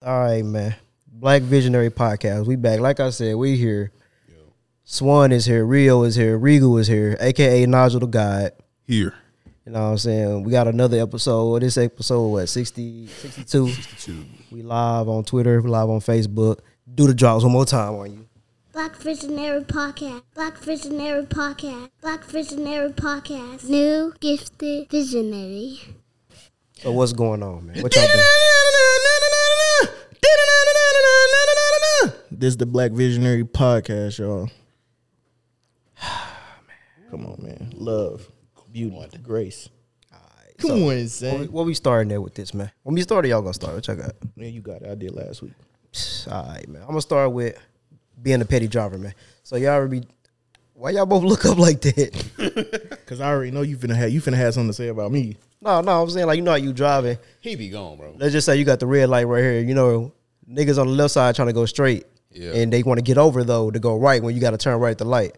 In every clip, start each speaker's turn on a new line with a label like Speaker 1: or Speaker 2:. Speaker 1: All right, man. Black Visionary Podcast. We back. Like I said, we here. Swan is here. Rio is here. Regal is here. AKA Nodule to God.
Speaker 2: Here.
Speaker 1: You know what I'm saying? We got another episode. This episode, what, 60, 62?
Speaker 2: Two.
Speaker 1: We live on Twitter. We live on Facebook. Do the drops one more time on you.
Speaker 3: Black Visionary Podcast. Black Visionary Podcast. Black Visionary Podcast. New Gifted Visionary.
Speaker 1: So what's going on, man? What y'all doing?
Speaker 4: This the Black Visionary Podcast, y'all. Come on, man. Love, beauty, grace. Come on,
Speaker 1: What we,
Speaker 4: Zay.
Speaker 1: what we starting there with this, man? When we started, y'all gonna start. What y'all got?
Speaker 4: Man, you got it. I did last week.
Speaker 1: All right, man. I'm gonna start with being a petty driver, man. So y'all already be. Why y'all both look up like that?
Speaker 4: Cause I already know you finna have you finna have something to say about me.
Speaker 1: no, no. I'm saying like you know how you driving.
Speaker 2: He be gone, bro.
Speaker 1: Let's just say you got the red light right here. You know, niggas on the left side trying to go straight,
Speaker 2: Yeah.
Speaker 1: and they want to get over though to go right when you got to turn right at the light.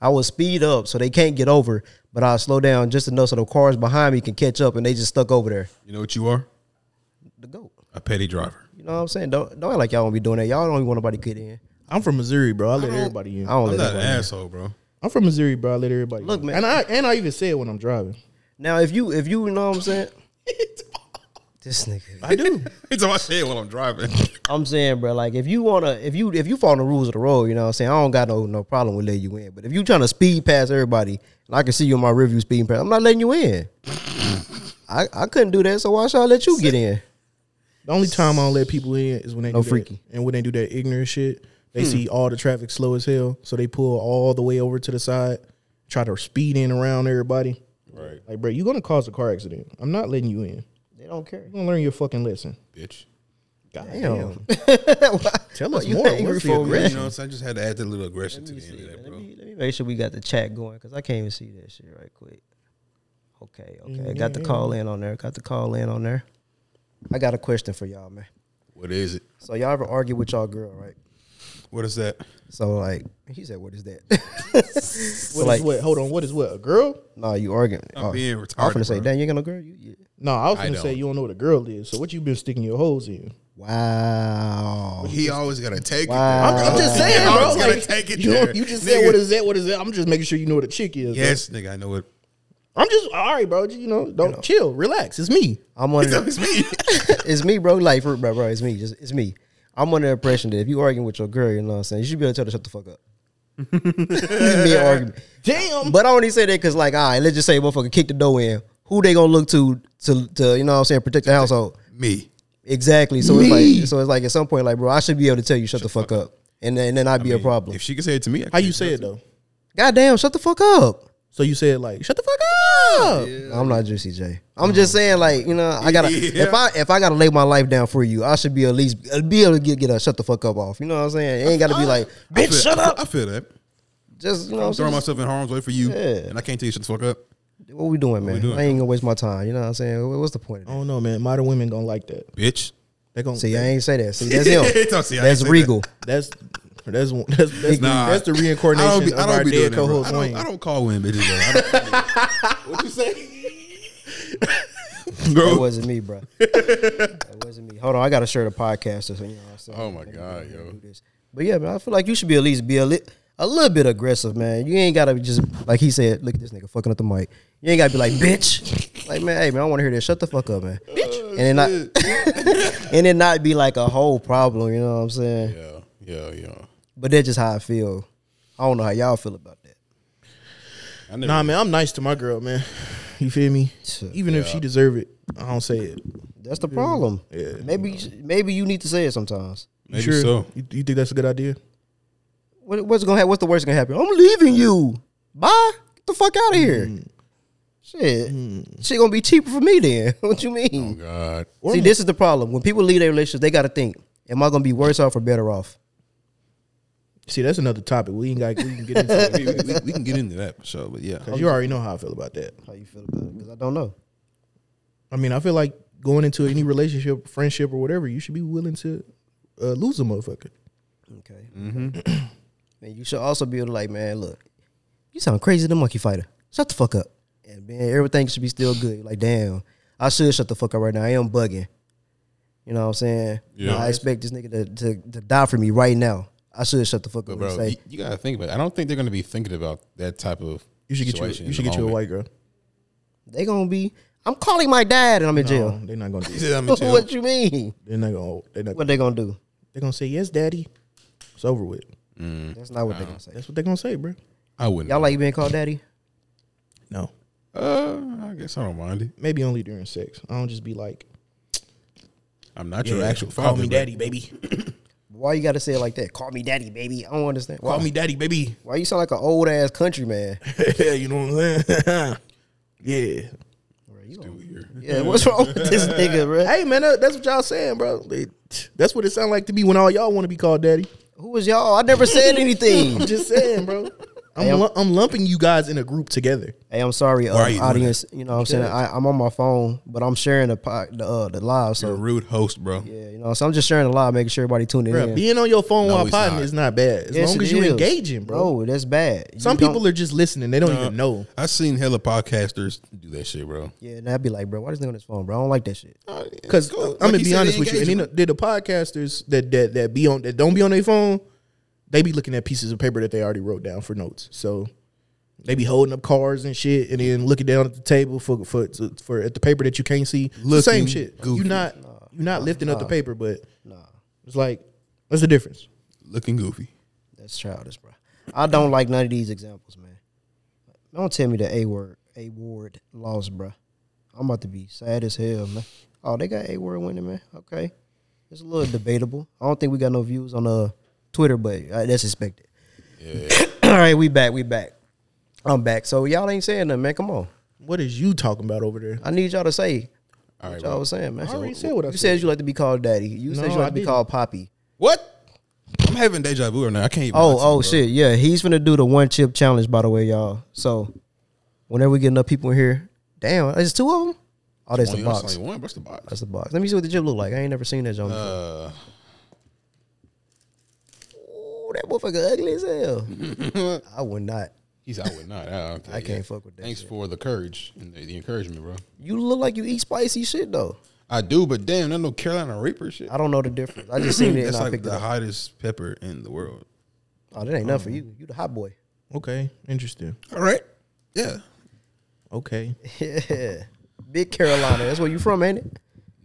Speaker 1: I will speed up so they can't get over, but I'll slow down just enough so the cars behind me can catch up, and they just stuck over there.
Speaker 2: You know what you are?
Speaker 1: The goat.
Speaker 2: A petty driver.
Speaker 1: You know what I'm saying? Don't don't act like y'all don't be doing that. Y'all don't even want nobody to get in.
Speaker 4: I'm from Missouri, bro. I let everybody in.
Speaker 1: I don't
Speaker 2: I'm
Speaker 1: let
Speaker 2: not an
Speaker 1: nobody in.
Speaker 2: asshole, bro.
Speaker 4: I'm from Missouri, bro. I let everybody
Speaker 1: Look,
Speaker 4: in.
Speaker 1: man.
Speaker 4: And I and I even say it when I'm driving.
Speaker 1: Now, if you if you, you know what I'm saying, this nigga.
Speaker 4: I do.
Speaker 2: It's all I said while I'm driving.
Speaker 1: I'm saying, bro, like if you wanna, if you if you follow the rules of the road, you know what I'm saying. I don't got no no problem with letting you in, but if you trying to speed past everybody, and I can see you in my review speeding past, I'm not letting you in. I I couldn't do that, so why should I let you get in?
Speaker 4: The only time I don't let people in is when they
Speaker 1: No
Speaker 4: do that-
Speaker 1: freaky.
Speaker 4: and when they do that ignorant shit. They
Speaker 2: Hmm.
Speaker 4: see all the traffic slow as hell, so they pull all the way over to the side, try to speed in around everybody.
Speaker 2: right,
Speaker 4: Like, bro, you're gonna cause a car accident. I'm not letting you in.
Speaker 1: They don't care.
Speaker 4: You're gonna learn your fucking lesson.
Speaker 2: bitch.
Speaker 4: God
Speaker 1: Damn.
Speaker 4: Tell
Speaker 1: Why
Speaker 4: us
Speaker 1: you
Speaker 4: more.
Speaker 1: angry
Speaker 4: What's the
Speaker 1: for, man?
Speaker 4: aggression?
Speaker 2: You know, what I'm saying? I just had to add that little aggression to
Speaker 1: Let
Speaker 2: the
Speaker 1: me
Speaker 2: end
Speaker 1: see.
Speaker 2: of that,
Speaker 1: Let
Speaker 2: bro.
Speaker 1: me, let me make sure we got the chat going because I can't even see that shit right quick. Okay, okay. Got
Speaker 4: Mm-hmm.
Speaker 1: the call in on there. Got the call in on there. I got a question for y'all, man.
Speaker 2: What is it?
Speaker 1: So y'all ever argue with y'all girl, right?
Speaker 2: What is that?
Speaker 1: So like he said, what is that? so
Speaker 4: What is
Speaker 1: like,
Speaker 4: what? Hold on. What is what? A girl?
Speaker 1: nah, you arguing?
Speaker 2: I'm being retarded,
Speaker 1: Oh, I'm finna say,
Speaker 2: bro.
Speaker 1: damn, you ain't got no girl. You, you.
Speaker 4: No, I was
Speaker 2: I
Speaker 4: gonna say
Speaker 2: don't.
Speaker 4: you don't know what a girl is. So what you been sticking your holes in?
Speaker 1: Wow.
Speaker 2: He always gotta take
Speaker 1: Wow.
Speaker 2: it. there.
Speaker 1: I'm
Speaker 2: He always gotta take it
Speaker 4: you,
Speaker 2: there.
Speaker 4: you just
Speaker 2: Nigga,
Speaker 4: said what is that? What is that? I'm just making sure you know what a chick is. bro.
Speaker 2: Yes, nigga, I know it.
Speaker 4: I'm just all right, bro. You know, don't chill, relax. It's me.
Speaker 1: I'm under.
Speaker 2: It's me.
Speaker 1: it's me, bro. Like, for, bro, bro, it's me. Just it's me. I'm under the impression that if you arguing with your girl, you know what I'm saying, you should be able to tell her to shut the fuck up. It's me arguing.
Speaker 4: Damn.
Speaker 1: But I only say that because, like, all right, let's just say motherfucker kick the door in. Who they gonna look to to to you know what I'm saying protect the household?
Speaker 2: me.
Speaker 1: Exactly. So it's like so it's like at some point, like, bro, I should be able to tell you shut, the fuck up, and then and then I'd be a problem.
Speaker 2: If she can say it to me, I
Speaker 4: How you
Speaker 2: can't
Speaker 4: say
Speaker 2: do
Speaker 4: it though?
Speaker 1: Goddamn, shut the fuck up.
Speaker 4: So you said like, shut the fuck up.
Speaker 1: I'm not Juicy J. I'm just saying, like you know, I gotta
Speaker 2: Yeah.
Speaker 1: if I if I gotta lay my life down for you, I should be at least uh, be able to get get a shut the fuck up off. You know what I'm saying? It ain't gotta be like
Speaker 2: I feel-
Speaker 1: bitch, shut
Speaker 2: I feel-
Speaker 1: up.
Speaker 2: I feel that.
Speaker 1: Just you know,
Speaker 2: I'm
Speaker 1: what I'm
Speaker 2: throwing
Speaker 1: saying?
Speaker 2: myself in harm's way for you,
Speaker 1: Yeah.
Speaker 2: and I can't tell you shut the fuck up.
Speaker 1: what we doing, man?
Speaker 2: doing?
Speaker 1: I ain't gonna waste my time. You know what I'm saying? What- What's the point? Of
Speaker 4: I
Speaker 1: that?
Speaker 4: don't know, man. Modern women gonna like that.
Speaker 2: Bitch.
Speaker 4: They
Speaker 2: Oh,
Speaker 4: gonna
Speaker 1: See, I ain't say that. See, that's him.
Speaker 2: Don't see, I ain't
Speaker 1: that's
Speaker 2: say that.
Speaker 1: Regal.
Speaker 4: That's that's one- that's that's,
Speaker 2: Nah.
Speaker 4: the, that's the reincarnation
Speaker 2: I don't be,
Speaker 4: of
Speaker 2: I don't
Speaker 4: our
Speaker 2: be doing
Speaker 4: dead
Speaker 2: that, bro.
Speaker 4: co-host
Speaker 2: I don't,
Speaker 4: Wayne.
Speaker 2: I don't call women bitches. Though. I don't- what you say,
Speaker 1: That
Speaker 2: bro?
Speaker 1: wasn't me, bro. that wasn't me. Hold on, I gotta share the podcast. So, you know what I'm saying?
Speaker 2: Oh my
Speaker 1: Let me-
Speaker 2: God,
Speaker 1: let me
Speaker 2: yo.
Speaker 1: do this. But yeah, man, I feel like you should be at least be a li- a little bit aggressive, man. You ain't gotta be just like he said. Look at this nigga fucking up the mic. You ain't gotta be like bitch. Like man, hey man, I want to hear this. Shut the fuck up, man. Bitch. And then not and then not be like a whole problem. You know what I'm saying?
Speaker 2: Yeah, yeah, yeah.
Speaker 1: But that's just how I feel. I don't know how y'all feel about that.
Speaker 2: I never,
Speaker 4: Nah, man, I'm nice to my girl, man. You feel me? Even if she deserve it, I don't say it.
Speaker 1: That's the problem. Maybe maybe you need to say it sometimes.
Speaker 4: You
Speaker 2: Maybe so.
Speaker 4: You, you think that's a good idea?
Speaker 1: What, what's gonna happen? What's the worst gonna happen? I'm leaving you. Bye. Get the fuck out of here. Shit. Shit gonna be cheaper for me then. what you
Speaker 2: Oh
Speaker 1: mean?
Speaker 2: God.
Speaker 1: See, this is the problem. When people leave their relationships, they gotta think: Am I gonna be worse off or better off?
Speaker 4: See, that's another topic. We ain't got we can get into
Speaker 2: we, we- we can get into that for sure, but yeah.
Speaker 4: because you already know how I feel about that.
Speaker 1: How you feel about it? Because I don't know.
Speaker 4: I mean, I feel like going into any relationship, friendship, or whatever, you should be willing to uh, lose a motherfucker.
Speaker 1: Okay. and you should also be able to like, man, look, you sound crazy, the monkey fighter. Shut the fuck up. And man, everything should be still good. Like, damn, I should shut the fuck up right now. I am bugging. You You know what I'm saying?
Speaker 2: Yeah.
Speaker 1: I expect this nigga to, to, to die for me right now. I should shut the fuck up
Speaker 2: But
Speaker 1: and
Speaker 2: bro,
Speaker 1: say,
Speaker 2: you, you gotta think about. it. I don't think they're gonna be thinking about that type of.
Speaker 4: You should get you. a-
Speaker 2: situation
Speaker 4: You
Speaker 2: in
Speaker 4: should
Speaker 2: the
Speaker 4: get you a
Speaker 2: moment.
Speaker 4: white girl.
Speaker 1: they gonna be, I'm calling my dad and I'm in
Speaker 4: No,
Speaker 1: jail.
Speaker 4: they're Oh, not gonna. Do that.
Speaker 2: Yeah, I'm in jail.
Speaker 1: what you mean?
Speaker 4: They're not gonna. They're not.
Speaker 1: What they gonna do?
Speaker 4: They're gonna say yes, daddy. It's over with.
Speaker 1: That's not what they gonna say.
Speaker 4: That's what they're gonna say, bro.
Speaker 2: I wouldn't.
Speaker 1: Y'all like you being called daddy?
Speaker 4: No,
Speaker 2: Uh, I guess I don't mind it.
Speaker 4: maybe only during sex. I don't just be like,
Speaker 2: I'm not
Speaker 4: yeah,
Speaker 2: your actual father.
Speaker 4: call me
Speaker 2: but-
Speaker 4: daddy, baby.
Speaker 1: Why you gotta say it like that? Call me daddy, baby. I don't understand. Why,
Speaker 4: Call me daddy, baby.
Speaker 1: why you sound like an old ass country man?
Speaker 4: you know what I'm saying? yeah.
Speaker 1: Bro, you don't-
Speaker 2: Weird.
Speaker 1: yeah, what's wrong with this nigga, bro?
Speaker 4: Hey man, that- that's what y'all saying, bro. It- that's what it sound like to me when all y'all want to be called daddy.
Speaker 1: Who was y'all? I never said anything.
Speaker 4: I'm just saying, bro. I'm, lu- I'm lumping you guys in a group together.
Speaker 1: Hey, I'm sorry, um,
Speaker 2: are you doing
Speaker 1: audience. You know what I'm saying? I, I'm on my phone, but I'm sharing the po- the, uh, the live.
Speaker 2: You're
Speaker 1: So,
Speaker 2: a rude host, bro.
Speaker 1: yeah, you know, so I'm just sharing the live, making sure everybody tuning
Speaker 4: Bruh,
Speaker 1: in.
Speaker 4: Being on your phone while
Speaker 2: it's
Speaker 4: potting
Speaker 2: not.
Speaker 4: is not bad. As
Speaker 1: Yes,
Speaker 4: long
Speaker 1: it
Speaker 4: as you're
Speaker 1: is.
Speaker 4: engaging, bro.
Speaker 1: No, that's bad. You
Speaker 4: Some
Speaker 1: don't-
Speaker 4: people are just listening. They don't even know.
Speaker 2: Uh, I seen hella podcasters do that shit, bro.
Speaker 1: Yeah, and I'd be like, bro, why this nigga on his phone, bro? I don't like that shit.
Speaker 4: Because
Speaker 2: Go.
Speaker 4: I'm
Speaker 2: Like
Speaker 4: gonna
Speaker 2: he
Speaker 4: be
Speaker 2: said,
Speaker 4: honest
Speaker 2: they
Speaker 4: with you, and
Speaker 2: engaging.
Speaker 4: then the, then the podcasters that that that be on that don't be on their phone, they be looking at pieces of paper that they already wrote down for notes. So they be holding up cards and shit, and then looking down at the table for for for at the paper that you can't see. It's the
Speaker 2: Looking
Speaker 4: same shit.
Speaker 2: goofy.
Speaker 4: You not you not lifting up the paper, but
Speaker 1: Nah,
Speaker 4: it's like what's the difference?
Speaker 2: Looking goofy.
Speaker 1: that's childish, bro. I don't like none of these examples, man. Don't tell me the A word, A word lost, bro. I'm about to be sad as hell, man. Oh, they got A word winning, man. Okay, it's a little debatable. I don't think we got no views on uh Twitter, but uh, that's expected. All right, we back. We back. I'm back. So y'all ain't saying nothing, man. Come on.
Speaker 4: What is you talking about over there?
Speaker 1: I need y'all to say
Speaker 2: All right,
Speaker 1: what y'all
Speaker 2: bro.
Speaker 1: was saying, man.
Speaker 4: I already said what I
Speaker 1: you
Speaker 4: said.
Speaker 1: said you like to be called daddy. You
Speaker 4: No,
Speaker 1: said you like
Speaker 4: I
Speaker 1: to be
Speaker 4: didn't.
Speaker 1: called poppy.
Speaker 2: What? I'm having deja vu right now. I can't. Even
Speaker 1: Oh,
Speaker 2: lie to you,
Speaker 1: oh
Speaker 2: bro.
Speaker 1: shit. Yeah, he's finna do the one chip challenge, by the way, y'all. So whenever we get enough people in here, damn, is it two of them? Oh, that's the
Speaker 2: Only us,
Speaker 1: box.
Speaker 2: only one. What's the box?
Speaker 1: That's the box. Let me see what the chip look like. I ain't never seen that joint. before.
Speaker 2: Uh,
Speaker 1: Ooh, that motherfucker ugly as hell. I would not.
Speaker 2: he's out with not. I, don't
Speaker 1: I
Speaker 2: think-
Speaker 1: can't fuck with that
Speaker 2: Thanks
Speaker 1: shit.
Speaker 2: for the courage and the, the encouragement, bro.
Speaker 1: You look like you eat spicy shit though.
Speaker 2: I do, but damn, not no Carolina Reaper shit.
Speaker 1: I don't know the difference. I just seen it and
Speaker 2: That's
Speaker 1: I
Speaker 2: like
Speaker 1: picked it
Speaker 2: the
Speaker 1: up.
Speaker 2: hottest pepper in the world.
Speaker 1: Oh, that ain't nothing for
Speaker 2: Mm-hmm.
Speaker 1: you. You the hot boy.
Speaker 4: Okay, interesting.
Speaker 2: All right. Yeah.
Speaker 4: Okay,
Speaker 1: Yeah. Big Carolina. That's where you from, ain't it?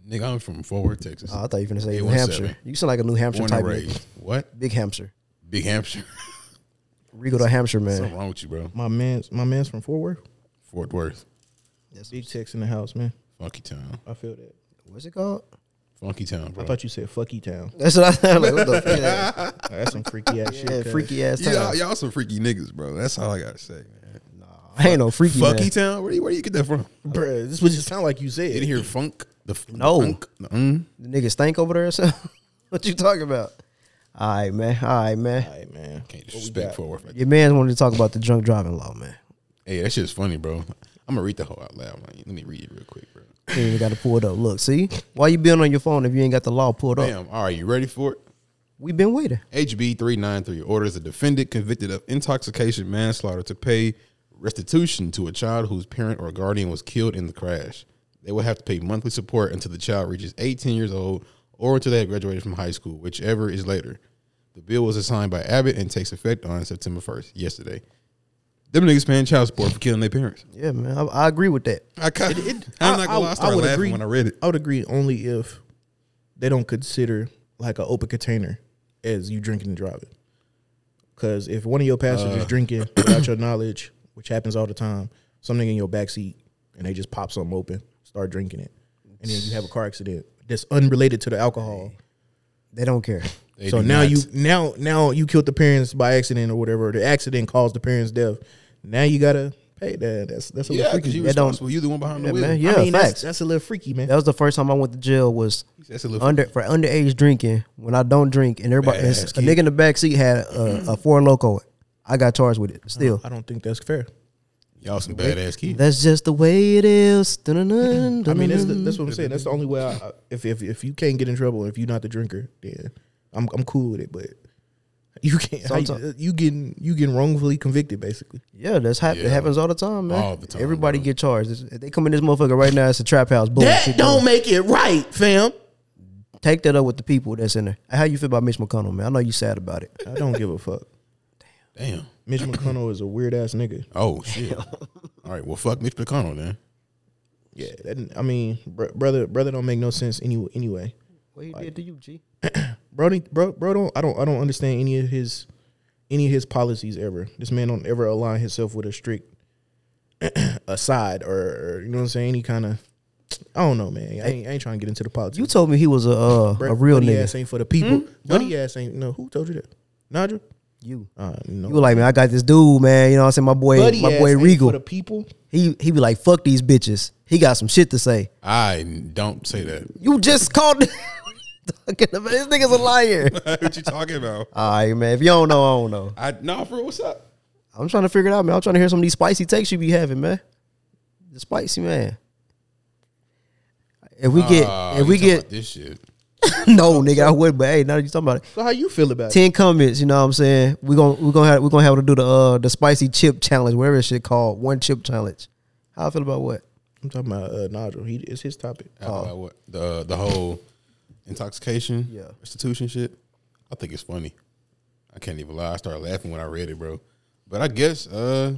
Speaker 2: Nigga, I'm from Fort Worth, Texas.
Speaker 1: Oh, I thought you were finna say New
Speaker 2: 817.
Speaker 1: Hampshire. You sound like a New Hampshire
Speaker 2: Born
Speaker 1: type.
Speaker 2: and
Speaker 1: nigga.
Speaker 2: raised. What?
Speaker 1: Big Hampshire.
Speaker 2: Big Hampshire.
Speaker 1: Regal to Hampshire, man.
Speaker 2: What's wrong with you, bro?
Speaker 4: my man's my man's from Fort Worth.
Speaker 2: Fort Worth.
Speaker 1: That's-
Speaker 4: Big text in the house, man.
Speaker 2: Funky town.
Speaker 4: I feel that.
Speaker 1: What's it called?
Speaker 2: Funky town, bro.
Speaker 4: I thought you said fucky town.
Speaker 1: That's what I sound like. What the fuck? Yeah,
Speaker 4: That's some freaky ass shit. cuz.
Speaker 1: freaky ass time.
Speaker 2: y'all, y'all some freaky niggas, bro. That's all I gotta say, man.
Speaker 1: I ain't no freaky
Speaker 2: Funky
Speaker 1: man.
Speaker 2: town? Where do you, where do you get that from?
Speaker 4: Bruh, this would just sound like you said.
Speaker 2: Didn't hear funk. The f-
Speaker 1: No.
Speaker 2: funk? The mm.
Speaker 1: The niggas stank over there or something? what you talking about? All right, man. All right, man.
Speaker 4: All right, man.
Speaker 2: Can't disrespect Fort Worth. Like,
Speaker 1: Your man wanted to talk about the drunk driving law, man.
Speaker 2: Hey, that shit's funny, bro. I'm gonna read the whole out loud. Man. Let me read it real quick, bro.
Speaker 1: You ain't even got to pull it up. Look, see? Why you been on your phone if you ain't got the law pulled up?
Speaker 2: Damn. All right, you ready for it?
Speaker 1: we been waiting.
Speaker 2: HB 393 orders a defendant convicted of intoxication manslaughter to pay restitution to a child whose parent or guardian was killed in the crash. They will have to pay monthly support until the child reaches 18 years old or until they have graduated from high school, whichever is later. The bill was assigned by Abbott and takes effect on September 1st, yesterday. Them niggas paying child support for killing their parents.
Speaker 1: Yeah, man. I, I agree with that.
Speaker 2: I kind I'm not gonna lie, I started laughing when I read it.
Speaker 4: I would agree only if they don't consider like an open container as you drinking and driving. Because if one of your passengers
Speaker 2: Uh.
Speaker 4: drinking without your knowledge, which happens all the time, something in your backseat and they just pop something open, start drinking it, and then you have a car accident that's unrelated to the alcohol.
Speaker 1: They don't care.
Speaker 2: They
Speaker 4: so
Speaker 2: do
Speaker 4: now
Speaker 2: not.
Speaker 4: you now now you killed the parents by accident or whatever. The accident caused the parents' death. Now you gotta pay that. That's that's a
Speaker 2: yeah,
Speaker 4: little
Speaker 2: because
Speaker 4: freaky.
Speaker 2: you
Speaker 1: They don't-
Speaker 2: responsible. You the one behind
Speaker 1: Yeah,
Speaker 2: the wheel.
Speaker 1: man,
Speaker 4: I
Speaker 1: yeah,
Speaker 4: mean, that's-
Speaker 1: facts.
Speaker 4: That's, a little freaky, man.
Speaker 1: That was the first time I went to jail was
Speaker 2: That's a little
Speaker 1: under for under age drinking when I don't drink and everybody
Speaker 2: Badass
Speaker 1: a
Speaker 2: kid.
Speaker 1: nigga in the back seat had a, a four loco. I got charged with it still.
Speaker 4: I don't think that's fair.
Speaker 2: y'all some badass kids.
Speaker 1: That's just the way it is. Dun-dun-dun,
Speaker 4: I mean, that's, the,
Speaker 1: dun-dun-dun.
Speaker 4: that's what I'm saying. That's the only way. I, I- if if if you can't get in trouble, if you're not the drinker, then I'm I'm cool with it. But you can't. how you,
Speaker 1: Sometime-
Speaker 4: you getting you getting wrongfully convicted, basically.
Speaker 1: yeah, that's hap-
Speaker 2: Yeah.
Speaker 1: it happens all the time, man.
Speaker 2: All the time,
Speaker 1: Everybody
Speaker 2: bro.
Speaker 1: get charged. It's- if they come in this motherfucker right now. It's a trap house. Boom. shit done.
Speaker 4: make it right, fam.
Speaker 1: Take that up with the people that's in there. How you feel about Mitch McConnell, man? I know you sad about it.
Speaker 4: I don't give a fuck.
Speaker 2: Damn.
Speaker 4: Mitch McConnell is a weird ass nigga.
Speaker 2: Oh shit. All right. Well, fuck Mitch McConnell then.
Speaker 4: Yeah, that, I mean, br- brother, brother, don't make no sense anyway. Anyway,
Speaker 1: What he did to you, G?
Speaker 4: bro, he- bro, bro, don't I don't I don't understand any of his any of his policies ever. This man don't ever align himself with a strict a side or, or, you know what I'm saying. Any kind of I don't know, man. I ain't, I ain't trying to get into the politics.
Speaker 1: You told me he was a uh,
Speaker 4: Bro,
Speaker 1: a real
Speaker 4: buddy
Speaker 1: nigga. Hmm?
Speaker 4: ass ain't for the people. Buddy ass ain't no. Who told you that? Nigel?
Speaker 1: You.
Speaker 4: Uh, no.
Speaker 1: You were like, man, I got this dude, man. You know what I'm saying? My boy,
Speaker 4: buddy
Speaker 1: my
Speaker 4: ass
Speaker 1: boy
Speaker 4: ain't
Speaker 1: Regal.
Speaker 4: for the people.
Speaker 1: he he be like, fuck these bitches. He got some shit to say.
Speaker 2: I don't say that.
Speaker 1: You just called. What you talking about? This nigga's a liar.
Speaker 2: what you talking about?
Speaker 1: All right, man. If you don't know, I don't know.
Speaker 2: I nah, for what's up?
Speaker 1: I'm trying to figure it out, man. I'm trying to hear some of these spicy takes you be having, man. The spicy man. If we get,
Speaker 2: Ah,
Speaker 1: if
Speaker 2: you
Speaker 1: we
Speaker 2: talking
Speaker 1: get,
Speaker 2: about this shit.
Speaker 1: no, nigga, I would. But hey, now that you talking about it,
Speaker 4: So how you feel about it?
Speaker 1: ten comments. You know what I'm saying? We're gonna we're gonna have we're gonna have to do the uh the spicy chip challenge, whatever that shit called, one chip challenge. How I feel about what?
Speaker 4: I'm talking about uh, Nigel. He it's his topic.
Speaker 2: How
Speaker 1: Oh.
Speaker 2: about what the the whole intoxication,
Speaker 1: Yeah.
Speaker 2: restitution shit. I think it's funny. I can't even lie. I started laughing when I read it, bro. But I guess, uh,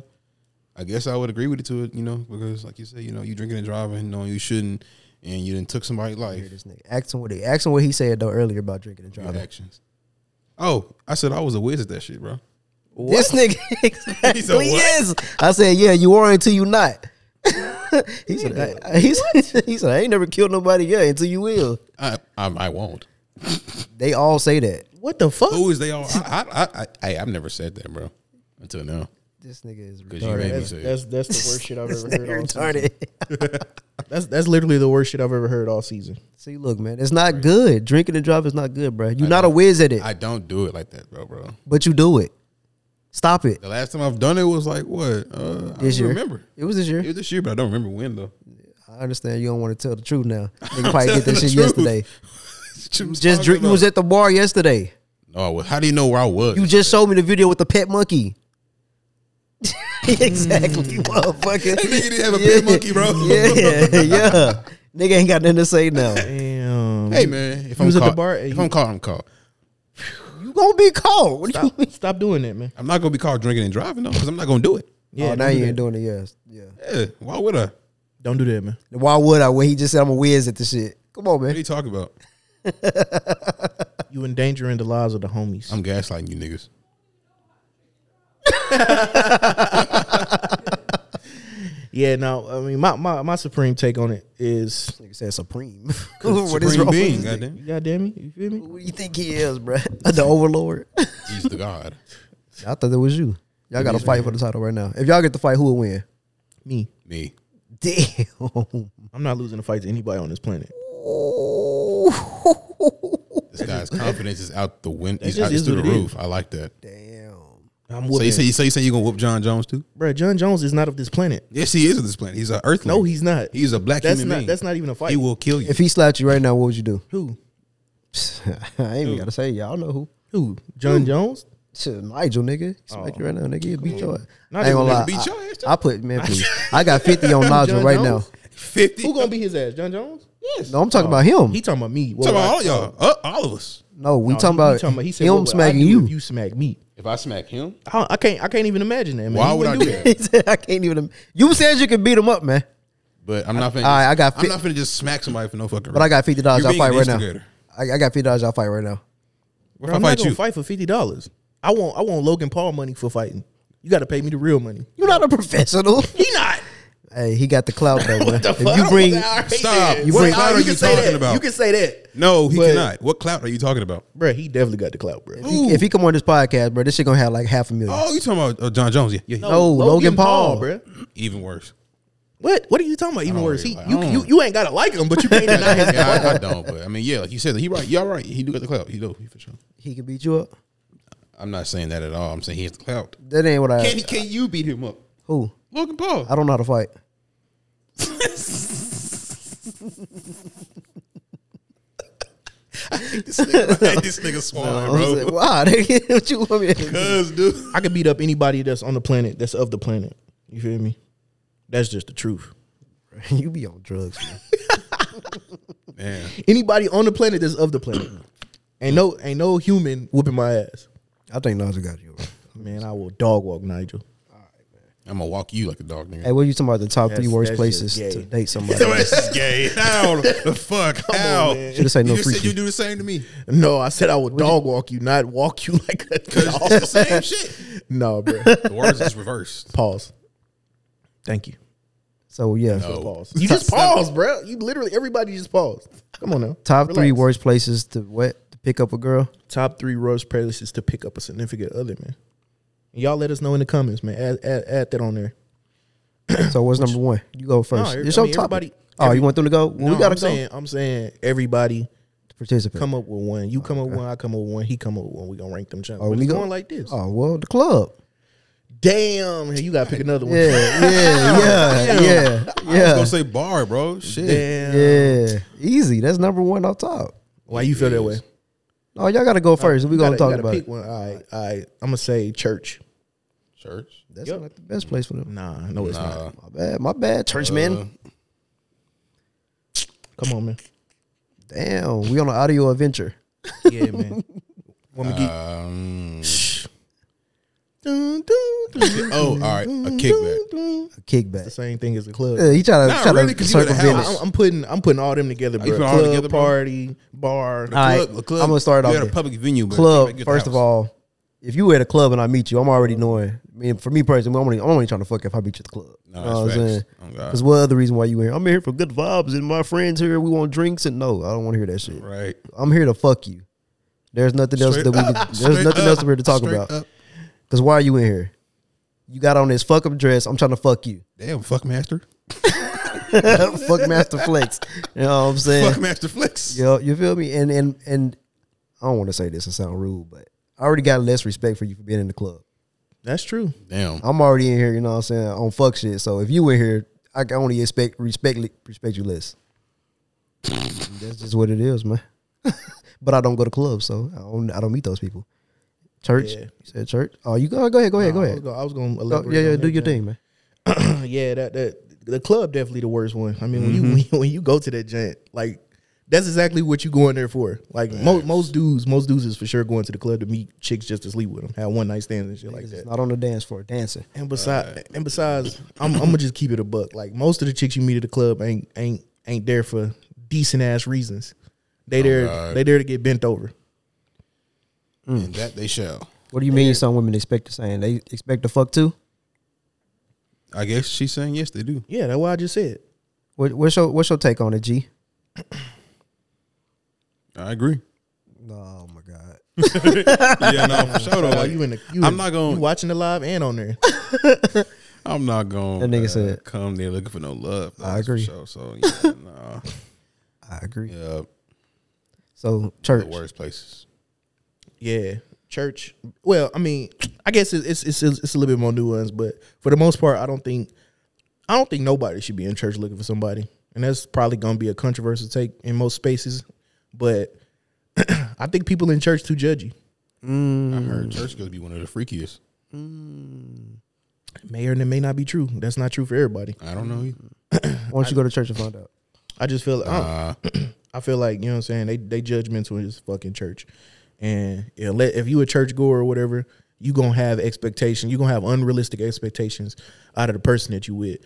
Speaker 2: I guess I would agree with it to it, you know, because like you said, you know, you drinking and driving, knowing you shouldn't, and you didn't took somebody's life.
Speaker 1: This nigga asking what he asking what he said though earlier about drinking and
Speaker 2: Your
Speaker 1: driving.
Speaker 2: actions. Oh, I said I was a whiz at that shit, bro.
Speaker 1: This nigga exactly
Speaker 2: He's a what?
Speaker 1: is. I said, yeah, you are until you not. he said, I, he, said, he said, I ain't never killed nobody yet until you will.
Speaker 2: I I, I won't.
Speaker 1: They all say that.
Speaker 4: What the fuck?
Speaker 2: Who is they all? I I I, I, I I've never said that, bro, until now.
Speaker 1: This nigga is
Speaker 2: Because you made
Speaker 1: retarded.
Speaker 2: me
Speaker 4: That's,
Speaker 2: say it.
Speaker 4: that's that's the worst shit I've
Speaker 1: This
Speaker 4: ever heard.
Speaker 1: nigga
Speaker 4: All season.
Speaker 1: retarded.
Speaker 4: That's that's literally the worst shit I've ever heard all season.
Speaker 1: See, look, man, it's not good. Drinking and driving is not good, bro. You're not a whiz at it,
Speaker 2: I don't do it like that, bro, bro.
Speaker 1: but you do it. Stop it.
Speaker 2: The last time I've done it was like what? Uh, I
Speaker 1: This year.
Speaker 2: don't remember.
Speaker 1: It was this year.
Speaker 2: It was this year, but I don't remember when though.
Speaker 1: I understand you don't want to tell the truth now. Nigga probably get that
Speaker 2: telling the
Speaker 1: shit
Speaker 2: truth.
Speaker 1: yesterday.
Speaker 2: Shit was
Speaker 1: Just
Speaker 2: talking
Speaker 1: drink. You was
Speaker 2: about-
Speaker 1: at the bar yesterday.
Speaker 2: No, I was. How do you know where I was?
Speaker 1: You just showed me the video with the pet monkey. exactly, motherfucker.
Speaker 2: That nigga didn't have a pet monkey, bro.
Speaker 1: Yeah, yeah. Nigga ain't got nothing to say now.
Speaker 4: Damn.
Speaker 2: Hey man, if
Speaker 4: You
Speaker 2: I'm
Speaker 4: was at the
Speaker 2: caught,
Speaker 4: bar and
Speaker 2: if
Speaker 4: you-
Speaker 2: I'm caught, I'm caught.
Speaker 1: You gonna be called. What do you
Speaker 4: Stop, stop doing that, man.
Speaker 2: I'm not gonna be called drinking and driving though, because I'm not gonna do it.
Speaker 1: Yeah,
Speaker 4: Yeah,
Speaker 1: oh, now
Speaker 4: don't do
Speaker 1: you
Speaker 4: that.
Speaker 1: ain't doing it. Yes, yeah.
Speaker 2: Yeah, why would I? What
Speaker 4: Don't do that, man.
Speaker 1: Why would I? When he just said I'm a whiz at the shit. Come on, man.
Speaker 2: are you talking about?
Speaker 4: You endangering the lives of the homies.
Speaker 2: I'm gaslighting you niggas.
Speaker 4: yeah, no. I mean, my, my my supreme take on it is,
Speaker 1: Nigga said supreme.
Speaker 2: Supreme
Speaker 1: what is wrong? with
Speaker 2: being,
Speaker 1: this
Speaker 2: goddamn.
Speaker 4: you goddamn me, you feel me?
Speaker 1: nigga? Who do you think he is, bruh? the overlord.
Speaker 2: He's the god.
Speaker 1: I thought that was you. Y'all got to fight for the title right now. If y'all get the fight, who will win?
Speaker 4: Me,
Speaker 2: Me.
Speaker 1: Damn.
Speaker 4: I'm not losing a fight to anybody on this planet.
Speaker 2: This guy's confidence is out the window. He's
Speaker 4: just
Speaker 2: out he's
Speaker 4: is
Speaker 2: through the
Speaker 4: what it is.
Speaker 2: roof. I like that.
Speaker 1: Damn.
Speaker 4: I'm
Speaker 2: So
Speaker 4: whooping.
Speaker 2: you say you say you say you gonna whoop John Jones too?
Speaker 4: bro, John Jones is not of this planet.
Speaker 2: Yes, he is on this planet. He's an earthling.
Speaker 4: No, he's not.
Speaker 2: He's a black
Speaker 4: that's
Speaker 2: human
Speaker 4: not
Speaker 2: being.
Speaker 4: that's not even a fight.
Speaker 2: He will kill you.
Speaker 1: If he slapped you right now, what would you do?
Speaker 4: who
Speaker 1: I ain't even got to say y'all know who.
Speaker 4: who John Jones?
Speaker 1: Shit, Nigel, nigga. He Smack you right now, nigga. He'll beat your ass. I ain't
Speaker 4: Nigel
Speaker 1: gonna
Speaker 4: never
Speaker 1: lie.
Speaker 2: beat
Speaker 1: I-
Speaker 2: your ass,
Speaker 1: I, put, man, please. I got 50 on Nigel
Speaker 4: John
Speaker 1: right now.
Speaker 4: Jones?
Speaker 2: Fifty.
Speaker 4: Who gonna be his ass? John Jones? Yes.
Speaker 1: No, I'm talking about him.
Speaker 4: He talking about me. What
Speaker 2: Talking
Speaker 4: would I-
Speaker 2: about all y'all, uh, all of us.
Speaker 1: no, we
Speaker 4: No,
Speaker 1: talking,
Speaker 4: he-
Speaker 1: about
Speaker 4: he talking about he said, what
Speaker 1: him
Speaker 4: would I
Speaker 1: smacking
Speaker 4: do
Speaker 1: you.
Speaker 4: If you smack me.
Speaker 2: If I smack him,
Speaker 4: I, don't- I can't. I can't even imagine that. Man.
Speaker 2: why
Speaker 4: He
Speaker 2: would I
Speaker 4: wouldn't
Speaker 2: do that?
Speaker 4: it.
Speaker 1: He said, I can't even. im- You said you could beat him up, man.
Speaker 2: But I'm not finna.
Speaker 1: All right, I got
Speaker 2: I'm
Speaker 1: fi-
Speaker 2: not finna just smack somebody for no fucking.
Speaker 1: But I got $50. I'll
Speaker 2: You're being
Speaker 1: fight
Speaker 2: an
Speaker 1: right now.
Speaker 2: instigator.
Speaker 1: I, I got $50. I'll fight right now.
Speaker 2: What
Speaker 4: Bro,
Speaker 2: if I
Speaker 4: I'm not
Speaker 2: fight
Speaker 4: gonna
Speaker 2: you?
Speaker 4: fight for fifty dollars. I want. I want Logan Paul money for fighting. You got to pay me the real money.
Speaker 1: You're not a professional.
Speaker 4: He not.
Speaker 1: hey, he got the clout, though, man.
Speaker 4: The
Speaker 1: If
Speaker 4: fuck?
Speaker 1: you bring.
Speaker 4: All right,
Speaker 2: Stop.
Speaker 4: then.
Speaker 2: You
Speaker 4: What
Speaker 2: bring-
Speaker 4: clout
Speaker 2: What
Speaker 4: are
Speaker 2: you
Speaker 4: you say
Speaker 2: talking
Speaker 4: that?
Speaker 2: about?
Speaker 4: You can say that,
Speaker 2: No, he
Speaker 4: But-
Speaker 2: cannot. What clout are you talking about?
Speaker 4: bro. He definitely got the clout, bro.
Speaker 1: If he- if he come on this podcast, bro, this shit gonna have like half a million.
Speaker 2: Oh, you talking about uh, John Jones? Yeah, yeah. yeah.
Speaker 4: Oh,
Speaker 1: No, Logan Paul.
Speaker 4: bro.
Speaker 2: Even worse.
Speaker 4: What? What are you talking about? Even
Speaker 2: don't
Speaker 4: worse, he,
Speaker 2: really- Oh, I
Speaker 4: you,
Speaker 2: don't-
Speaker 4: you you ain't gotta like him, but you can't deny his.
Speaker 2: Yeah, I, I don't. But I mean, yeah, like you said, he right. Y'all right. He do got the clout. He do he for sure.
Speaker 1: He can beat you up.
Speaker 2: I'm not saying that at all. I'm saying he has the clout.
Speaker 1: That ain't what I.
Speaker 2: Can he? Can you beat him up?
Speaker 1: who?
Speaker 2: Logan Paul.
Speaker 1: Uh, I don't know how to fight.
Speaker 2: this nigga, I hate this nigga swine,
Speaker 1: I was
Speaker 2: bro.
Speaker 1: like, wow, nigga, what you want me to
Speaker 2: Cuz, dude.
Speaker 4: I could beat up anybody that's on the planet. That's of the planet. You feel me? That's just the truth.
Speaker 1: You be on drugs, man.
Speaker 2: Man,
Speaker 4: Anybody on the planet that's of the planet. Ain't no ain't no human whooping my ass.
Speaker 1: I think Nas got you.
Speaker 4: Man, I will dog walk Nigel.
Speaker 2: I'm gonna walk you like a dog, nigga.
Speaker 1: Hey, what are you talking about? The top
Speaker 4: That's-
Speaker 1: three worst
Speaker 4: that's just
Speaker 1: places to
Speaker 4: gay.
Speaker 1: date somebody.
Speaker 2: Your ass is gay. How the fuck? How?
Speaker 1: Should have said no
Speaker 2: you said you
Speaker 1: freaky.
Speaker 2: do the same to me.
Speaker 4: No, I said I would dog walk you, not walk you like a dog.
Speaker 2: It's the same shit.
Speaker 4: no, bro.
Speaker 2: The words is reversed.
Speaker 4: Pause. Thank you.
Speaker 1: So yeah,
Speaker 2: No.
Speaker 4: Pause. Oh. You just pause, bro. You literally everybody just paused. Come on now.
Speaker 1: top three
Speaker 4: Relax.
Speaker 1: worst places to what to pick up a girl.
Speaker 4: top three worst places to pick up a significant other, man. Y'all let us know in the comments, man. Add, add, add that on there.
Speaker 1: So what's number one? You go first.
Speaker 4: every-
Speaker 1: it's
Speaker 4: I
Speaker 1: your
Speaker 4: mean,
Speaker 1: top.
Speaker 4: everybody-
Speaker 1: oh, you want them to go? Well, we
Speaker 4: No,
Speaker 1: gotta
Speaker 4: I'm
Speaker 1: go
Speaker 4: saying, I'm saying everybody
Speaker 1: to participate.
Speaker 4: come up with one. You come up with one. I come up with one. He come up with one. Oh, We gonna rank them. Jump.
Speaker 1: Oh,
Speaker 4: We're
Speaker 1: we
Speaker 4: just
Speaker 1: go-
Speaker 4: going like this.
Speaker 1: Oh well, the club.
Speaker 4: Damn, you gotta pick another one.
Speaker 1: Yeah, yeah, yeah, yeah,
Speaker 2: I
Speaker 1: yeah,
Speaker 2: was gonna say bar, bro. Shit.
Speaker 4: Damn.
Speaker 1: yeah. Easy. That's number one on top.
Speaker 4: Why you feel that way?
Speaker 1: Oh, y'all gotta go first. We
Speaker 4: You
Speaker 1: gonna
Speaker 4: gotta-
Speaker 1: talk
Speaker 4: gotta
Speaker 1: about
Speaker 4: pick
Speaker 1: it.
Speaker 4: one. All right, all right. I'm gonna say church.
Speaker 2: Church.
Speaker 1: That's not the best place for them.
Speaker 4: Nah, no, it's
Speaker 2: Nah.
Speaker 4: not.
Speaker 1: My bad, my bad, church man.
Speaker 4: Come on, man.
Speaker 1: Damn, we on an audio adventure.
Speaker 4: Yeah, man. Woman geek.
Speaker 2: Um,
Speaker 4: Dun, dun, dun,
Speaker 2: oh, all right. A kickback.
Speaker 4: dun.
Speaker 1: A
Speaker 4: The
Speaker 1: kickback.
Speaker 4: same thing as the club.
Speaker 1: Yeah, he trying to,
Speaker 2: Not
Speaker 1: trying
Speaker 2: really,
Speaker 1: to
Speaker 2: 'cause you at a
Speaker 1: circumvent
Speaker 2: house.
Speaker 1: it.
Speaker 4: I- I'm, I'm putting I'm putting all them together, bro.
Speaker 2: you putting all
Speaker 4: Club
Speaker 2: together, bro?
Speaker 4: party, bar.
Speaker 1: All right,
Speaker 2: Club- the club-
Speaker 1: I'm gonna start it
Speaker 2: you
Speaker 1: off
Speaker 2: at a
Speaker 1: then.
Speaker 2: public venue. but
Speaker 1: club.
Speaker 2: you at the
Speaker 1: First of
Speaker 2: house.
Speaker 1: all, if you at a club and I meet you, I'm already knowing. I mean, for me personally, I'm only, I'm only trying to fuck if I meet you at the club.
Speaker 2: No,
Speaker 1: You know what
Speaker 2: that's
Speaker 1: I'm
Speaker 2: facts.
Speaker 1: saying?
Speaker 2: Oh, God.
Speaker 1: Because what other reason why you here? I'm here for good vibes and my friends here. We want drinks and no, I don't want to hear that shit.
Speaker 2: right.
Speaker 1: I'm here to fuck you. There's nothing else
Speaker 2: Straight
Speaker 1: that we.
Speaker 2: up.
Speaker 1: Could, there's
Speaker 2: Straight
Speaker 1: nothing
Speaker 2: up.
Speaker 1: else we're to talk
Speaker 2: Straight
Speaker 1: about.
Speaker 2: up.
Speaker 1: Because why are you in here? You got on this fuck up dress. I'm trying to fuck you.
Speaker 2: Damn, fuck master.
Speaker 1: fuck Master Flex. You know what I'm saying?
Speaker 2: Fuck master flex.
Speaker 1: Yo, you feel me? And and and I don't want to say this and sound rude, but I already got less respect for you for being in the club.
Speaker 4: That's true.
Speaker 2: Damn.
Speaker 1: I'm already in here, you know what I'm saying, on fuck shit. So if you in here, I can only expect respect respect you less. That's just what it is, man. but I don't go to clubs, so I don't I don't meet those people. Church,
Speaker 4: Yeah.
Speaker 1: you said church. Oh, you go go ahead, go ahead, go
Speaker 4: I
Speaker 1: ahead.
Speaker 4: was gonna, I was gonna
Speaker 1: Go-
Speaker 4: elaborate
Speaker 1: yeah, yeah,
Speaker 4: on
Speaker 1: do your
Speaker 4: that,
Speaker 1: thing, man.
Speaker 4: man. yeah, that that the club definitely the worst one. I mean, when
Speaker 2: Mm-hmm.
Speaker 4: you when you when you go to that joint, like that's exactly what you going there for. Like most most dudes, most dudes is for sure going to the club to meet chicks just to sleep with them, have one night stands and shit like
Speaker 1: It's
Speaker 4: that.
Speaker 1: not on the dance floor, dancing.
Speaker 4: And besides, and besides, I'm, I'm gonna just keep it a buck. Like most of the chicks you meet at the club ain't ain't ain't there for decent ass reasons. They there
Speaker 2: God.
Speaker 4: they there to get bent over.
Speaker 1: Mm.
Speaker 2: And that they shall.
Speaker 1: What do you mean? Some women expect the same. They expect the fuck too.
Speaker 2: I guess she's saying yes, they do.
Speaker 4: Yeah, that's why I just said.
Speaker 1: What, what's your what's your take on it, G?
Speaker 2: I agree.
Speaker 1: Oh my god.
Speaker 2: yeah, no, for sure. though,
Speaker 4: Oh,
Speaker 2: Like,
Speaker 4: you in the, you
Speaker 2: I'm
Speaker 4: in-
Speaker 2: not gonna-
Speaker 4: you watching the live and on there.
Speaker 2: I'm not going.
Speaker 1: That nigga
Speaker 2: uh,
Speaker 1: said-
Speaker 2: "Come there looking for no love."
Speaker 1: I
Speaker 2: that's for
Speaker 1: agree.
Speaker 2: sure. So yeah, nah.
Speaker 1: I agree.
Speaker 2: yeah,
Speaker 1: So
Speaker 2: the
Speaker 1: church.
Speaker 2: worst places.
Speaker 4: yeah, church. Well, I mean, I guess it's it's, it's it's a little bit more nuanced, but for the most part, I don't think I don't think nobody should be in church looking for somebody, and that's probably gonna be a controversial take in most spaces. But I think people in church too judgy.
Speaker 1: Mm.
Speaker 2: I heard church gonna be one of the freakiest.
Speaker 4: May or may not be true. That's not true for everybody.
Speaker 2: I don't know. either.
Speaker 1: Why don't you go to church and find out?
Speaker 4: I just feel I, don't-
Speaker 1: Ah,
Speaker 2: Uh,
Speaker 4: I feel like you know what I'm saying. They they judgmental is fucking church, and yeah, let, if you a church goer or whatever, you gonna have expectation. You gonna have unrealistic expectations out of the person that you with.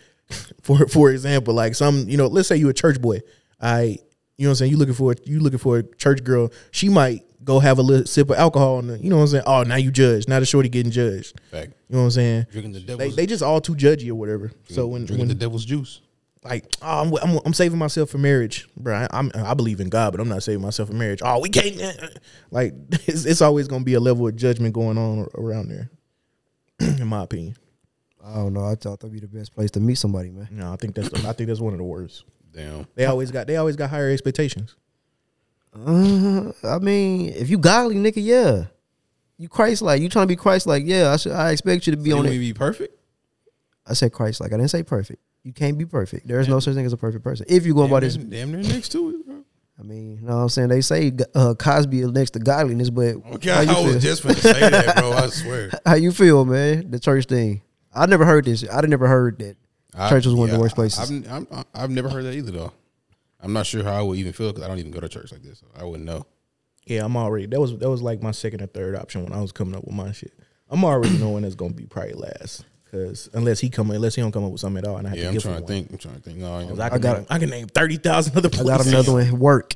Speaker 4: for for example, like some you know, let's say you a church boy. I you know what I'm saying. You looking for you looking for a church girl. She might go have a little sip of alcohol, and you know what I'm saying. Oh, now you judge. Now the shorty getting judged.
Speaker 2: fact.
Speaker 4: You know what I'm saying.
Speaker 2: Drinking the
Speaker 4: They,
Speaker 2: devil's
Speaker 4: they just all too judgy or whatever. So when
Speaker 2: drinking
Speaker 4: when
Speaker 2: the devil's juice.
Speaker 4: like oh, I'm, I'm I'm saving myself for marriage, bro. I, I'm I believe in God, but I'm not saving myself for marriage. Oh, we can't. eh, eh. Like it's, it's always gonna be a level of judgment going on ar- around there, in my opinion.
Speaker 1: I don't know. I thought that'd be the best place to meet somebody, man.
Speaker 4: No, I think that's the, I think that's one of the worst.
Speaker 2: Damn.
Speaker 4: They always got they always got higher expectations.
Speaker 1: Uh, I mean, if you godly, nigga, yeah. You Christ like. You trying to be Christ like, yeah. I should. I expect you to be
Speaker 2: You
Speaker 1: on
Speaker 2: want
Speaker 1: it.
Speaker 2: me to be perfect?
Speaker 1: I said Christ like. I didn't say perfect. You can't be perfect. There is no such thing as a perfect person. If you go by
Speaker 2: Damn,
Speaker 1: this,
Speaker 2: near- damn near next to it. Bro.
Speaker 1: I mean, you know what I'm saying. They say uh, Cosby is next to godliness, but
Speaker 2: Okay,
Speaker 1: how you
Speaker 2: I was
Speaker 1: feel?
Speaker 2: just gonna say that, bro. I swear.
Speaker 1: how you feel, man? The church thing. I never heard this. I never heard that
Speaker 2: I-
Speaker 1: church was one of
Speaker 2: yeah,
Speaker 1: the worst
Speaker 2: I-
Speaker 1: places.
Speaker 2: I've, I've, I've never heard that either, though. I'm not sure how I would even feel because I don't even go to church like this. So I wouldn't know.
Speaker 4: Yeah, I'm already. That was that was like my second or third option when I was coming up with my shit. I'm already knowing it's gonna be probably last because unless he come unless he don't come up with something at all, and I have
Speaker 2: Yeah,
Speaker 4: to
Speaker 2: I'm
Speaker 4: give
Speaker 2: trying
Speaker 4: him
Speaker 2: to
Speaker 4: one.
Speaker 2: think. I'm trying to think. No, I ain't gonna-
Speaker 4: I, can
Speaker 1: got
Speaker 4: name, I can name thirty thousand other.
Speaker 1: I
Speaker 4: Places.
Speaker 1: got another one. Work.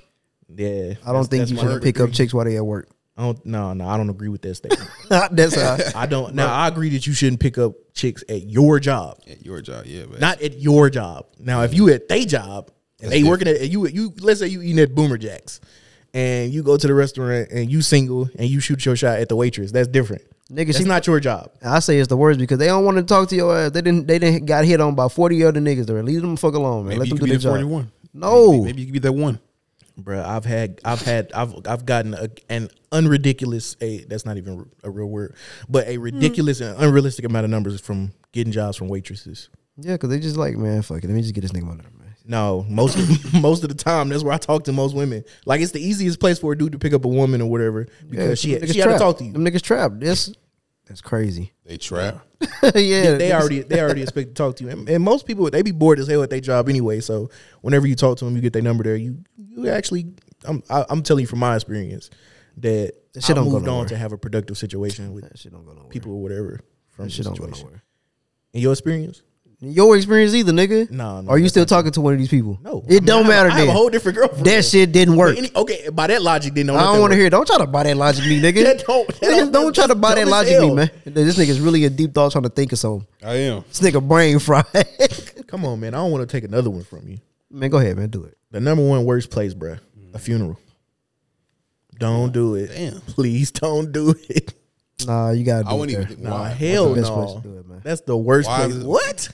Speaker 4: Yeah,
Speaker 1: I don't think
Speaker 4: that's
Speaker 1: you
Speaker 4: my
Speaker 1: should
Speaker 4: third
Speaker 1: pick
Speaker 4: agree.
Speaker 1: up chicks while they at work.
Speaker 4: I don't. No, no, I don't agree with that statement.
Speaker 1: That's how.
Speaker 4: I don't. Now I agree that you shouldn't pick up chicks at your job,
Speaker 2: at your job, yeah, but
Speaker 4: not at your job. Now if you at they job and they working at you you let's say you eating at Boomer Jacks, and you go to the restaurant and you single and you shoot your shot at the waitress, that's different.
Speaker 1: Nigga,
Speaker 4: It's
Speaker 1: she-
Speaker 4: not your job.
Speaker 1: I say it's the worst because they don't want to talk to your ass. They didn't. They didn't got hit on by forty other niggas. There, leave them the fuck alone, man.
Speaker 2: maybe
Speaker 1: Let
Speaker 2: you
Speaker 1: them
Speaker 2: could
Speaker 1: do
Speaker 2: be
Speaker 1: their
Speaker 2: the
Speaker 1: job.
Speaker 2: 41.
Speaker 1: No,
Speaker 2: Maybe, you could be that one.
Speaker 4: Bruh, I've had, I've had, I've, I've gotten a, an unridiculous, a that's not even a real word, but a ridiculous and unrealistic amount of numbers from getting jobs from waitresses.
Speaker 1: yeah, because they just like, man, fuck it. Let me just get this nigga out of there, man.
Speaker 4: No, most most of the time that's where I talk to most women. Like it's the easiest place for a dude to pick up a woman or whatever
Speaker 1: Yeah,
Speaker 4: because
Speaker 1: them
Speaker 4: she
Speaker 1: niggas
Speaker 4: she had to
Speaker 1: trapped.
Speaker 4: talk to you.
Speaker 1: Them niggas trapped. This, that's crazy.
Speaker 2: They trap.
Speaker 1: yeah,
Speaker 4: They already they already expect to talk to you, and, and most people they be bored as hell at their job anyway. So whenever you talk to them, you get their number there. You you actually, I'm I, I'm telling you from my experience that
Speaker 1: That shit
Speaker 4: I
Speaker 1: don't go
Speaker 4: moved on
Speaker 1: nowhere.
Speaker 4: to have a productive situation with
Speaker 1: That shit don't go nowhere.
Speaker 4: people or whatever from
Speaker 1: that
Speaker 4: the
Speaker 1: shit don't go
Speaker 4: situation.
Speaker 1: nowhere.
Speaker 4: In your experience,
Speaker 1: Your experience either, nigga.
Speaker 4: No, no,
Speaker 1: Are you
Speaker 4: that's
Speaker 1: still talking to one of these people?
Speaker 4: no, I
Speaker 1: It
Speaker 4: mean,
Speaker 1: don't
Speaker 4: I have-
Speaker 1: matter.
Speaker 4: I have a
Speaker 1: then.
Speaker 4: whole different girlfriend.
Speaker 1: that shit didn't work.
Speaker 4: Any- okay, by that logic, then
Speaker 1: I don't want to hear. it. Don't try to buy that logic, me nigga.
Speaker 4: That don't- that
Speaker 1: Niggas
Speaker 4: don't-
Speaker 1: don't, try to buy
Speaker 4: that's
Speaker 1: that
Speaker 4: dumb as
Speaker 1: logic, me
Speaker 4: hell.
Speaker 1: man. This nigga's really a deep thought trying to think of something.
Speaker 2: I am.
Speaker 1: This nigga brain fried.
Speaker 4: Come on, man. I don't want to take another one from you.
Speaker 1: man, go ahead, man. Do it.
Speaker 4: The number one worst place, bruh,
Speaker 1: Mm.
Speaker 4: a funeral. Don't do it.
Speaker 2: Damn.
Speaker 4: Please don't do it.
Speaker 1: Nah, you gotta do
Speaker 2: I
Speaker 1: it.
Speaker 2: wouldn't even.
Speaker 1: there.
Speaker 2: think-
Speaker 4: Nah,
Speaker 2: why?
Speaker 4: hell
Speaker 1: That's the best
Speaker 4: no.
Speaker 1: place to do it, man.
Speaker 4: That's the worst
Speaker 2: Why
Speaker 4: place.
Speaker 2: is it-
Speaker 4: What?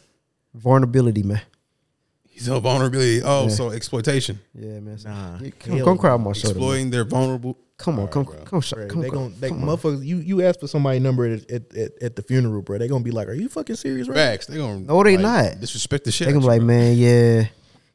Speaker 1: Vulnerability, man.
Speaker 2: He's a vulnerability. Oh, so exploitation,
Speaker 1: Yeah, man. So-
Speaker 4: Nah,
Speaker 1: Yeah, come,
Speaker 4: hell
Speaker 1: come cry on my shoulder. man.
Speaker 2: exploiting their vulnerable.
Speaker 1: Come on, come, come, sh-
Speaker 4: Bruh,
Speaker 1: come,
Speaker 4: they
Speaker 1: cry.
Speaker 4: gon' they
Speaker 1: come on.
Speaker 4: motherfuckers. You you ask for somebody's number at, at, at, at the funeral, bro. They gonna be like, "Are you fucking serious, right?"
Speaker 2: Facts. They gonna
Speaker 1: No, they not.
Speaker 2: disrespect the shit.
Speaker 1: They gonna
Speaker 2: out
Speaker 1: be like,
Speaker 2: you, bro.
Speaker 1: man, yeah.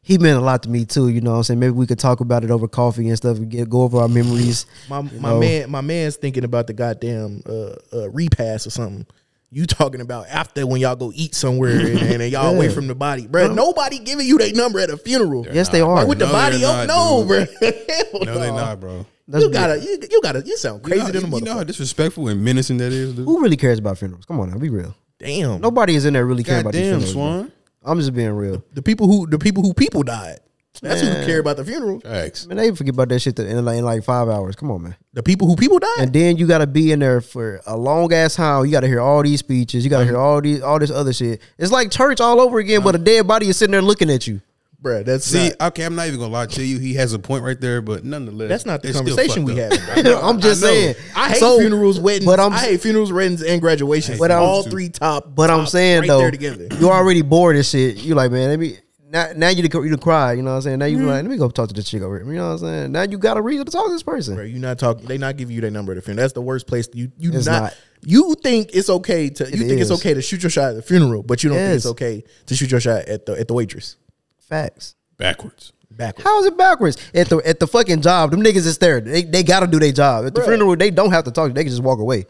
Speaker 1: He meant a lot to me too, you know what I'm saying? Maybe we could talk about it over coffee and stuff and get go over our memories.
Speaker 4: My
Speaker 1: you
Speaker 4: my
Speaker 1: know?
Speaker 4: man my man's thinking about the goddamn uh, uh, repass or something. You talking about after when y'all go eat somewhere and, and then y'all away
Speaker 1: Yeah.
Speaker 4: from the body, bro? Nobody giving you their number at a funeral.
Speaker 1: Yes, they
Speaker 2: not.
Speaker 1: are.
Speaker 4: Like with the
Speaker 2: No,
Speaker 4: body,
Speaker 2: they're not,
Speaker 4: oh no, bro.
Speaker 2: dude.
Speaker 4: Hell
Speaker 2: No, they not, bro.
Speaker 1: That's
Speaker 4: you gotta, you, you gotta, you sound
Speaker 2: You
Speaker 4: crazy
Speaker 2: know,
Speaker 4: to the
Speaker 2: you know
Speaker 4: motherfucker.
Speaker 2: how disrespectful and menacing that is, dude.
Speaker 1: Who really cares about funerals? Come on now, be real.
Speaker 4: Damn,
Speaker 1: Nobody is in there really caring about these
Speaker 2: Goddamn,
Speaker 1: funerals. man.
Speaker 2: Swan.
Speaker 1: I'm just being real.
Speaker 4: the people who, the people who people died. That's who care about the funeral.
Speaker 2: Facts.
Speaker 1: Man, they forget about that shit in like, in like five hours. Come on, man.
Speaker 4: The people who people died.
Speaker 1: And then you got to be in there for a long ass time. You got to hear all these speeches. You got to hear all these all this other shit. It's like church all over again, but a dead body is sitting there looking at you.
Speaker 4: Bruh, that's
Speaker 2: See,
Speaker 4: not,
Speaker 2: okay, I'm not even gonna lie to you. He has a point right there, but nonetheless,
Speaker 4: that's not the
Speaker 2: it's still
Speaker 4: conversation
Speaker 2: fucked
Speaker 4: we
Speaker 2: up.
Speaker 4: had.
Speaker 1: I'm just
Speaker 2: I know.
Speaker 1: saying.
Speaker 4: I hate
Speaker 1: So-
Speaker 4: funerals, weddings.
Speaker 1: But I'm
Speaker 4: I hate funerals, weddings, and graduations.
Speaker 1: But I'm-
Speaker 4: all three top.
Speaker 1: but I'm
Speaker 4: top
Speaker 1: saying
Speaker 4: right
Speaker 1: though,
Speaker 4: there together.
Speaker 1: you're already bored and shit. You like, man, let me. Now, now you to you to cry, you know what I'm saying? Now you
Speaker 4: Mm-hmm.
Speaker 1: be like, let me go talk to this chick over here. You know what I'm saying? Now you got a reason to talk to this person.
Speaker 4: Bruh, you not talking. They not giving you their number at the funeral. That's the worst place. You you
Speaker 1: It's
Speaker 4: not,
Speaker 1: not.
Speaker 4: You think it's okay to? You think it's
Speaker 1: is.
Speaker 4: okay to shoot your shot at the funeral, but you don't think
Speaker 1: Yes.
Speaker 4: it's okay to shoot your shot at the at the waitress.
Speaker 1: Facts.
Speaker 2: Backwards.
Speaker 4: Backwards.
Speaker 1: How is it backwards? At the at the fucking job, them niggas is there. They they gotta do their job. At the
Speaker 4: Bruh.
Speaker 1: funeral, they don't have to talk. They can just walk away.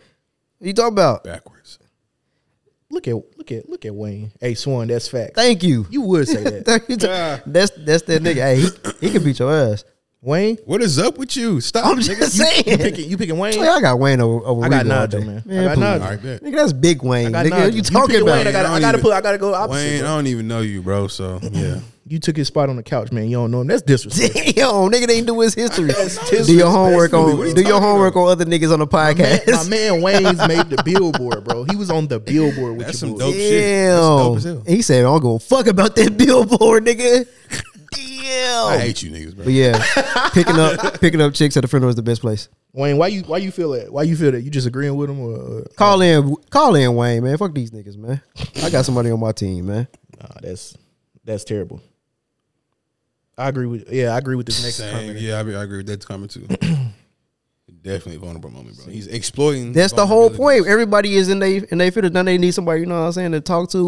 Speaker 1: What you talking about?
Speaker 2: Backwards.
Speaker 4: Look at look at look at Wayne. Hey Swan, that's fact.
Speaker 1: Thank you.
Speaker 4: you would say that.
Speaker 1: Thank you. that's that's that nigga. Hey, he, he can beat your ass.
Speaker 4: Wayne,
Speaker 2: What is up with you? Stop.
Speaker 1: I'm just saying.
Speaker 4: you picking you picking Wayne?
Speaker 1: Like, I got Wayne over. over
Speaker 4: I got
Speaker 1: Rebo all
Speaker 4: Nigel,
Speaker 1: day.
Speaker 4: man. I
Speaker 1: man
Speaker 4: got
Speaker 1: please.
Speaker 4: Nigel.
Speaker 2: All right, bet.
Speaker 1: Nigga, that's big Wayne.
Speaker 4: got
Speaker 1: Nigga,
Speaker 4: Nigel.
Speaker 1: what you
Speaker 4: You
Speaker 1: talking
Speaker 4: picking
Speaker 1: about?
Speaker 4: Wayne, I gotta-
Speaker 2: don't
Speaker 4: pull- I gotta go opposite,
Speaker 2: Wayne,
Speaker 4: bro.
Speaker 2: I don't even know you, bro. So yeah,
Speaker 4: You took his spot on the couch, man. You don't know him. That's disrespect.
Speaker 1: Damn, nigga, they ain't do his history.
Speaker 2: That's his
Speaker 1: do your homework
Speaker 2: respect. What are you
Speaker 1: on do your
Speaker 2: talking
Speaker 1: homework on other niggas on the
Speaker 4: Man,
Speaker 1: podcast.
Speaker 4: my man Wayne's made the billboard, bro. He was on the billboard with
Speaker 2: that's
Speaker 4: your
Speaker 2: some
Speaker 4: boy.
Speaker 2: dope shit. That's dope as
Speaker 1: Damn,
Speaker 2: hell.
Speaker 1: he said, "I don't give a fuck about that billboard, nigga." Damn.
Speaker 2: I hate you, niggas, bro.
Speaker 1: But yeah, picking up picking up chicks at the funeral is the best place.
Speaker 4: Wayne, why you why you feel that? Why you feel that? You just agreeing with him or
Speaker 1: Call in, call in, Wayne, man. Fuck these niggas, man. I got somebody on my team, man.
Speaker 4: nah, that's that's terrible. I agree with yeah, I agree with this next
Speaker 2: Same.
Speaker 4: comment.
Speaker 2: Yeah, I, be- I agree with that comment too. Definitely a vulnerable moment, bro. He's exploiting.
Speaker 1: That's the whole
Speaker 2: vulnerabilities.
Speaker 1: point. Everybody is in they in they feel then they need somebody, you know what I'm saying, to talk to,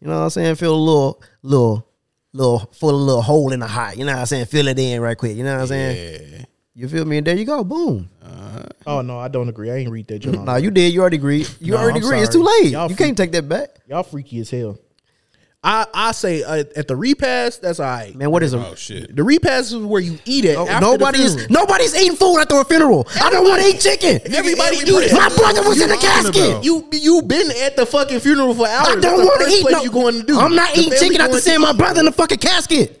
Speaker 1: you know what I'm saying, feel a little little little full a little hole in the heart, you know what I'm saying? Fill it in right quick, you know what I'm saying?
Speaker 2: Yeah.
Speaker 1: You feel me? And there you go, boom.
Speaker 4: Oh no, I don't agree. I ain't read that. Y'all,
Speaker 1: Nah, you did, you already agreed. You
Speaker 4: No,
Speaker 1: already
Speaker 4: I'm
Speaker 1: agreed. It's
Speaker 4: sorry.
Speaker 1: too late.
Speaker 4: Y'all
Speaker 1: you
Speaker 4: free-
Speaker 1: can't take that back.
Speaker 4: y'all freaky as hell. I I say uh, at the repass, that's all right.
Speaker 1: Man, what is a
Speaker 2: Oh shit.
Speaker 4: The repass is where you eat at.
Speaker 1: No-
Speaker 4: after the
Speaker 1: nobody's
Speaker 4: funeral.
Speaker 1: nobody's eating food after a funeral. I don't want to eat chicken.
Speaker 4: Everybody
Speaker 2: Everybody
Speaker 4: do that.
Speaker 1: My brother was
Speaker 2: You
Speaker 1: in the
Speaker 2: talking
Speaker 1: casket.
Speaker 2: about?
Speaker 4: You you been at the fucking funeral for hours.
Speaker 1: I
Speaker 4: That's
Speaker 1: don't
Speaker 4: the
Speaker 1: want to
Speaker 4: first
Speaker 1: eat.
Speaker 4: place
Speaker 1: No,
Speaker 4: you going to do?
Speaker 1: I'm not
Speaker 4: The
Speaker 1: eating
Speaker 4: family
Speaker 1: chicken after
Speaker 4: going
Speaker 1: seeing
Speaker 4: to-
Speaker 1: my brother in the fucking casket.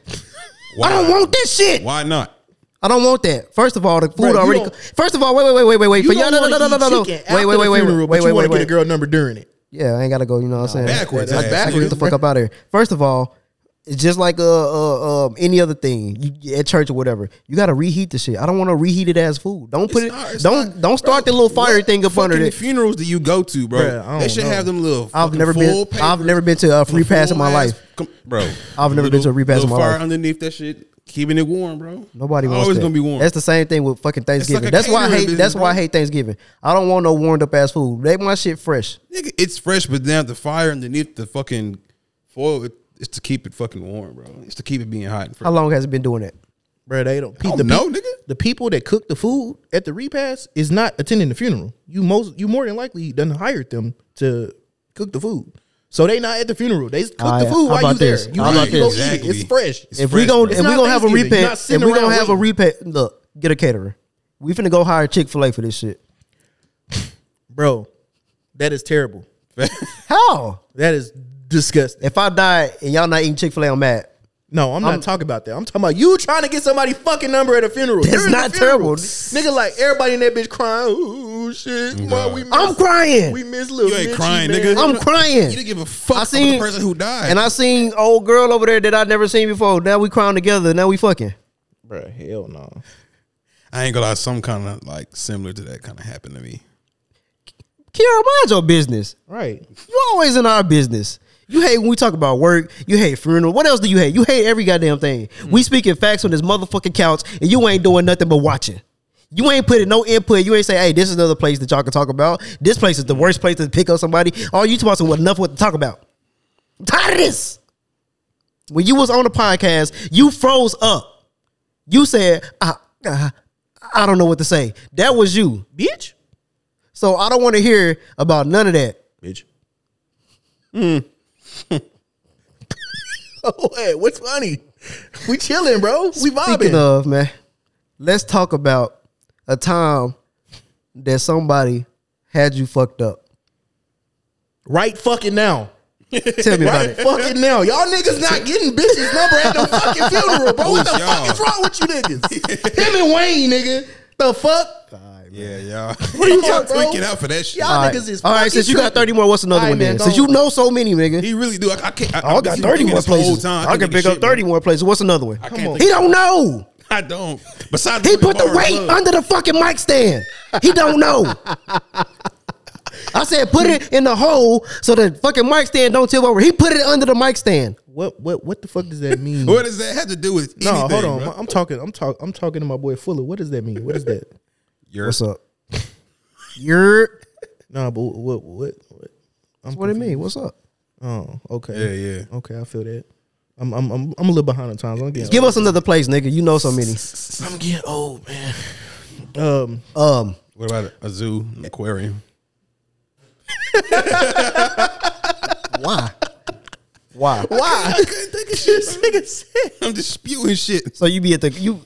Speaker 2: Why?
Speaker 1: I don't want this shit.
Speaker 2: Why not?
Speaker 1: I don't want that. First of all, the food
Speaker 4: you
Speaker 1: already.
Speaker 4: don't-
Speaker 1: First of all, wait, wait, wait, wait, wait, wait.
Speaker 4: You
Speaker 1: For
Speaker 4: don't
Speaker 1: y'all, no, no,
Speaker 4: wanna
Speaker 1: no, no, no,
Speaker 4: eat
Speaker 1: no, no.
Speaker 4: chicken
Speaker 1: Wait,
Speaker 4: after
Speaker 1: wait,
Speaker 4: the
Speaker 1: wait, wait,
Speaker 4: funeral, but
Speaker 1: wait,
Speaker 4: you
Speaker 1: wait,
Speaker 4: wanna
Speaker 1: wait,
Speaker 4: Get a
Speaker 1: wait.
Speaker 4: girl number during it.
Speaker 1: Yeah, I ain't gotta go. You know what I'm saying?
Speaker 2: backwards,
Speaker 1: That's
Speaker 2: ass
Speaker 1: backwards. Get the
Speaker 2: nigga.
Speaker 1: fuck up out of here. First of all, it's just like uh, uh um any other thing you, at church or whatever. You gotta reheat the shit. I don't want to reheated ass food. Don't put
Speaker 2: It's not-
Speaker 1: it.
Speaker 2: it's
Speaker 1: don't
Speaker 2: not-
Speaker 1: don't start the
Speaker 2: bro,
Speaker 1: little fire
Speaker 2: what
Speaker 1: thing up under
Speaker 2: fucking
Speaker 1: it.
Speaker 2: Funerals do you go to, bro?
Speaker 4: Bruh, I
Speaker 2: they
Speaker 4: don't
Speaker 2: should
Speaker 4: know.
Speaker 2: have them little.
Speaker 1: I've
Speaker 2: fucking
Speaker 1: never been.
Speaker 2: full papers,
Speaker 1: I've never been to a
Speaker 2: fucking
Speaker 1: free pass in my
Speaker 2: full ass-
Speaker 1: life.
Speaker 2: com- bro.
Speaker 1: I've never been to a free pass in
Speaker 2: little
Speaker 1: my
Speaker 2: fire
Speaker 1: life.
Speaker 2: underneath that shit, keeping it warm, bro.
Speaker 1: Nobody wants
Speaker 2: always
Speaker 1: that.
Speaker 2: gonna be warm.
Speaker 1: That's the same thing with fucking Thanksgiving.
Speaker 2: a
Speaker 1: that's why I hate.
Speaker 2: catering business,
Speaker 1: that's why I
Speaker 2: bro.
Speaker 1: hate Thanksgiving. I don't want no warmed up ass food. Make my shit fresh.
Speaker 2: Nigga, it's fresh, but now the fire underneath the fucking foil it, it's to keep it fucking warm, bro. It's to keep it being hot. And fresh.
Speaker 1: How long has it been doing that?
Speaker 4: Bro, they
Speaker 1: Oh,
Speaker 4: don't.
Speaker 2: I
Speaker 4: the
Speaker 2: don't know,
Speaker 4: peop-
Speaker 2: nigga.
Speaker 4: The people that cook the food at the repast is not attending the funeral. You most you more than likely done hired them to cook the food. So they not at the funeral. They cook
Speaker 1: Ah,
Speaker 4: the
Speaker 1: yeah.
Speaker 4: food
Speaker 1: How
Speaker 4: while you
Speaker 1: about
Speaker 4: there.
Speaker 1: this?
Speaker 4: You
Speaker 1: How
Speaker 4: really
Speaker 1: about
Speaker 4: go
Speaker 1: this?
Speaker 4: eat it. It's fresh.
Speaker 2: It's
Speaker 1: If
Speaker 2: fresh,
Speaker 1: we gon'
Speaker 2: bro.
Speaker 1: if
Speaker 4: It's
Speaker 1: we
Speaker 4: not
Speaker 1: gonna have a
Speaker 4: Thanksgiving. You're not
Speaker 1: repent, if
Speaker 4: sitting
Speaker 1: we gonna
Speaker 4: around
Speaker 1: have a repent, look, get a caterer. We finna go hire Chick Fil A for this shit.
Speaker 4: Bro, that is terrible.
Speaker 1: How?
Speaker 4: That is disgusting.
Speaker 1: If I die and y'all not eating Chick Fil A, I'm mad.
Speaker 4: No, I'm not talking about that. I'm talking about you trying to get somebody fucking number at a funeral.
Speaker 1: That's
Speaker 4: You're in the
Speaker 1: not
Speaker 4: funeral.
Speaker 1: terrible.
Speaker 4: nigga. Like everybody in that bitch crying. Ooh, shit. Why
Speaker 2: Bruh.
Speaker 4: we miss,
Speaker 1: I'm crying.
Speaker 4: We miss little.
Speaker 2: You ain't
Speaker 4: Mitchie,
Speaker 2: crying,
Speaker 4: man.
Speaker 2: nigga.
Speaker 1: I'm crying.
Speaker 2: You didn't give a fuck
Speaker 1: I
Speaker 2: about
Speaker 1: seen
Speaker 2: the person who died.
Speaker 1: and I seen old girl over there that I'd never seen before. Now we crying together. Now we fucking.
Speaker 4: Bro, hell no.
Speaker 2: I ain't gonna lie, some kind of like similar to that kind of happened to me.
Speaker 1: Kira, mind your business.
Speaker 4: Right.
Speaker 1: You always in our business. You hate when we talk about work. You hate funeral. What else do you hate? You hate every goddamn thing. We speaking facts on this motherfucking couch, and you ain't doing nothing but watching. You ain't putting no input. You ain't say, "Hey, this is another place that y'all can talk about. This place is the worst place to pick up somebody." All you talking about enough what to talk about. I'm tired of this. When you was on the podcast, you froze up. You said, "I, I, I don't know what to say." That was you.
Speaker 4: Bitch.
Speaker 1: So I don't want to hear about none of that.
Speaker 4: Bitch. Mm. oh, hey, what's funny? We chilling, bro. We
Speaker 1: Speaking
Speaker 4: vibing.
Speaker 1: of, man, let's talk about a time that somebody had you fucked up.
Speaker 4: right fucking now.
Speaker 1: Tell me about
Speaker 4: Right
Speaker 1: it.
Speaker 4: fucking now. Y'all niggas not getting bitches number at no fucking funeral, bro. What the
Speaker 2: Who's y'all?
Speaker 4: fuck is wrong with you niggas? Him and Wayne, nigga. The fuck?
Speaker 2: Yeah, y'all.
Speaker 4: What are you
Speaker 2: Y'all
Speaker 4: talking, bro?
Speaker 2: tweaking out for that shit.
Speaker 4: Y'all-
Speaker 1: All right.
Speaker 4: niggas is
Speaker 1: All right,
Speaker 4: fucking
Speaker 1: since you got
Speaker 4: tripping.
Speaker 1: 30 more, what's another
Speaker 4: All right,
Speaker 1: one
Speaker 4: man,
Speaker 1: then? Since
Speaker 4: go.
Speaker 1: you know so many, nigga.
Speaker 2: He really do. I, I can't. I,
Speaker 1: Oh, I
Speaker 2: I've
Speaker 1: got
Speaker 2: been
Speaker 1: 30
Speaker 2: thinking
Speaker 1: more
Speaker 2: this whole
Speaker 1: places.
Speaker 2: time.
Speaker 1: I
Speaker 2: thinking
Speaker 1: can pick
Speaker 2: this
Speaker 1: up
Speaker 2: shit,
Speaker 1: 30 more places. What's another one?
Speaker 2: I can't
Speaker 1: He
Speaker 2: think-
Speaker 1: don't know.
Speaker 2: bro. I don't. Besides,
Speaker 1: He
Speaker 2: being
Speaker 1: put the
Speaker 2: bar
Speaker 1: weight
Speaker 2: club.
Speaker 1: under the fucking mic stand. He don't know. I said put it in the hole so the fucking mic stand don't tip over. He put it under the mic stand.
Speaker 4: What what what the fuck does that mean?
Speaker 1: Mm.
Speaker 2: What does that have to do with
Speaker 4: no,
Speaker 2: anything?
Speaker 4: hold on.
Speaker 2: bro?
Speaker 4: I'm talking I'm talk I'm talking to my boy Fuller. What does that mean? What is that?
Speaker 2: You're-
Speaker 1: What's up? You're
Speaker 4: No, but what what what? I'm
Speaker 1: what it mean? What's up?
Speaker 4: Oh,
Speaker 2: Yeah,
Speaker 4: okay.
Speaker 2: yeah.
Speaker 4: Okay, I feel that. I'm I'm I'm, I'm a little behind on times. I'm getting
Speaker 1: Give us another place, nigga. You know so many.
Speaker 4: I'm getting old, man. Um,
Speaker 1: Um,
Speaker 2: What about a zoo, an aquarium?
Speaker 1: why? Why?
Speaker 4: why?
Speaker 2: I couldn't think of shit.
Speaker 4: this nigga said.
Speaker 2: I'm just spewing shit.
Speaker 1: So you be at the you.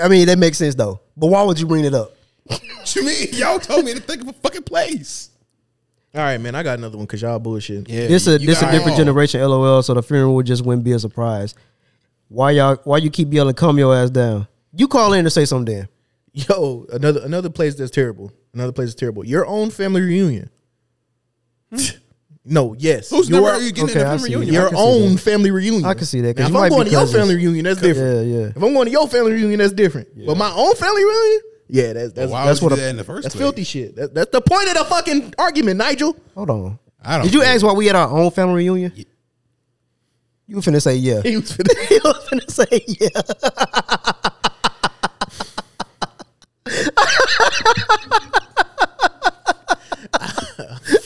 Speaker 1: I mean, that makes sense though. But why would you bring it up?
Speaker 2: What you mean? Y'all told me to think of a fucking place.
Speaker 4: All right, man. I got another one because y'all bullshit.
Speaker 2: Yeah,
Speaker 1: This a this a
Speaker 2: got-
Speaker 1: different
Speaker 2: Oh.
Speaker 1: generation. LOL. So the funeral would just wouldn't be a surprise. Why y'all? Why you keep yelling? Come your ass down. You call in to say something. Then.
Speaker 4: Yo, another another place that's terrible. Another place that's terrible. Your own family reunion. no, yes.
Speaker 2: Whose
Speaker 4: your,
Speaker 2: number are you getting
Speaker 1: okay,
Speaker 2: at
Speaker 1: I
Speaker 2: a
Speaker 1: see.
Speaker 2: family reunion?
Speaker 1: Yeah, I
Speaker 4: Your
Speaker 1: can see
Speaker 4: own family reunion.
Speaker 1: I can see that, 'cause
Speaker 4: Now,
Speaker 1: you
Speaker 4: if
Speaker 1: might
Speaker 4: I'm
Speaker 1: be
Speaker 4: going to your
Speaker 1: cousins.
Speaker 4: family reunion, that's different.
Speaker 1: Yeah, yeah.
Speaker 4: If I'm going to your family reunion, that's different. But my own family reunion, yeah, that's that's
Speaker 2: Why
Speaker 1: that's
Speaker 2: would
Speaker 1: what a-
Speaker 2: you do that in the first
Speaker 4: that's
Speaker 2: place?
Speaker 4: filthy shit. That, that's the point of the fucking argument, Nigel.
Speaker 1: Hold on.
Speaker 2: I don't
Speaker 1: Did you
Speaker 2: care.
Speaker 1: ask why we had our own family reunion? You were finna say yeah.
Speaker 4: He was finna-
Speaker 1: you was finna say yeah.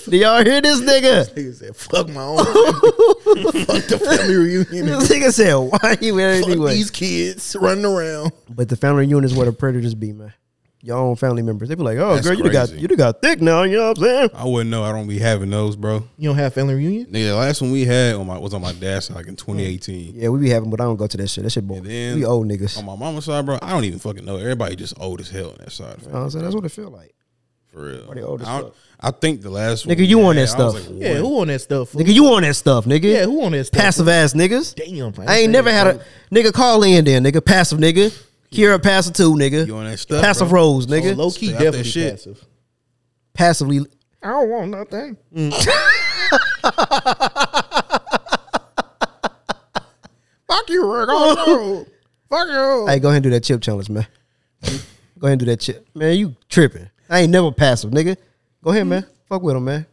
Speaker 1: Do y'all hear this nigga?
Speaker 4: he said, "Fuck my own, family. fuck the family reunion, and
Speaker 1: This nigga said, "Why you wearing
Speaker 4: fuck
Speaker 1: anyway?"
Speaker 4: these kids running around."
Speaker 1: But the family reunion is where the predators be, man. your own family members. They be like, "Oh,
Speaker 2: That's
Speaker 1: girl, you done got
Speaker 2: crazy.
Speaker 1: you done got thick now." You know what I'm saying?
Speaker 2: I wouldn't know. I don't be having those, bro.
Speaker 4: You don't have family reunion?
Speaker 2: Nigga, the last one we had on my was on my dad's side like in 2018.
Speaker 1: Yeah, we be having, but I don't go to that shit. That shit boring.
Speaker 2: then-
Speaker 1: We old niggas.
Speaker 2: On my mama's side, bro, I don't even fucking know. Everybody just old as hell on that side,
Speaker 1: You
Speaker 2: fam.
Speaker 1: know what I'm saying? That's what it feel like.
Speaker 2: for real.
Speaker 1: they old as
Speaker 2: I,
Speaker 1: fuck.
Speaker 2: I think the last
Speaker 1: Nigga,
Speaker 2: one
Speaker 1: you
Speaker 2: we
Speaker 1: on
Speaker 2: had,
Speaker 1: that
Speaker 2: I was
Speaker 1: stuff.
Speaker 2: like,
Speaker 4: Yeah,
Speaker 2: what?
Speaker 4: who on that stuff? fool?
Speaker 1: Nigga, you on that stuff, nigga?
Speaker 4: Yeah, who on that stuff?
Speaker 1: Passive ass niggas.
Speaker 4: Damn,
Speaker 1: I ain't never had a nigga call in there, nigga. Passive nigga. Kira passive too, nigga.
Speaker 2: You on that stuff,
Speaker 1: Passive
Speaker 2: bro.
Speaker 1: rose,
Speaker 4: nigga.
Speaker 1: nigga.
Speaker 4: low key,
Speaker 2: Stay out that
Speaker 4: definitely
Speaker 2: shit.
Speaker 4: passive.
Speaker 1: Passively.
Speaker 4: I don't want nothing. Fuck you, Rick. Oh, no. Fuck you.
Speaker 1: Hey, go ahead and do that chip challenge, man. go ahead and do that chip, man. You tripping? I ain't never passive, nigga. Go ahead, man. Fuck with him, man.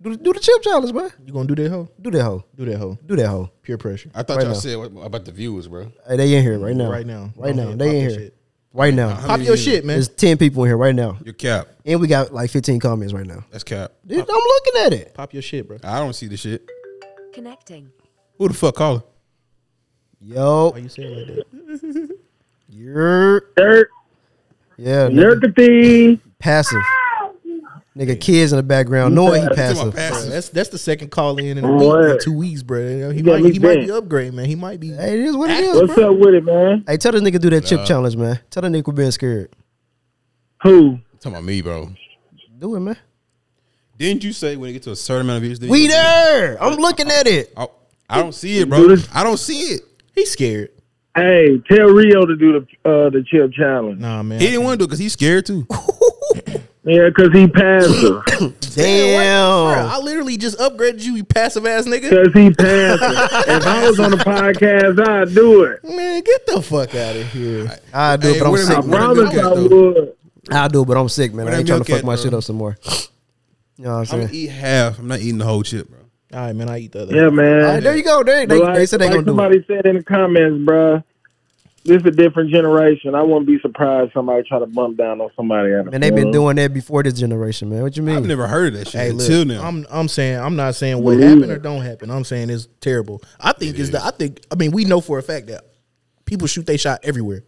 Speaker 1: Do, do the chip challenge, man.
Speaker 4: You gonna do that hoe?
Speaker 1: Do that hoe.
Speaker 4: Do that hoe.
Speaker 1: Do that hoe.
Speaker 4: Peer pressure.
Speaker 2: I thought
Speaker 1: Right
Speaker 2: y'all
Speaker 1: now.
Speaker 2: said what, about the viewers, bro.
Speaker 1: Hey, they in here right now.
Speaker 4: Right now.
Speaker 1: Right
Speaker 4: Go
Speaker 1: now.
Speaker 4: ahead,
Speaker 1: They in
Speaker 4: pop that
Speaker 1: here.
Speaker 4: shit.
Speaker 1: Right now.
Speaker 2: How
Speaker 4: Pop
Speaker 2: many
Speaker 4: your
Speaker 2: is
Speaker 4: shit, man.
Speaker 1: There's ten people in here right now,
Speaker 2: Your cap.
Speaker 1: and we got like 15 comments right now.
Speaker 2: That's cap.
Speaker 1: Dude, I'm looking at it.
Speaker 4: Pop your shit, bro.
Speaker 2: I don't see the shit.
Speaker 5: Connecting.
Speaker 2: Who the fuck calling?
Speaker 1: Yo,
Speaker 4: Why you saying like that?
Speaker 1: you're
Speaker 6: Dirt,
Speaker 1: yeah, nigga.
Speaker 6: Nerkathy.
Speaker 1: passive. Nigga, kids in the background knowing he
Speaker 2: Talking
Speaker 1: passive.
Speaker 2: about
Speaker 4: Bro,
Speaker 2: passes.
Speaker 4: that's that's the second call in in, a week,
Speaker 6: What?
Speaker 4: in two weeks, bro. He might
Speaker 6: You got me
Speaker 4: he might be
Speaker 6: bent.
Speaker 4: upgrading, man. He might be.
Speaker 1: Hey, it is what it is,
Speaker 6: What's
Speaker 1: bro.
Speaker 6: up with it, man?
Speaker 1: Hey, tell this nigga do that chip challenge, man. Tell the nigga quit being scared.
Speaker 6: Who?
Speaker 2: Talking about me, bro.
Speaker 1: Do it, man.
Speaker 2: Didn't you say when it get to a certain amount of views? then
Speaker 1: We
Speaker 2: you-
Speaker 1: there. I'm looking at it.
Speaker 2: I, I don't see it, bro.
Speaker 6: this.
Speaker 2: I don't see it.
Speaker 4: He's scared.
Speaker 6: Hey, tell Rio to do the uh, the chip challenge.
Speaker 4: Nah, man.
Speaker 2: He didn't want to do it because he's scared too.
Speaker 6: Yeah, because he passed her.
Speaker 4: Bro,
Speaker 1: Damn.
Speaker 4: I literally just upgraded you, you passive ass nigga.
Speaker 6: Because he passed her. If I was on the podcast, I'd do it.
Speaker 4: Man, get the fuck out of here.
Speaker 1: I'll do it,
Speaker 2: Hey,
Speaker 1: but I'm
Speaker 2: what am
Speaker 1: sick.
Speaker 6: I
Speaker 2: Where that milk
Speaker 6: promise
Speaker 2: at,
Speaker 6: I
Speaker 2: though?
Speaker 6: would.
Speaker 1: I'll do it, but I'm sick, man.
Speaker 2: Where
Speaker 1: I
Speaker 2: that
Speaker 1: ain't trying to
Speaker 2: milk
Speaker 1: fuck
Speaker 2: at,
Speaker 1: my
Speaker 2: bro?
Speaker 1: shit up some more. You know what I'm
Speaker 2: I'm
Speaker 1: saying?
Speaker 2: gonna eat half. I'm not eating the whole chip, bro.
Speaker 4: All right, man. I eat the other.
Speaker 6: Yeah, man.
Speaker 1: All right, there you go. They, they,
Speaker 6: But like,
Speaker 1: they said they
Speaker 6: like
Speaker 1: gonna do
Speaker 6: somebody
Speaker 1: it.
Speaker 6: said in the comments, bruh, this is a different generation. I wouldn't be surprised if somebody try to bump down on somebody. at a
Speaker 1: Man, they've been
Speaker 6: forum.
Speaker 1: doing that before this generation, man. What you
Speaker 2: I've
Speaker 1: mean?
Speaker 2: never heard of that shit
Speaker 4: Hey, look,
Speaker 2: until now.
Speaker 4: I'm I'm saying I'm not saying what
Speaker 6: Believe
Speaker 4: happened
Speaker 6: it.
Speaker 4: or don't happen. I'm saying it's terrible. I think it's the I think I mean we know for a fact that people shoot they shot everywhere.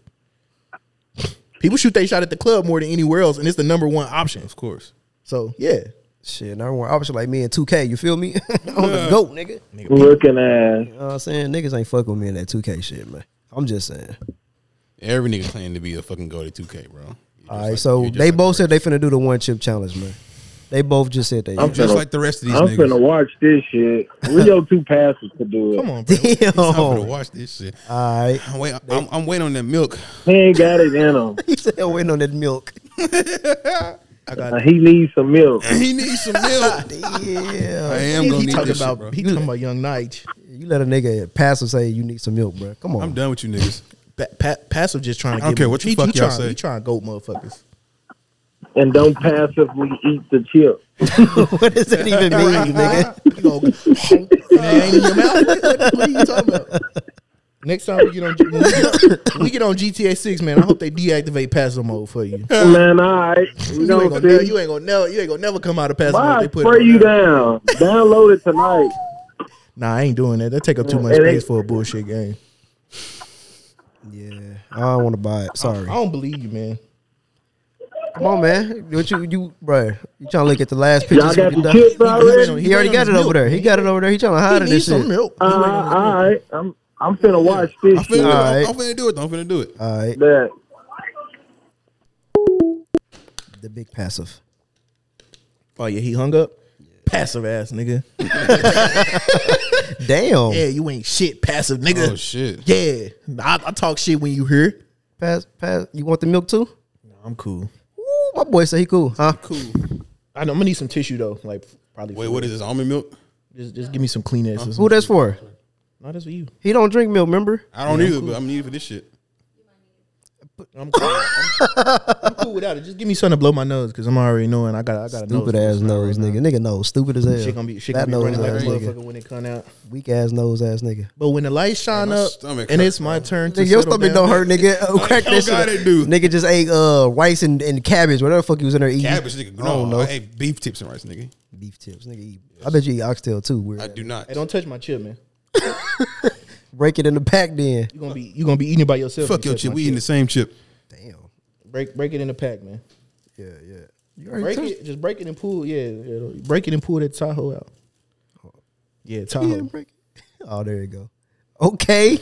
Speaker 4: People shoot they shot at the club more than anywhere else, and it's the number one option.
Speaker 2: of course.
Speaker 4: So yeah,
Speaker 1: Shit, number one option like me and 2K. You feel me? I'm the goat, nigga.
Speaker 6: Looking at
Speaker 1: You know what I'm saying? Niggas ain't fuck with me in that 2K shit, man. I'm just saying.
Speaker 2: Every nigga claimed to be a fucking go to 2K, bro. You're just
Speaker 1: All right,
Speaker 2: like-
Speaker 1: so
Speaker 2: you're just
Speaker 1: they
Speaker 2: like
Speaker 1: both
Speaker 2: the
Speaker 1: said they finna do the one chip challenge, man. They both just said they.
Speaker 6: I'm
Speaker 2: rest- just
Speaker 6: finna-
Speaker 2: like the rest of these
Speaker 6: I'm
Speaker 2: niggas.
Speaker 6: finna watch this shit. Rio two passes to do it.
Speaker 4: come on, bro.
Speaker 1: Damn.
Speaker 2: I'm finna
Speaker 1: All
Speaker 2: watch this shit.
Speaker 1: right.
Speaker 2: I'm, wait, I'm, I'm waiting on that milk.
Speaker 6: He ain't got it in him.
Speaker 1: He said I'm waiting on that milk.
Speaker 6: Uh, he needs some milk.
Speaker 2: he needs some milk. I
Speaker 1: Yeah.
Speaker 2: am gonna
Speaker 4: He
Speaker 2: need
Speaker 4: talking
Speaker 2: this
Speaker 4: about
Speaker 2: shit, bro.
Speaker 4: he talking about young Nige.
Speaker 1: You let a nigga pass and say you need some milk, bro. Come on.
Speaker 2: I'm done with you niggas.
Speaker 4: Pa- pa- passive just trying to.
Speaker 2: I don't
Speaker 4: get
Speaker 2: care what the
Speaker 4: he,
Speaker 2: fuck
Speaker 4: he
Speaker 2: y'all
Speaker 4: trying,
Speaker 2: say.
Speaker 4: He trying to goat motherfuckers.
Speaker 6: And don't passively eat the chip.
Speaker 1: what does that even mean, nigga?
Speaker 4: You gonna- and they ain't in your mouth. What, what are you talking about? Next time we get on, when we get on, we get on GTA Six, man. I hope they deactivate passive mode for you.
Speaker 6: Man, all right. We
Speaker 4: You ain't,
Speaker 6: don't
Speaker 4: gonna never,
Speaker 6: see.
Speaker 4: you ain't gonna never, you ain't gonna never come out of passive mode.
Speaker 6: Why
Speaker 4: They
Speaker 6: I
Speaker 4: put it on
Speaker 6: spray you
Speaker 4: there.
Speaker 6: down? Download it tonight.
Speaker 4: Nah, I ain't doing that. That take up too much
Speaker 6: It ain't-
Speaker 4: space for a bullshit game.
Speaker 1: Yeah. I don't want to buy it. Sorry.
Speaker 4: I don't believe you, man.
Speaker 1: Come on, man. What you you bro? You trying to look at the last picture?
Speaker 6: Y'all
Speaker 1: so we
Speaker 6: got
Speaker 1: can die-
Speaker 6: the chips
Speaker 4: on-
Speaker 6: already?
Speaker 1: He already
Speaker 4: waiting
Speaker 1: got
Speaker 4: on
Speaker 1: it
Speaker 4: his
Speaker 1: over there.
Speaker 4: milk.
Speaker 1: He got it over there. He trying to hide
Speaker 4: He
Speaker 1: in this
Speaker 4: needs some
Speaker 1: shit.
Speaker 4: milk. He
Speaker 6: Uh,
Speaker 4: waiting on his milk.
Speaker 6: all right. I'm I'm finna watch this
Speaker 2: I'm finna, do
Speaker 6: shit.
Speaker 2: it.
Speaker 1: Alright.
Speaker 2: I'm finna do it. I'm finna do it.
Speaker 1: All right,
Speaker 6: That
Speaker 1: the big passive.
Speaker 4: Oh yeah, he hung up. Passive ass nigga.
Speaker 1: Damn.
Speaker 4: Yeah, you ain't shit. Passive nigga.
Speaker 2: Oh shit.
Speaker 4: Yeah, I, I talk shit when you hear.
Speaker 1: Pass, pass. You want the milk too?
Speaker 4: I'm cool.
Speaker 1: Ooh, my boy said he cool, huh?
Speaker 2: Cool.
Speaker 4: I know I'm gonna need some tissue though. Like probably.
Speaker 2: Wait, what is this? Almond milk?
Speaker 4: Just, just give me some Kleenexes.
Speaker 1: Who that's for?
Speaker 4: Not that's for you.
Speaker 1: He don't drink milk, remember?
Speaker 2: I don't either, but I'm needed for this shit.
Speaker 4: I'm cool. I'm, I'm cool without it. Just give me something to blow my nose because I'm already knowing I got I got a
Speaker 1: Stupid
Speaker 4: nose.
Speaker 1: ass nose, nigga. Nigga nose, stupid as hell.
Speaker 4: Shit gonna be shit
Speaker 1: That
Speaker 4: gonna be running like a
Speaker 1: nose ass
Speaker 4: motherfucker
Speaker 1: nigga.
Speaker 4: when it come out.
Speaker 1: Weak ass nose ass nigga.
Speaker 4: But when the lights shine
Speaker 2: my
Speaker 4: up
Speaker 2: stomach
Speaker 4: and
Speaker 2: hurts,
Speaker 4: it's my turn to
Speaker 1: Nigga, your
Speaker 4: settle
Speaker 1: stomach don't
Speaker 4: down-
Speaker 1: hurt, nigga. Oh, crack
Speaker 2: don't
Speaker 1: that shit.
Speaker 2: got
Speaker 1: up.
Speaker 2: it, dude.
Speaker 1: Nigga just ate uh rice and, and cabbage, whatever the fuck he was in there eating.
Speaker 2: Cabbage, nigga.
Speaker 1: I
Speaker 2: No,
Speaker 1: don't know.
Speaker 2: I ate beef tips and rice, nigga.
Speaker 1: Beef tips, nigga. Eat. I bet you eat oxtail too. Weird.
Speaker 2: I do not.
Speaker 4: Hey, don't touch my chip, man.
Speaker 1: Break it in the pack, then.
Speaker 4: You gonna be you gonna be eating it by yourself.
Speaker 2: Fuck
Speaker 4: if you
Speaker 2: your
Speaker 4: touch
Speaker 2: chip.
Speaker 4: my
Speaker 2: We eating the same chip.
Speaker 1: Damn.
Speaker 4: Break break it in the pack, man.
Speaker 1: Yeah, yeah. You
Speaker 4: Break it, just break it and pull. Yeah, yeah, though. break it and pull that Tahoe out. Yeah, Tahoe.
Speaker 1: Yeah, break it. Oh, there you go. Okay.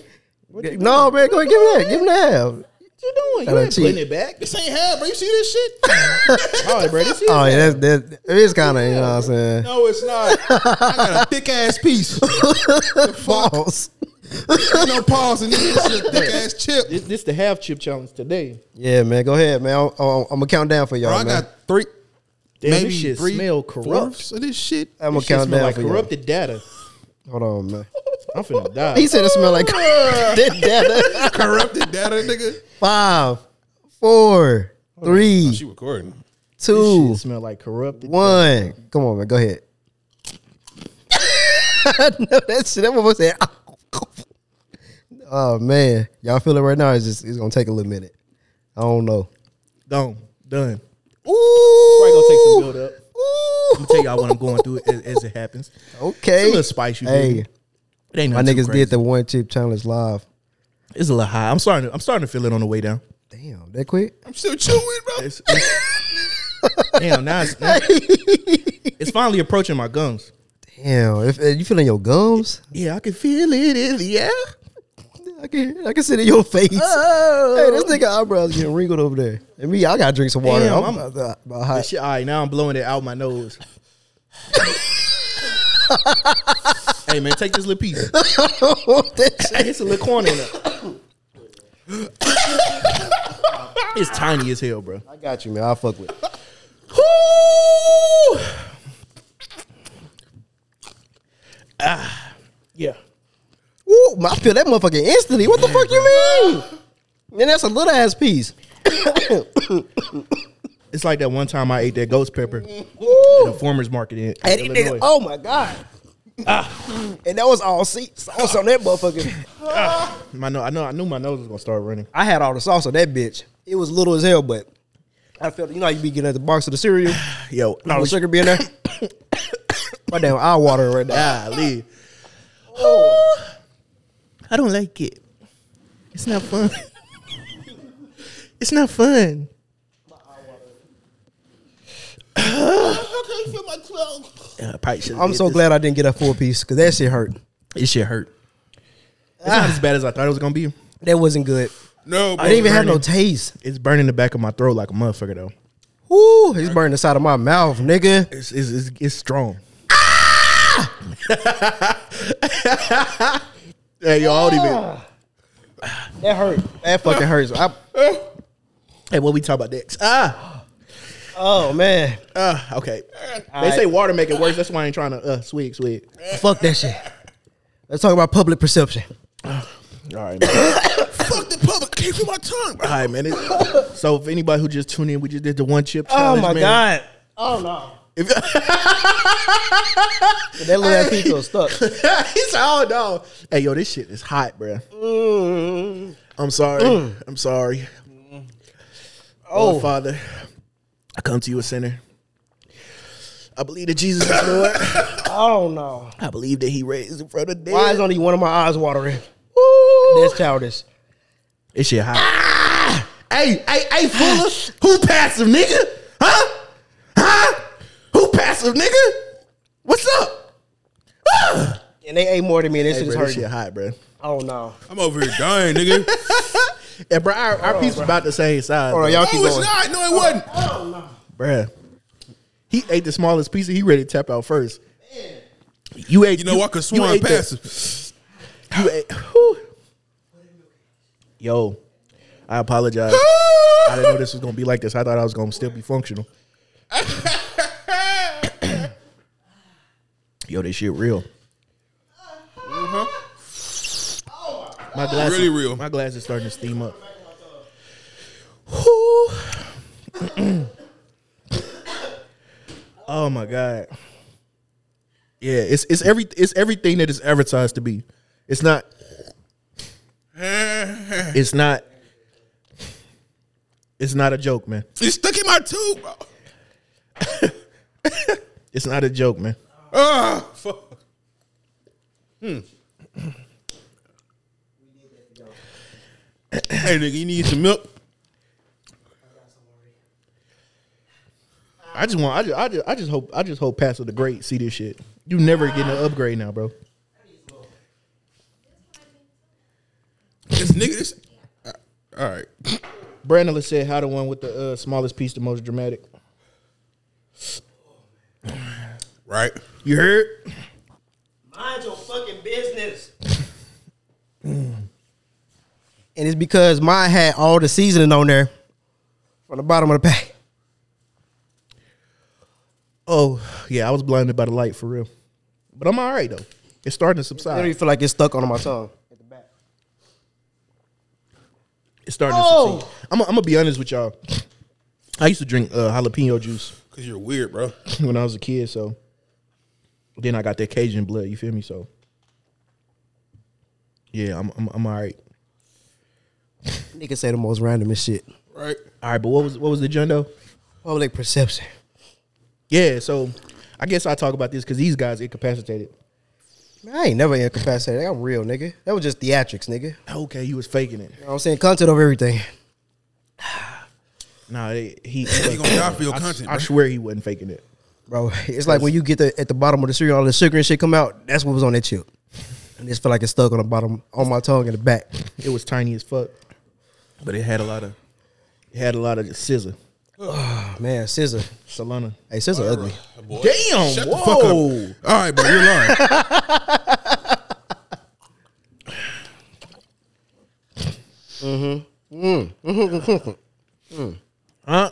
Speaker 1: No, man, go ahead, give me that. Give me that.
Speaker 4: What you doing? You
Speaker 1: Gotta
Speaker 4: ain't putting
Speaker 1: cheat.
Speaker 4: it back.
Speaker 2: This ain't half, bro. You see this shit?
Speaker 4: All right, bro. This is
Speaker 1: Oh, yeah, that's, that, it's kind of, you know what I'm saying?
Speaker 2: no, it's not. I got a thick ass piece. The fuck?
Speaker 1: False.
Speaker 2: Ain't no pause in this shit. Thick ass chip.
Speaker 4: this, this the half chip challenge today.
Speaker 1: Yeah, man, go ahead, man. I'm, I'm, gonna count down for y'all,
Speaker 2: Bro, I
Speaker 1: man.
Speaker 2: got three.
Speaker 4: Oh, Damn,
Speaker 2: maybe
Speaker 4: this shit
Speaker 2: three
Speaker 4: smell corrupt. Um,
Speaker 2: fourths of this shit.
Speaker 1: I'm gonna
Speaker 4: This shit
Speaker 1: count
Speaker 4: smell
Speaker 1: down
Speaker 4: like
Speaker 1: for y'all.
Speaker 4: corrupted data.
Speaker 1: Hold on, man.
Speaker 4: I'm finna die.
Speaker 1: He said it smelled like corrupted data.
Speaker 2: Corrupted data, nigga.
Speaker 1: Five, four,
Speaker 2: Oh,
Speaker 1: three,
Speaker 2: she recording.
Speaker 4: This
Speaker 1: two,
Speaker 4: shit smell like corrupted.
Speaker 1: one. Come on, man. Go ahead. no, that shit. That one said. Oh man, y'all feel it right now? It's just it's gonna take a little minute. I don't know.
Speaker 4: Gone. Done.
Speaker 1: Ooh,
Speaker 4: Probably gonna take some build up.
Speaker 1: Ooh.
Speaker 4: I'm tell y'all what I'm going through as, as it happens.
Speaker 1: Okay.
Speaker 4: It's a little spicy,
Speaker 1: Hey,
Speaker 4: baby. It ain't
Speaker 1: my
Speaker 4: nothing too
Speaker 1: niggas
Speaker 4: crazy.
Speaker 1: did the one chip challenge live.
Speaker 4: It's a little high. I'm starting. To, I'm starting to feel it on the way down.
Speaker 1: Damn, that quick?
Speaker 2: I'm still chewing, bro.
Speaker 4: It's, it's- damn, now it's, now- it's finally approaching my gums.
Speaker 1: Damn, if, if you feeling your gums?
Speaker 4: Yeah, I can feel it in the air.
Speaker 1: I can I can see it in your face.
Speaker 4: Oh.
Speaker 1: Hey, this nigga eyebrows getting wrinkled over there. And me, I gotta drink some water. I'm,
Speaker 4: Damn, I'm-
Speaker 1: about, to- about
Speaker 4: But
Speaker 1: hot.
Speaker 4: shit, all right, now I'm blowing it out my nose. hey man, take this little piece.
Speaker 1: That shit-
Speaker 4: Hey, it's a little corner in it. it's tiny as hell, bro.
Speaker 1: I got you, man. I fuck with. it.
Speaker 4: Whoo! ah, Ah, yeah.
Speaker 1: Woo, I feel that motherfucker instantly. What the fuck you mean? And that's a little ass piece.
Speaker 4: It's like that one time I ate that ghost pepper at a farmer's market in
Speaker 1: And he
Speaker 4: Illinois. Ah.
Speaker 1: nigga, oh my god. and that was all se- sauce on that motherfucker.
Speaker 4: Ah. My no, I know, I knew my nose was gonna start running.
Speaker 1: I had all the sauce on that bitch. It was little as hell, but I felt you know how you be getting at the box of the cereal.
Speaker 4: Yo,
Speaker 1: All the sugar being there. My damn eye watering right now.
Speaker 4: golly. I don't like it. It's not fun. it's not fun. Uh, probably should've
Speaker 1: I'm
Speaker 4: did
Speaker 1: so
Speaker 4: this.
Speaker 1: glad I didn't get a four piece because that shit hurt.
Speaker 4: It shit hurt. It's not as bad as I thought it was gonna be.
Speaker 1: That wasn't good.
Speaker 2: No, bro.
Speaker 1: I didn't even have no
Speaker 4: burning.
Speaker 1: taste.
Speaker 4: It's burning the back of my throat like a motherfucker though.
Speaker 1: Woo, he's burning the side of my mouth, nigga.
Speaker 4: It's it's it's, it's strong. hey, y'all don't
Speaker 2: Ah!
Speaker 4: even.
Speaker 1: That hurt. That fucking hurts. I,
Speaker 4: Hey, what we talk about next? Ah.
Speaker 1: oh man,
Speaker 4: Uh, okay. They say water make it worse. That's why I ain't trying to uh, swig, swig.
Speaker 1: fuck that shit. Let's talk about public perception.
Speaker 4: All right, man.
Speaker 2: fuck the public. Came through my tongue,
Speaker 4: All
Speaker 2: bro.
Speaker 4: right, man. It- so if anybody who just tuned in, we just did the one
Speaker 2: Oh,
Speaker 4: chip challenge. man.
Speaker 1: god. Oh no. that little ass piece was stuck.
Speaker 4: god! He's oh no. Hey, yo, this shit is hot, bruh.
Speaker 1: Mm,
Speaker 4: I'm sorry.
Speaker 2: Mm.
Speaker 4: I'm sorry. Oh, Father, I come to you a sinner. I believe that Jesus is Lord.
Speaker 1: Oh no.
Speaker 4: I believe that He raised him from the dead.
Speaker 1: Why is only one of my eyes watering? That's childish.
Speaker 4: This shit hot. Hey, hey, hey, Fuller, who passive, nigga? Huh? Huh? Who passive, nigga? What's up? Ah.
Speaker 1: And they ate more than me, and this
Speaker 4: Hey,
Speaker 1: shit is
Speaker 4: bro, this shit
Speaker 1: hurting.
Speaker 4: hot, bro.
Speaker 1: Oh no.
Speaker 2: I'm over here dying, nigga.
Speaker 4: Yeah, bro, our, our piece was about the same size,
Speaker 1: Hold on,
Speaker 4: bro.
Speaker 1: y'all keep
Speaker 2: No, it's
Speaker 1: going.
Speaker 2: not. No, it wasn't.
Speaker 4: Ah! Bruh. He ate the smallest piece, and he ready to tap out first. You ate.
Speaker 2: You know, I could swan
Speaker 4: ate the-
Speaker 2: past him.
Speaker 4: You ate. whew. Yo, I apologize. I didn't know this was gonna be like this. I thought I was gonna still be functional. Yo, this shit real.
Speaker 2: Uh-huh.
Speaker 4: My glasses,
Speaker 2: Really real.
Speaker 4: My glasses starting to steam up. oh my god. Yeah, it's it's every it's everything that it's advertised to be. It's not. It's not. It's not a joke, man.
Speaker 2: It's stuck in my tooth, bro.
Speaker 4: It's not a joke, man.
Speaker 2: Ah, Hmm. fuck. Hmm. Hey, nigga, you need some milk?
Speaker 4: I just want. I just, I just. I just hope. I just hope Pass with the great see this shit. You never getting an upgrade now, bro.
Speaker 2: This nigga, this. Uh, all right.
Speaker 4: Brandon said, "How the one with the uh, smallest piece, the most dramatic."
Speaker 2: Right.
Speaker 4: You heard?
Speaker 5: Mind your fucking business.
Speaker 1: And it's because mine had all the seasoning on there from the bottom of the pack.
Speaker 4: Oh yeah, I was blinded by the light for real, but I'm all right though. It's starting to
Speaker 1: I don't
Speaker 4: subside.
Speaker 1: even feel like it's stuck on my tongue.
Speaker 4: It's starting
Speaker 1: Oh.
Speaker 4: to subside. I'm. I'm gonna be honest with y'all. I used to drink uh, jalapeno juice
Speaker 2: Because you're weird, bro.
Speaker 4: when I was a kid. So then I got that Cajun blood. You feel me? So yeah, I'm. I'm, I'm all right.
Speaker 1: Nigga say the most randomest shit.
Speaker 2: Right.
Speaker 4: All right, but what was what was the jundo?
Speaker 1: Public perception.
Speaker 4: Yeah, so I guess I talk about this because these guys incapacitated.
Speaker 1: Man, I ain't never incapacitated. I'm real, nigga. That was just theatrics, nigga. You
Speaker 4: Okay, he was faking it.
Speaker 1: know what I'm saying? Content over everything.
Speaker 4: Nah, they, he.
Speaker 2: You gonna die for your
Speaker 4: I,
Speaker 2: content,
Speaker 4: I
Speaker 2: bro.
Speaker 4: swear he wasn't faking it.
Speaker 1: Bro, it's like when you get the, at the bottom of the cereal, all the sugar and shit come out. That's what was on that chip. And just feel like it's stuck on the bottom, on my tongue in the back.
Speaker 4: It was tiny as fuck, but it had a lot of, it had a lot of scissor,
Speaker 1: Oh, man, scissor.
Speaker 4: Solana.
Speaker 1: Hey, scissor ugly.
Speaker 2: Boy,
Speaker 4: Damn,
Speaker 2: Shut the fuck up.
Speaker 4: whoa.
Speaker 2: All right, bro. You're lying.
Speaker 4: Huh?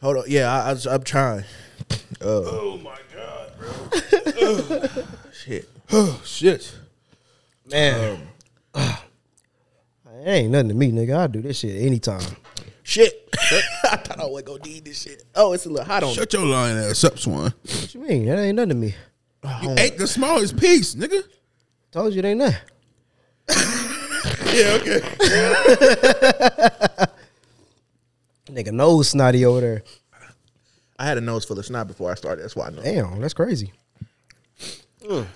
Speaker 4: Hold on, yeah, I, I, was- I'm trying. Uh,
Speaker 2: oh my god, bro.
Speaker 4: Shit,
Speaker 2: Oh shit.
Speaker 1: Man. It ain't nothing to me, nigga. I'll do this shit anytime.
Speaker 4: shit. I thought I wasn't gonna need this shit. Oh, it's a little hot on. it.
Speaker 2: Shut your lying ass up, Swan.
Speaker 1: What you mean? That ain't nothing to me.
Speaker 2: You ate the smallest piece, nigga.
Speaker 1: Told you it ain't nothing.
Speaker 2: Yeah, okay.
Speaker 1: Nigga, nose snotty over there.
Speaker 4: I had a nose full of snot before I started. That's why I know.
Speaker 1: Damn, that's crazy.
Speaker 4: Mm.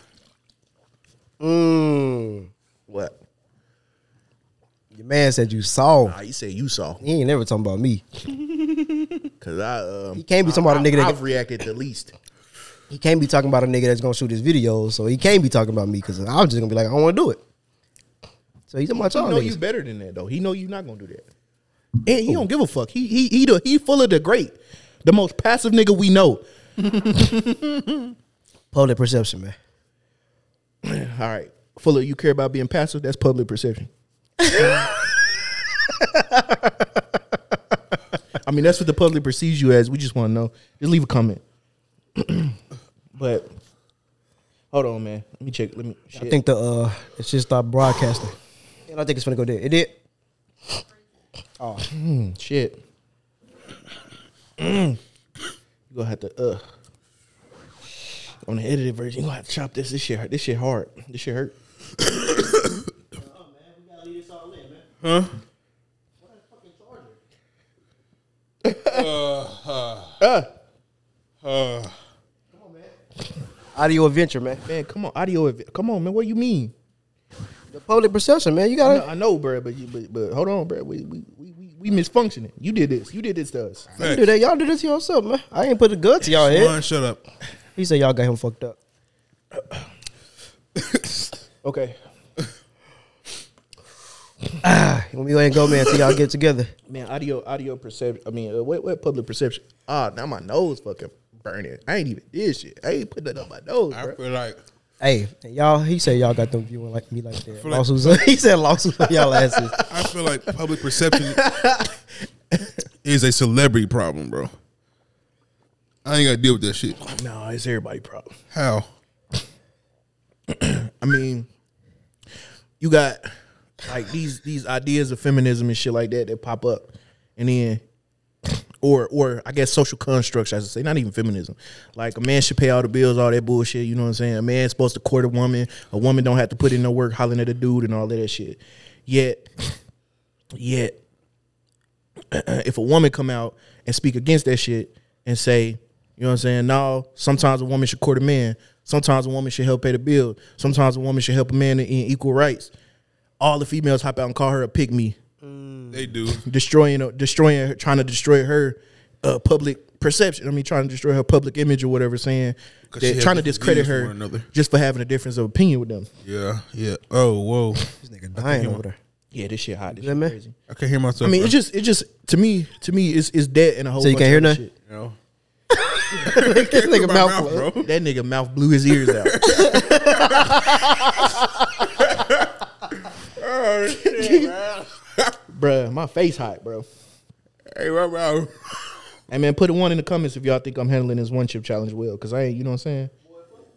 Speaker 1: Mmm.
Speaker 4: What?
Speaker 1: Your man said you saw.
Speaker 4: Nah, Ah, you say you saw
Speaker 1: He ain't never talking about me.
Speaker 4: because I. Um,
Speaker 1: He can't be talking about a
Speaker 4: I-
Speaker 1: nigga that-
Speaker 4: I've reacted the least.
Speaker 1: He can't be talking about a nigga that's gonna shoot his videos, so he can't be talking about me because I'm just gonna be like, I don't want to do it. So he's talking about
Speaker 4: He
Speaker 1: y'all
Speaker 4: know you
Speaker 1: niggas.
Speaker 4: better than that though. He know you not gonna do that. And he don't give a fuck. He he he the, he full of the great, the most passive nigga we know.
Speaker 1: Public perception, man.
Speaker 4: All right, full of you care about being passive. That's public perception. I mean, that's what the public perceives you as. We just want to know. Just leave a comment. but hold on, man. Let me check. Let me. Shit.
Speaker 1: I think the uh, it should stop broadcasting. And I think it's gonna go there. It did.
Speaker 4: Shit. you gonna have to uh on the edited version, you gonna have to chop this. This shit hurt. This shit hard. This shit hurt.
Speaker 1: Audio adventure, man.
Speaker 4: Man, come on, audio ev- come on, man. What do you mean?
Speaker 1: The public perception, man. You
Speaker 4: I
Speaker 1: gotta.
Speaker 4: know, I know, bro, but you but, but hold on, bro. We we, we we we misfunctioning. You did this. You did this to us.
Speaker 1: You do that. Y'all do this to yourself, man. I ain't put a gun to y'all head.
Speaker 2: Swan, shut up.
Speaker 1: He said y'all got him fucked up.
Speaker 4: Okay.
Speaker 1: When we go ahead and go, man, till y'all get together.
Speaker 4: Man, audio audio perception. I mean, uh, what what public perception? Ah, now my nose fucking burning. I ain't even did shit. I ain't put that on my nose,
Speaker 2: I
Speaker 4: bro.
Speaker 2: feel like
Speaker 1: Hey, y'all. He said y'all got them viewing like me like that.
Speaker 2: like-
Speaker 1: Lawsuits. he said lawsuits on y'all asses.
Speaker 2: I feel like public perception is a celebrity problem, bro. I ain't gotta deal with that shit.
Speaker 4: No, it's everybody problem.
Speaker 2: How?
Speaker 4: I mean, you got like these these ideas of feminism and shit like that that pop up, and then or or I guess social constructs I should say, not even feminism. Like a man should pay all the bills, all that bullshit. You know what I'm saying? A man's supposed to court a woman. A woman don't have to put in no work, hollering at a dude and all of that shit. Yet, yet, if a woman come out and speak against that shit and say, you know what I'm saying? No, sometimes a woman should court a man. Sometimes a woman should help pay the bill. Sometimes a woman should help a man in equal rights. All the females hop out and call her a pick me,
Speaker 2: They do.
Speaker 4: destroying, destroying, trying to destroy her uh, public perception. I mean, trying to destroy her public image or whatever, saying
Speaker 2: 'Cause she
Speaker 4: that
Speaker 2: had
Speaker 4: trying to
Speaker 2: different
Speaker 4: discredit
Speaker 2: views from one
Speaker 4: her
Speaker 2: another.
Speaker 4: just for having a difference of opinion with them.
Speaker 2: Yeah, yeah. Oh, whoa.
Speaker 1: This nigga dying over there.
Speaker 4: Yeah, this shit hot. This
Speaker 1: Yeah,
Speaker 4: shit
Speaker 1: man.
Speaker 4: crazy.
Speaker 2: I can't hear myself.
Speaker 4: I mean,
Speaker 2: bro.
Speaker 4: it's just, it just to me, to me, it's it's dead and a whole.
Speaker 1: So you
Speaker 4: bunch
Speaker 1: can't hear
Speaker 4: of other
Speaker 1: nothing?
Speaker 4: shit.
Speaker 2: you know.
Speaker 1: This nigga
Speaker 2: My
Speaker 1: mouth. full.
Speaker 2: bro.
Speaker 4: That nigga mouth blew his ears out.
Speaker 2: Oh, shit, bro.
Speaker 4: Bruh, my face hot, bro.
Speaker 2: Hey, my mouth.
Speaker 4: Hey man, put a one in the comments if y'all think I'm handling this one chip challenge well. Cause I ain't, you know what I'm saying?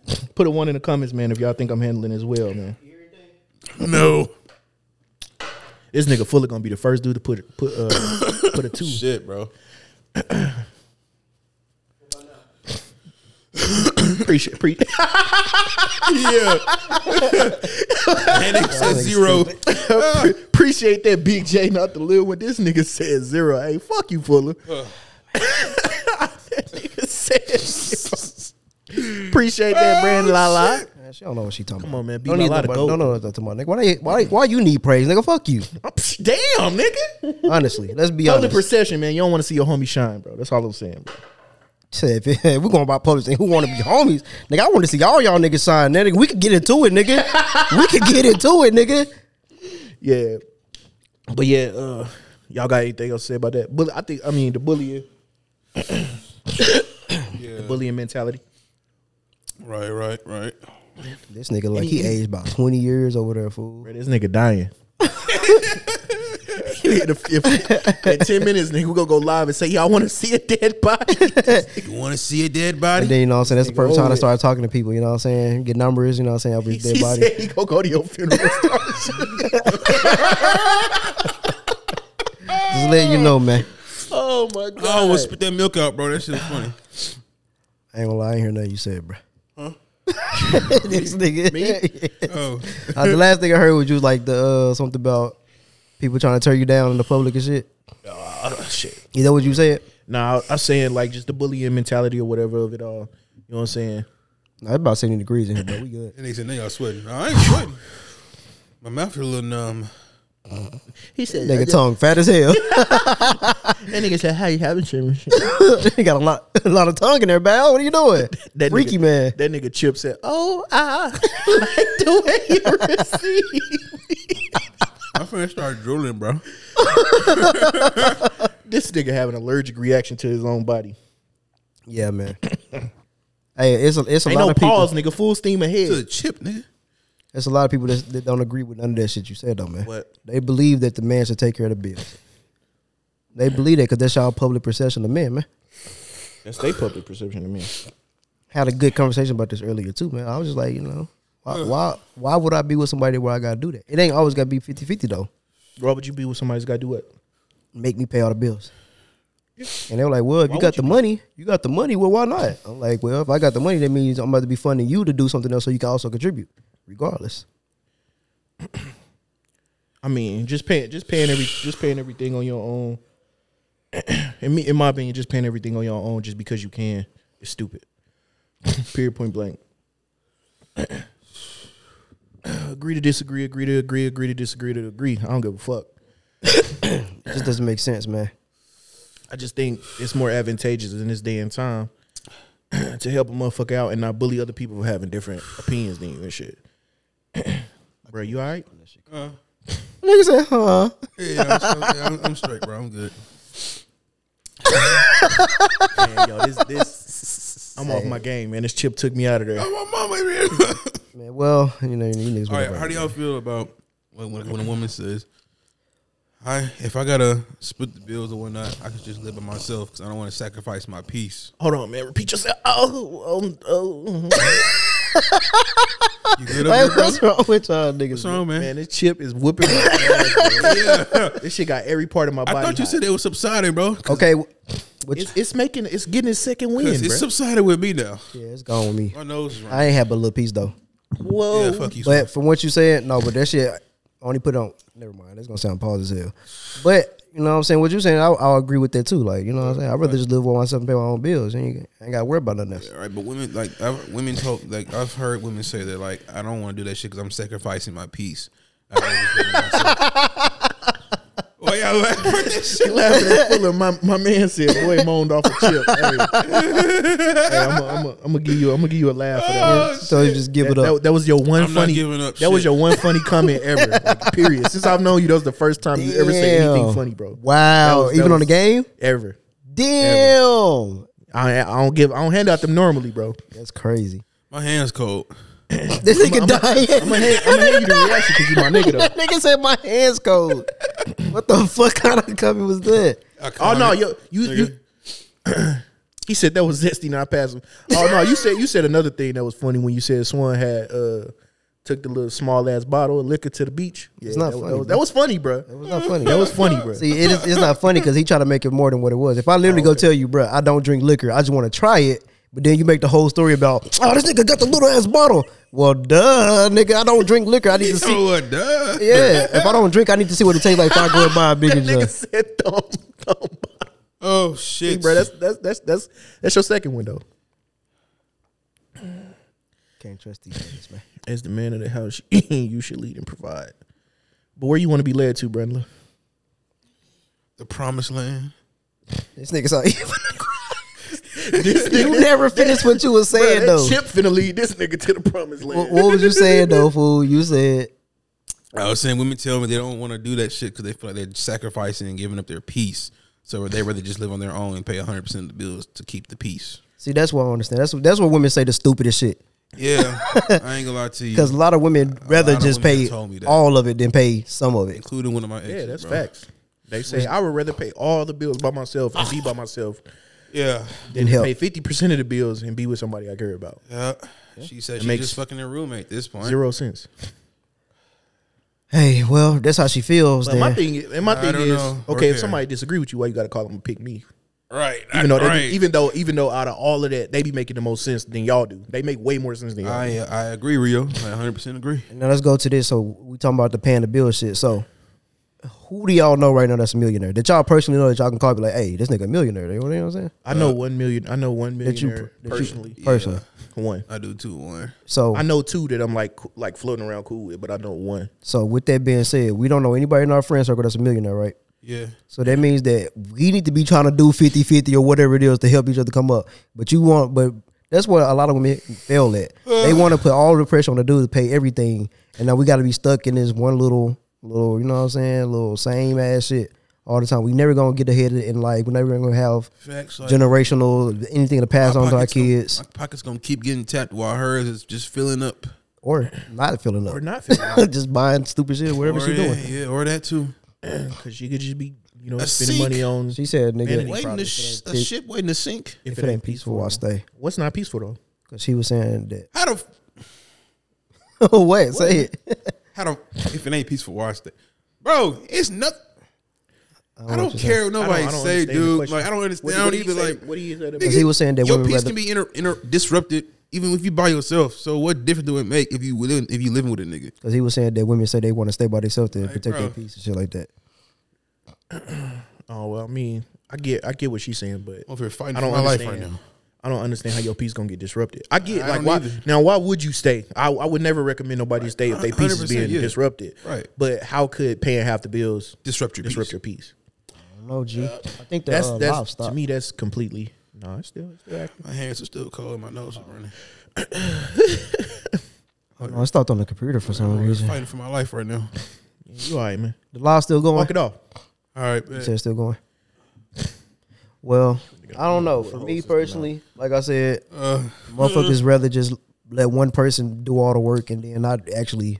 Speaker 4: Put a one in the comments, man, if y'all think I'm handling this well, man.
Speaker 2: No.
Speaker 4: This nigga Fuller gonna be the first dude to put put uh, put a two.
Speaker 2: Shit, bro.
Speaker 4: Appreciate pre-
Speaker 2: Yeah. and it says zero.
Speaker 4: appreciate that Big J not the little one. This nigga said zero. Hey, fuck you, Fuller. that nigga said zero. Appreciate that, Brand Lala.
Speaker 1: Man, she don't know what she talking
Speaker 4: Come on, man.
Speaker 1: about.
Speaker 4: Be
Speaker 1: Don't
Speaker 4: my
Speaker 1: need
Speaker 4: lot of
Speaker 1: nobody-
Speaker 4: gold.
Speaker 1: No, no, no, no, tomorrow, nigga. Why, they- why, why you need praise, nigga? Fuck you.
Speaker 4: Damn, nigga.
Speaker 1: Honestly, let's be
Speaker 4: Public
Speaker 1: honest.
Speaker 4: perception, man. You don't want to see your homie shine, bro. That's all I'm saying, bro.
Speaker 1: Shit, if, if we're going about publishing, who want to be homies? Nigga, I want to see all y'all niggas sign. That nigga, we could get into it, nigga. we could get into it, nigga.
Speaker 4: Yeah. But yeah, uh, y'all got anything else to say about that? But I think I mean the bullying,
Speaker 2: Yeah.
Speaker 4: the bullying mentality.
Speaker 2: Right, right, right.
Speaker 1: This nigga, like he aged about twenty years over there, fool.
Speaker 4: Bro, this nigga dying. in, a- if- in ten minutes, nigga, we gonna go live and say, "Y'all want to see a dead body?"
Speaker 2: You want to see a dead body?
Speaker 1: And then you know what I'm saying. That's the
Speaker 4: Nigga,
Speaker 1: first time I
Speaker 4: old.
Speaker 1: started talking to people. You know what I'm saying. Get numbers. You know what I'm saying. Over
Speaker 4: he
Speaker 1: his dead body.
Speaker 4: said he gonna go to your funeral.
Speaker 1: Just letting you know, man.
Speaker 4: oh my
Speaker 2: I almost spit that milk out, bro. That shit was funny.
Speaker 1: I ain't gonna lie. I ain't hear nothing you said, bro. this nigga.
Speaker 2: Oh,
Speaker 1: Uh, the last thing I heard was you was like the uh, something about people trying to tear you down in the public and shit.
Speaker 4: Oh, shit.
Speaker 1: Is that what you said?
Speaker 4: Nah, I- I'm saying like just the bullying mentality or whatever of it all. You know what I'm saying?
Speaker 1: Nah, it's about seventy degrees in here, but we good.
Speaker 2: and they said, "Now y'all sweating." I ain't sweating. My mouth feel a little numb.
Speaker 4: He said,
Speaker 1: Nigga tongue fat as hell.
Speaker 4: That nigga said, "How you having children?"
Speaker 1: you got a lot, a lot of tongue in there, pal. What are you doing?
Speaker 4: That
Speaker 1: Freaky
Speaker 4: nigga,
Speaker 1: man.
Speaker 4: That nigga Chip said, "Oh, I like the way you receive." me."
Speaker 2: I'm finna start drooling, bro.
Speaker 4: this nigga have an allergic reaction to his own body.
Speaker 1: Yeah, man. hey, it's a, it's a
Speaker 4: Ain't
Speaker 1: lot
Speaker 4: no
Speaker 1: of people.
Speaker 4: pause, nigga. Full steam ahead.
Speaker 2: It's a chip, nigga.
Speaker 1: It's a lot of people that's, that don't agree with none of that shit you said, though, man.
Speaker 4: What?
Speaker 1: They believe that the man should take care of the bills. They believe that because that's y'all public perception of men, man.
Speaker 4: That's their public perception to me.
Speaker 1: Had a good conversation about this earlier too, man. I was just like, you know, why why, why would I be with somebody where I gotta do that? It ain't always gotta be 50-50 though.
Speaker 4: Why would you be with somebody who's got to do what?
Speaker 1: Make me pay all the bills. And they were like, well, if you got the money, you got the money. Well, why not? I'm like, well, if I got the money, that means I'm about to be funding you to do something else so you can also contribute, regardless.
Speaker 4: I mean, just paying, just paying every, just paying everything on your own. in me, in my opinion, just paying everything on your own just because you can is stupid. Period. Point blank. agree to disagree. Agree to agree. Agree to disagree. To agree. I don't give a fuck.
Speaker 1: It just doesn't make sense, man.
Speaker 4: I just think it's more advantageous in this day and time to help a motherfucker out and not bully other people for having different opinions than you and shit. Bro, you all right?
Speaker 1: Nigga said, huh?
Speaker 2: Yeah, I'm, I'm, I'm straight, bro. I'm good.
Speaker 4: Man, yo, this, this, I'm off my game, man. This chip took me out of there.
Speaker 2: Oh, My mama, man.
Speaker 1: Man, well, you know, you niggas.
Speaker 2: All right,
Speaker 1: whatever.
Speaker 2: how do y'all feel about when, when, when a woman says, "I if I gotta split the bills or whatnot, I could just live by myself because I don't want to sacrifice my peace."
Speaker 4: Hold on, man. Repeat yourself. Oh, oh, oh.
Speaker 2: You good up
Speaker 1: Like,
Speaker 2: there, bro?
Speaker 1: what's wrong with y'all niggas?
Speaker 2: What's wrong, man?
Speaker 4: Man, this chip is whooping my ass. bro.
Speaker 2: Yeah.
Speaker 4: This shit got every part of my
Speaker 2: I
Speaker 4: body.
Speaker 2: thought you
Speaker 4: hot.
Speaker 2: said it was subsiding, bro. 'Cause
Speaker 1: Okay, wh- which
Speaker 4: it's, it's making, it's getting its second win,
Speaker 2: It's
Speaker 4: bro.
Speaker 2: subsiding with me now.
Speaker 1: yeah, it's gone with me.
Speaker 2: My nose is running.
Speaker 1: I ain't have a little piece though.
Speaker 4: Whoa.
Speaker 2: Yeah, fuck you.
Speaker 1: But from what you said, no, but that shit I only put on. Never mind, that's gonna sound pause as hell. But you know what I'm saying? What you saying? I, I'll agree with that too. Like you know what I'm saying? I'd rather just live with myself and pay my own bills. And you I ain't got to worry about nothing else.
Speaker 2: All right, but women like I've, women talk like I've heard women say that like I don't want to do that shit because I'm sacrificing my peace. I'd rather just live by myself. Why y'all not laughing at this shit.
Speaker 4: laughing at Fuller. My, my man said, "Boy, moaned off a chip." Hey, Hey, I'm gonna give you, I'm gonna give you a laugh for that.
Speaker 2: Oh,
Speaker 1: So you just give
Speaker 4: That,
Speaker 1: it up.
Speaker 4: that- that was your one
Speaker 2: I'm not
Speaker 4: funny.
Speaker 2: giving up
Speaker 4: that was
Speaker 2: shit.
Speaker 4: your one funny comment ever. Like, period. Since I've known you, that was the first time you ever said anything
Speaker 1: Damn.
Speaker 4: funny, bro.
Speaker 1: Wow.
Speaker 4: That was- that
Speaker 1: Even on the
Speaker 4: was-
Speaker 1: game?
Speaker 4: Ever.
Speaker 1: Damn.
Speaker 4: I, I don't give. I don't hand out them normally, bro.
Speaker 1: That's crazy.
Speaker 2: My hands cold.
Speaker 1: This nigga
Speaker 4: I'm gonna
Speaker 1: dying.
Speaker 4: hand, I'm gonna hand you the reaction because you my nigga though.
Speaker 1: That nigga said my hands cold. what the fuck kind of cover was that?
Speaker 4: Oh no, yo, you you. he said that was zesty, not passive. Oh no, you said you said another thing that was funny when you said Swan had uh took the little small ass bottle of liquor to the beach. Yeah,
Speaker 1: not
Speaker 4: that, was-
Speaker 1: funny,
Speaker 4: That was, that was funny, bro.
Speaker 1: It was not funny.
Speaker 4: That was funny, bro.
Speaker 1: See, it is, it's not funny because he tried to make it more than what it was. If I literally go tell you, bruh, I don't drink liquor, I just want to try it, but then you make the whole story about, oh, this nigga got the little ass bottle. Well, duh, nigga, I don't drink liquor. I need to see.
Speaker 2: Oh, what? Duh.
Speaker 1: Yeah, if I don't drink, I need to see what it tastes like if I go and buy a bigger jug.
Speaker 4: Nigga said dumb, dumb bottle,
Speaker 2: Oh shit,
Speaker 4: bro. That's that's that's that's that's your second window.
Speaker 1: Can't trust these niggas, man.
Speaker 4: As the man of the house, you should lead and provide. But where you want to be led to, Brendan?
Speaker 2: the promised land.
Speaker 1: This nigga's like, you never finished what you was saying
Speaker 4: Bruh,
Speaker 1: though.
Speaker 4: that chip finna lead this nigga to the promised land.
Speaker 1: Wh- what was you saying though, fool? You said
Speaker 2: I was saying women tell me they don't want to do that shit because they feel like they're sacrificing and giving up their peace. So they rather just live on their own and pay 100 percent of the bills to keep the peace.
Speaker 1: See, that's what I understand. That's that's what women say the stupidest shit.
Speaker 2: Yeah, I ain't gonna lie to
Speaker 1: Because a
Speaker 2: you.
Speaker 1: lot of women rather
Speaker 2: lot of
Speaker 1: just
Speaker 2: women
Speaker 1: pay
Speaker 2: have told me that.
Speaker 1: all of it than pay some of it.
Speaker 2: Including one of my exes.
Speaker 4: Yeah, that's
Speaker 2: bro.
Speaker 4: facts. They say I would rather pay all the bills by myself and be by myself
Speaker 2: Yeah,
Speaker 4: than
Speaker 1: help.
Speaker 4: pay fifty percent of the bills and be with somebody I care about.
Speaker 2: yeah. She said she
Speaker 4: makes-
Speaker 2: just fucking her roommate. At this point,
Speaker 4: Zero sense.
Speaker 1: Hey, well, that's how she feels.
Speaker 4: But
Speaker 1: Then.
Speaker 4: my thing, and my
Speaker 2: I
Speaker 4: thing
Speaker 2: don't
Speaker 4: is,
Speaker 2: know. We're
Speaker 4: okay, if
Speaker 2: there.
Speaker 4: somebody disagree with you, why you got to call them and pick me?
Speaker 2: right?
Speaker 4: Even though, they,
Speaker 2: right.
Speaker 4: even though, even though, out of all of that, they be making the most sense than y'all do. They make way more sense than y'all.
Speaker 2: I
Speaker 4: do.
Speaker 2: uh, I agree, Rio. I 100 percent agree.
Speaker 1: now let's go to this. So we talking about the paying the bill shit. So who do y'all know right now that's a millionaire? That y'all personally know that y'all can call and be like, hey, this nigga a millionaire. You know what I'm saying?
Speaker 4: I know one million. I know one
Speaker 1: That you
Speaker 4: millionaire
Speaker 1: that you-
Speaker 4: personally.
Speaker 1: personally.
Speaker 4: One.
Speaker 2: I do too. One.
Speaker 1: So
Speaker 4: I know two that I'm like, like floating around cool with, but I know one.
Speaker 1: so with that being said, we don't know anybody in our friend circle that's a millionaire, right?
Speaker 2: Yeah.
Speaker 1: So that means that we need to be trying to do 50 50 or whatever it is to help each other come up. But you want, but that's what a lot of women fail at. They want to put all the pressure on the dude to pay everything. And now we got to be stuck in this one little, little, you know what I'm saying, little same ass shit all the time. We never going to get ahead in life. We're never going to have
Speaker 2: Facts. Like,
Speaker 1: generational anything to
Speaker 2: my
Speaker 1: pass on to our
Speaker 2: pocket's gonna-
Speaker 1: kids
Speaker 2: my pocket's gonna keep getting tapped while hers is just filling up.
Speaker 1: or not filling up.
Speaker 4: Or not, because
Speaker 1: Just buying stupid shit, whatever
Speaker 2: or
Speaker 1: she
Speaker 2: yeah,
Speaker 1: doing.
Speaker 2: Yeah, or that too.
Speaker 4: you could just be, you know,
Speaker 2: A
Speaker 4: spending
Speaker 2: seek.
Speaker 4: money on.
Speaker 1: She said, nigga,
Speaker 4: Vanity.
Speaker 2: Waiting to
Speaker 4: problems,
Speaker 2: sh-
Speaker 1: but
Speaker 2: a
Speaker 1: I-
Speaker 2: ship waiting to sink.
Speaker 1: if it ain't peaceful, I'll stay.
Speaker 4: What's not peaceful though?
Speaker 1: Because she was saying that.
Speaker 2: How the f-
Speaker 1: Oh, wait, say it.
Speaker 2: how the if it ain't peaceful, watch that, bro. It's nothing. I don't
Speaker 1: what you're
Speaker 2: care what nobody
Speaker 4: I don't
Speaker 2: say,
Speaker 4: understand the
Speaker 2: dude.
Speaker 4: question.
Speaker 2: Like I don't understand.
Speaker 4: What-
Speaker 2: I
Speaker 4: what
Speaker 2: don't
Speaker 4: do you
Speaker 2: even
Speaker 4: say-
Speaker 2: like.
Speaker 4: What do you say?
Speaker 2: Nigga,
Speaker 4: About?
Speaker 1: Because he was saying that
Speaker 2: your
Speaker 1: women
Speaker 2: peace
Speaker 1: rather-
Speaker 2: can be inter, inter, disrupted even if you by yourself. So what difference do it make if you within, if you living with a nigga?
Speaker 1: Because he was saying that women say they want to stay by themselves to protect their
Speaker 2: bro.
Speaker 1: peace and shit like that.
Speaker 4: Oh well, I mean, I get, I get what she's saying, but
Speaker 2: I'm over here fighting
Speaker 4: I don't
Speaker 2: for my life
Speaker 4: understand.
Speaker 2: right now.
Speaker 4: I don't understand how your peace gonna get disrupted. I get
Speaker 2: I
Speaker 4: like
Speaker 2: don't
Speaker 4: why
Speaker 2: either.
Speaker 4: now. Why would you stay? I, I would never recommend nobody stay if their peace is
Speaker 2: 100%,
Speaker 4: being
Speaker 2: yeah.
Speaker 4: disrupted.
Speaker 2: Right.
Speaker 4: But how could paying half the bills
Speaker 2: Disrupt your
Speaker 4: disrupt
Speaker 2: peace.
Speaker 4: your peace?
Speaker 1: No, G. I think
Speaker 4: That's
Speaker 1: that's, uh,
Speaker 4: that's
Speaker 1: livestock.
Speaker 4: to me. That's completely no. It's still, it's still active.
Speaker 2: My hands are still cold. My nose is running.
Speaker 1: No, I stopped on the computer for some
Speaker 2: I'm
Speaker 1: reason.
Speaker 2: fighting for my life right now.
Speaker 4: You all right, man?
Speaker 1: The live's still going.
Speaker 4: Walk it off.
Speaker 2: All right,
Speaker 1: You
Speaker 2: bet.
Speaker 1: said it's still going. Well, I don't know. For me personally, like I said,
Speaker 2: uh,
Speaker 1: motherfuckers rather just let one person do all the work and then not actually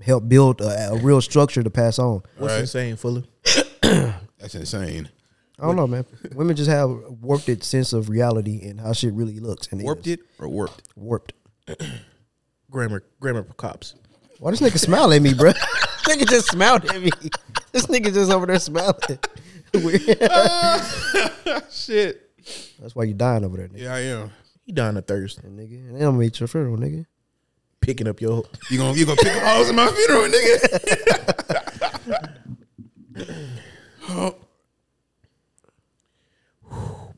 Speaker 1: help build a, a real structure to pass on.
Speaker 4: What's
Speaker 2: Right.
Speaker 4: insane, Fuller?
Speaker 2: that's insane.
Speaker 1: I don't know, man. Women just have a warped it sense of reality and how shit really looks. And
Speaker 2: Warped
Speaker 1: is.
Speaker 2: it or warped?
Speaker 1: Warped.
Speaker 4: Grammar, grammar cops.
Speaker 1: Why this nigga smile at me, bro? nigga just smiled at me. This nigga just over there smiling. Weird.
Speaker 2: Shit.
Speaker 1: That's why you dying over there, nigga.
Speaker 2: Yeah, I am.
Speaker 4: He dying of thirst,
Speaker 1: Nigga, and they don't meet your funeral, nigga.
Speaker 4: picking up your.
Speaker 2: You gonna you gonna pick up holes in my funeral, nigga?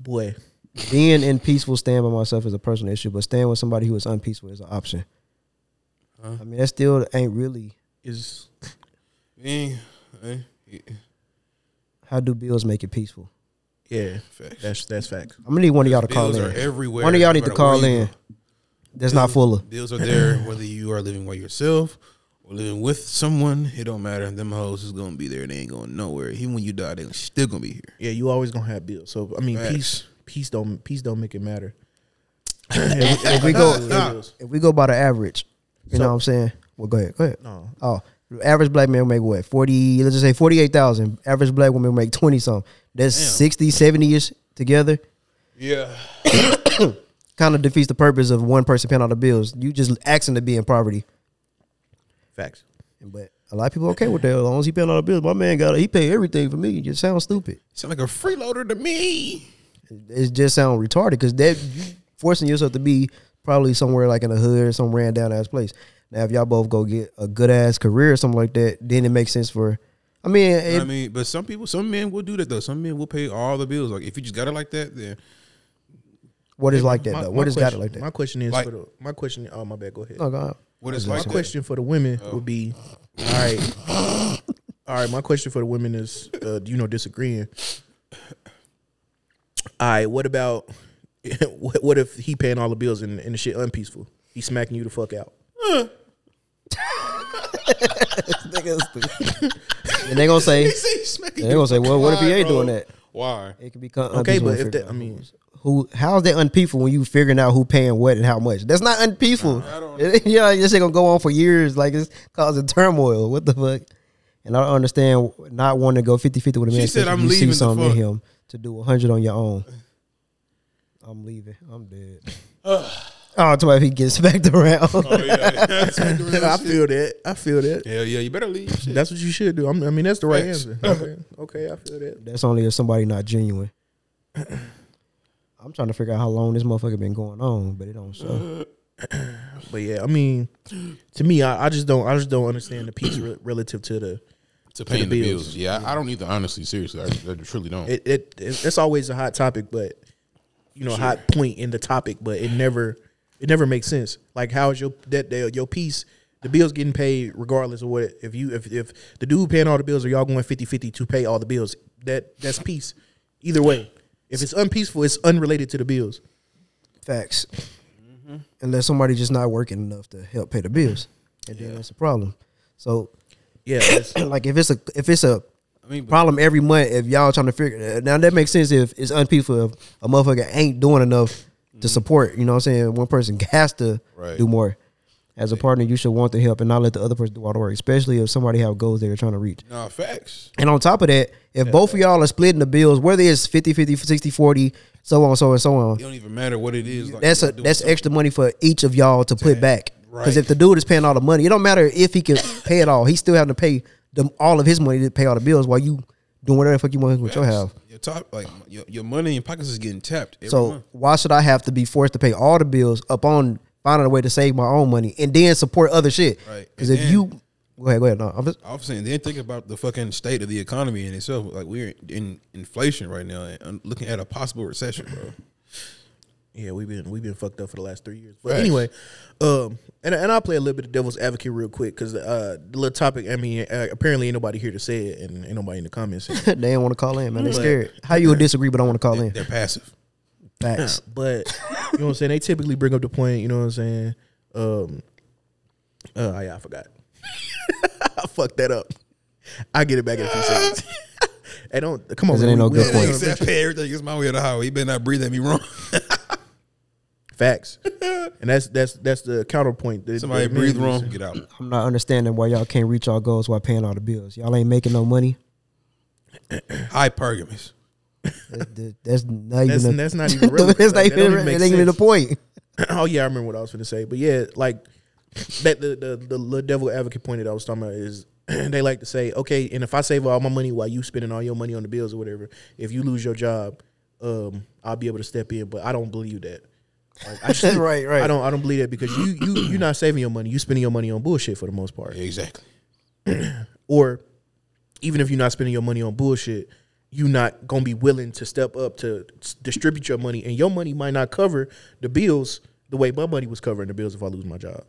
Speaker 4: Boy,
Speaker 1: Being in peaceful staying by myself is a personal issue, but staying with somebody who is unpeaceful is an option. I mean, that still ain't really.
Speaker 4: is
Speaker 2: Eh, eh, eh.
Speaker 1: How do bills make it peaceful?
Speaker 4: Yeah,
Speaker 2: Facts.
Speaker 4: that's that's facts.
Speaker 1: I'm gonna need one of y'all to call
Speaker 2: Bills
Speaker 1: in.
Speaker 2: are everywhere,
Speaker 1: One of y'all
Speaker 2: no
Speaker 1: need to
Speaker 2: matter
Speaker 1: call
Speaker 2: where you
Speaker 1: in.
Speaker 2: go.
Speaker 1: That's not Fuller.
Speaker 2: Bills are there whether you are living by yourself or living with someone. It don't matter. Them hoes is gonna be there. They ain't going nowhere. Even when you die, they still gonna be here.
Speaker 4: Yeah, you always gonna have bills. So I mean,
Speaker 2: Facts.
Speaker 4: peace, peace don't peace don't make it matter.
Speaker 1: If we go, if we go by the average, you know what I'm saying? Well, go ahead, go ahead.
Speaker 4: No.
Speaker 1: Oh, the average black man make what? 40, let's just say 48,000. Average black woman make 20 something. That's 60, 70 ish together.
Speaker 2: Yeah.
Speaker 1: Kind of defeats the purpose of one person paying all the bills. You just asking to be in poverty.
Speaker 4: Facts.
Speaker 1: But a lot of people okay with that. As long as he paying all the bills, my man got he pay everything for me. It just sounds stupid.
Speaker 2: Sound like a freeloader to me.
Speaker 1: It just sounds retarded because that you forcing yourself to be probably somewhere like in the hood or some ran down ass place. Now, if y'all both go get a good ass career or something like that, then it makes sense for. I mean, it,
Speaker 2: I mean, but some people, some men will do that though. Some men will pay all the bills. Like if you just got it like that, then
Speaker 1: what is like that
Speaker 4: My-
Speaker 1: though?
Speaker 4: my
Speaker 1: What is got it
Speaker 4: question-
Speaker 1: like that?
Speaker 4: My question is
Speaker 2: Like-
Speaker 4: for the my question. Oh my bad. Go ahead.
Speaker 1: Oh God.
Speaker 2: what is
Speaker 4: my
Speaker 2: like that?
Speaker 4: question for the women
Speaker 1: Oh.
Speaker 4: would be, all right, all right. My question for the women is, uh, you know, disagreeing. All right, what about what, what if he paying all the bills and, and the shit unpeaceful? He smacking you the fuck out.
Speaker 1: And they gonna say
Speaker 2: they
Speaker 1: gonna say, well, what if he ain't doing that?
Speaker 2: Why?
Speaker 1: it can become
Speaker 4: Okay,
Speaker 1: unpeaceful to
Speaker 4: but if
Speaker 1: figure
Speaker 4: that,
Speaker 1: out
Speaker 4: I mean,
Speaker 1: who's- who how is that unpeaceful when you figuring out who paying what and how much? That's not unpeaceful. yeah, this shit gonna go on for years. Like it's causing turmoil. What the fuck? And I don't understand not wanting to go 50-50 with a man.
Speaker 2: She said,
Speaker 1: especially
Speaker 2: "I'm
Speaker 1: if you
Speaker 2: leaving
Speaker 1: See
Speaker 2: the
Speaker 1: something in
Speaker 2: fuck."
Speaker 1: him to do hundred on your own. I'm leaving. I'm dead. oh, that's why he gets back around.
Speaker 2: Oh, yeah.
Speaker 4: I feel that. I feel that.
Speaker 2: Hell yeah, you better leave. Shit.
Speaker 4: That's what you should do. I'm, I mean, that's the right
Speaker 2: Facts.
Speaker 4: answer. Okay. okay, I feel that.
Speaker 1: That's only if somebody not genuine. I'm trying to figure out how long this motherfucker been going on, but it don't show.
Speaker 4: But yeah, I mean, to me, I, I just don't, I just don't understand the piece re- relative to the.
Speaker 2: to paying
Speaker 4: the
Speaker 2: the
Speaker 4: bills.
Speaker 2: bills. Yeah, I- I don't either. Honestly, seriously, I, I truly don't.
Speaker 4: It, it it's always a hot topic, but you know, hot point in the topic, but it never, it never makes sense. Like, how is your that that- your piece? The bills getting paid regardless of what. If you if if the dude paying all the bills or y'all going 50-50 to pay all the bills, that that's peace. Either way, if it's unpeaceful, it's unrelated to the bills.
Speaker 1: Facts. Unless somebody just not working enough to help pay the bills, and then that's a problem. So,
Speaker 4: Yeah, that's,
Speaker 1: like if it's a if it's a
Speaker 2: I mean, but
Speaker 1: problem every month, if y'all trying to figure now that makes sense. If it's unpeaceful, if a motherfucker ain't doing enough to support, you know what I'm saying. One person has to
Speaker 2: Mm-hmm. Right.
Speaker 1: do more. As a partner, you should want the help and not let the other person do all the work, especially if somebody have goals they're trying to reach.
Speaker 2: nah, facts.
Speaker 1: And on top of that, if both of y'all are splitting the bills, whether it's 50 50, 60 40, so on, so on, so on,
Speaker 2: It don't even matter what it is. like,
Speaker 1: that's
Speaker 2: you
Speaker 1: a
Speaker 2: doing
Speaker 1: that's
Speaker 2: something.
Speaker 1: extra money for each of y'all to put back. Because
Speaker 2: Right.
Speaker 1: if the dude is paying all the money, it don't matter if he can pay it all. He's still having to pay them all of his money to pay all the bills while you doing whatever the fuck you want with your house.
Speaker 2: Your top, like your, your money in your pockets is getting tapped. Every
Speaker 1: So
Speaker 2: month.
Speaker 1: why should I have to be forced to pay all the bills upon finding a way to save my own money and then support other shit?
Speaker 2: Right.
Speaker 1: Because
Speaker 2: And
Speaker 1: if
Speaker 2: then-
Speaker 1: you go ahead, go ahead. No, I'm just,
Speaker 2: I was saying, then think about the fucking state of the economy in itself. Like we're in inflation right now, and I'm looking at a possible recession, bro.
Speaker 4: Yeah, we've been we've been fucked up for the last three years. But
Speaker 2: Facts.
Speaker 4: anyway, um, and and I'll play a little bit of devil's advocate real quick because uh, the little topic. I mean, uh, apparently ain't nobody here to say it, and ain't nobody in the comments.
Speaker 1: they don't want to call in, man. They're scared. How you would disagree, but I want to call in.
Speaker 2: They're passive.
Speaker 1: Facts.
Speaker 4: but you know what I'm saying. They typically bring up the point. You know what I'm saying. Um, uh, yeah, I forgot. I fucked that up. I get it back in a few seconds. hey, don't come on.
Speaker 1: 'Cause it
Speaker 4: man,
Speaker 1: ain't no
Speaker 4: we-
Speaker 1: good
Speaker 4: we-
Speaker 1: point.
Speaker 4: we-
Speaker 2: Niggas that pay everything is my way of the highway. You better not breathe at me wrong.
Speaker 4: Facts, and that's that's that's the counterpoint. that-
Speaker 2: Somebody
Speaker 4: that
Speaker 2: breathe
Speaker 4: men-
Speaker 2: wrong, get out.
Speaker 1: I'm not understanding why y'all can't reach y'all goals while paying all the bills. Y'all ain't making no money.
Speaker 2: Hypergamus.
Speaker 1: That- That's not
Speaker 4: That's,
Speaker 1: even. a-
Speaker 4: that's not even relevant.
Speaker 1: that's not
Speaker 4: Like, that don't
Speaker 1: even.
Speaker 4: even make
Speaker 1: That ain't even the
Speaker 4: sense.
Speaker 1: point.
Speaker 4: oh yeah, I remember what I was going to say, but yeah, like that the the the little devil advocate point that I was talking about is they like to say, okay, and if I save all my money while you spending all your money on the bills or whatever, if you lose your job, um, I'll be able to step in, but I don't believe that. Like, I just-
Speaker 1: Right, right.
Speaker 4: I don't I don't believe that because you you you're not saving your money, you spending your money on bullshit for the most part,
Speaker 2: Exactly.
Speaker 4: or even if you're not spending your money on bullshit. you not gonna be willing to step up to s- distribute your money, and your money might not cover the bills the way my money was covering the bills if I lose my job.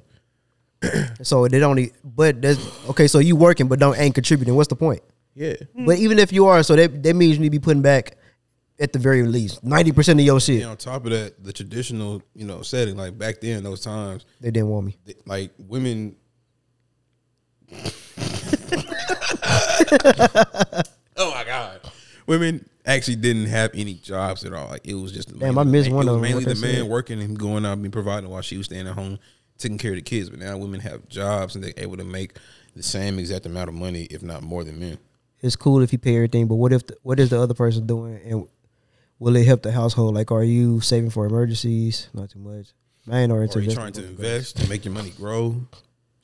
Speaker 1: So they don't. e- But that's okay. So you working, but don't ain't contributing. What's the point?
Speaker 4: Yeah.
Speaker 1: But even if you are, so that that means you need to be putting back at the very least ninety percent of your shit.
Speaker 2: And on top of that, the traditional, you know, setting like back then, those times,
Speaker 1: They didn't want me.
Speaker 2: th- like women. oh my god, women actually didn't have any jobs at all. Like it was just
Speaker 1: Damn, I missed
Speaker 2: it
Speaker 1: one
Speaker 2: was
Speaker 1: of them.
Speaker 2: Mainly the
Speaker 1: What they
Speaker 2: man
Speaker 1: said.
Speaker 2: working and going out and providing while she was staying at home, taking care of the kids. But now women have jobs and they're able to make the same exact amount of money, if not more than men.
Speaker 1: It's cool if you pay everything, but what if the, what is the other person doing, and will it help the household? Like, are you saving for emergencies? Not too much. Man, or
Speaker 2: Or
Speaker 1: into
Speaker 2: you trying to invest to make your money grow?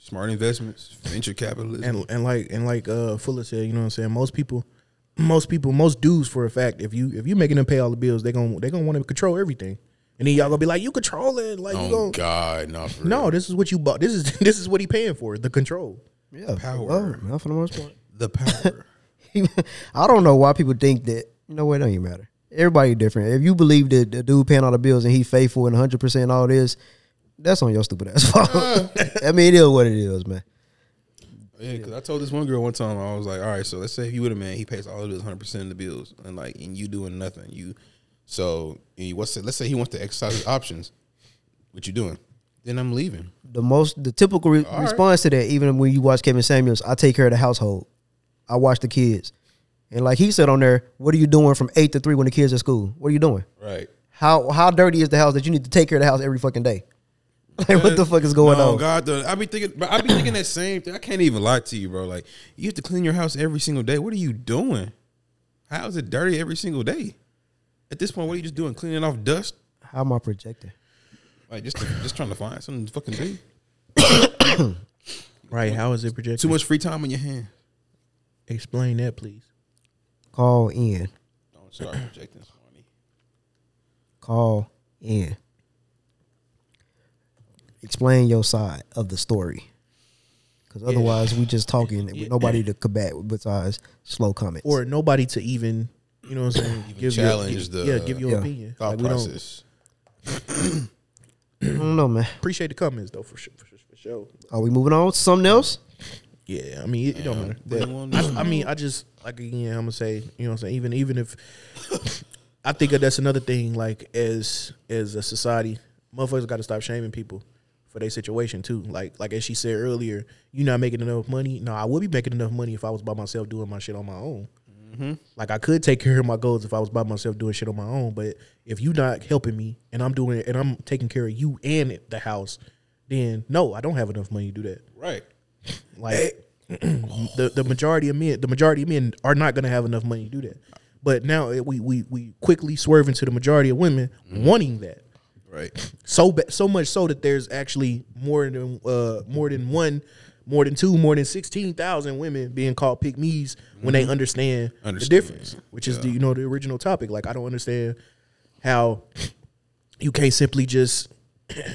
Speaker 2: Smart investments, venture capitalism.
Speaker 4: and and like and like uh Fuller said, you know what I'm saying? Most people most people, most dudes for a fact, if you if you making them pay all the bills, they gonna they gonna want to control everything. And then y'all gonna be like, you control it. Like you
Speaker 2: oh
Speaker 4: gonna
Speaker 2: God, no, for
Speaker 4: No,
Speaker 2: real.
Speaker 4: this is what you bought. This is this is what he paying for, the control.
Speaker 1: yeah,
Speaker 2: Power.
Speaker 1: well, man, for the most part.
Speaker 2: the power.
Speaker 1: I don't know why people think that. You know what? It don't even matter. Everybody different. If you believe that the dude paying all the bills and he faithful and hundred percent all this, that's on your stupid ass fault. I mean, it is what it is, man.
Speaker 2: Yeah, because I told this one girl one time, I was like, all right, so let's say if you were a man, he pays all of his 100% of the bills, and like, and you doing nothing. You, so, and you, what's it, let's say he wants to exercise his options. What you doing? Then I'm leaving.
Speaker 1: The most, the typical re-
Speaker 2: right.
Speaker 1: response to that, even when you watch Kevin Samuels, I take care of the household, I watch the kids, and like he said on there, what are you doing from eight to three when the kids are at school? What are you doing?
Speaker 2: Right.
Speaker 1: How how dirty is the house that you need to take care of the house every fucking day? Like what the fuck is going
Speaker 2: no,
Speaker 1: on?
Speaker 2: God, though, I be thinking, but I be thinking that same thing. I can't even lie to you, bro. Like, you have to clean your house every single day. What are you doing? How is it dirty every single day? At this point, what are you just doing? Cleaning off dust?
Speaker 1: How am I projecting?
Speaker 2: Like, just, just trying to find something to fucking do.
Speaker 4: Right. How is it projected?
Speaker 2: Too much free time on your hand.
Speaker 4: Explain that, please.
Speaker 1: Call in,
Speaker 2: Don't start projecting, Swanee.
Speaker 1: call in. Explain your side of the story, because otherwise we just talking with nobody to combat besides slow comments.
Speaker 4: Or nobody to even you know what I'm saying? your-
Speaker 2: challenge the,
Speaker 4: yeah, give your
Speaker 1: yeah,
Speaker 4: opinion.
Speaker 2: thought
Speaker 4: Like, we don't
Speaker 2: process.
Speaker 1: I don't know, man.
Speaker 4: appreciate the comments though for sure, for sure, for sure.
Speaker 1: Are we moving on? to Something else?
Speaker 4: Yeah, I mean it, it don't matter.
Speaker 2: Bring
Speaker 4: But
Speaker 2: one
Speaker 4: I, I mean, I just like again, I'm gonna say, you know, what I'm saying even even if I think that that's another thing, like as as a society, motherfuckers got to stop shaming people for their situation too. Like like as she said earlier, you not making enough money. No, I would be making enough money if I was by myself doing my shit on my own. Like I could take care of my goals if I was by myself doing shit on my own. But if you not helping me and I'm doing and I'm taking care of you and the house, then no, I don't have enough money to do that
Speaker 2: Right.
Speaker 4: like the the majority of men the majority of men are not going to have enough money to do that but now it, we we we quickly swerve into the majority of women wanting that
Speaker 2: Right.
Speaker 4: so ba- so much so that there's actually more than uh more than one more than two more than 16,000 women being called pick me's when they understand,
Speaker 2: Understand.
Speaker 4: the difference which is the you know the original topic like I don't understand how you can't simply just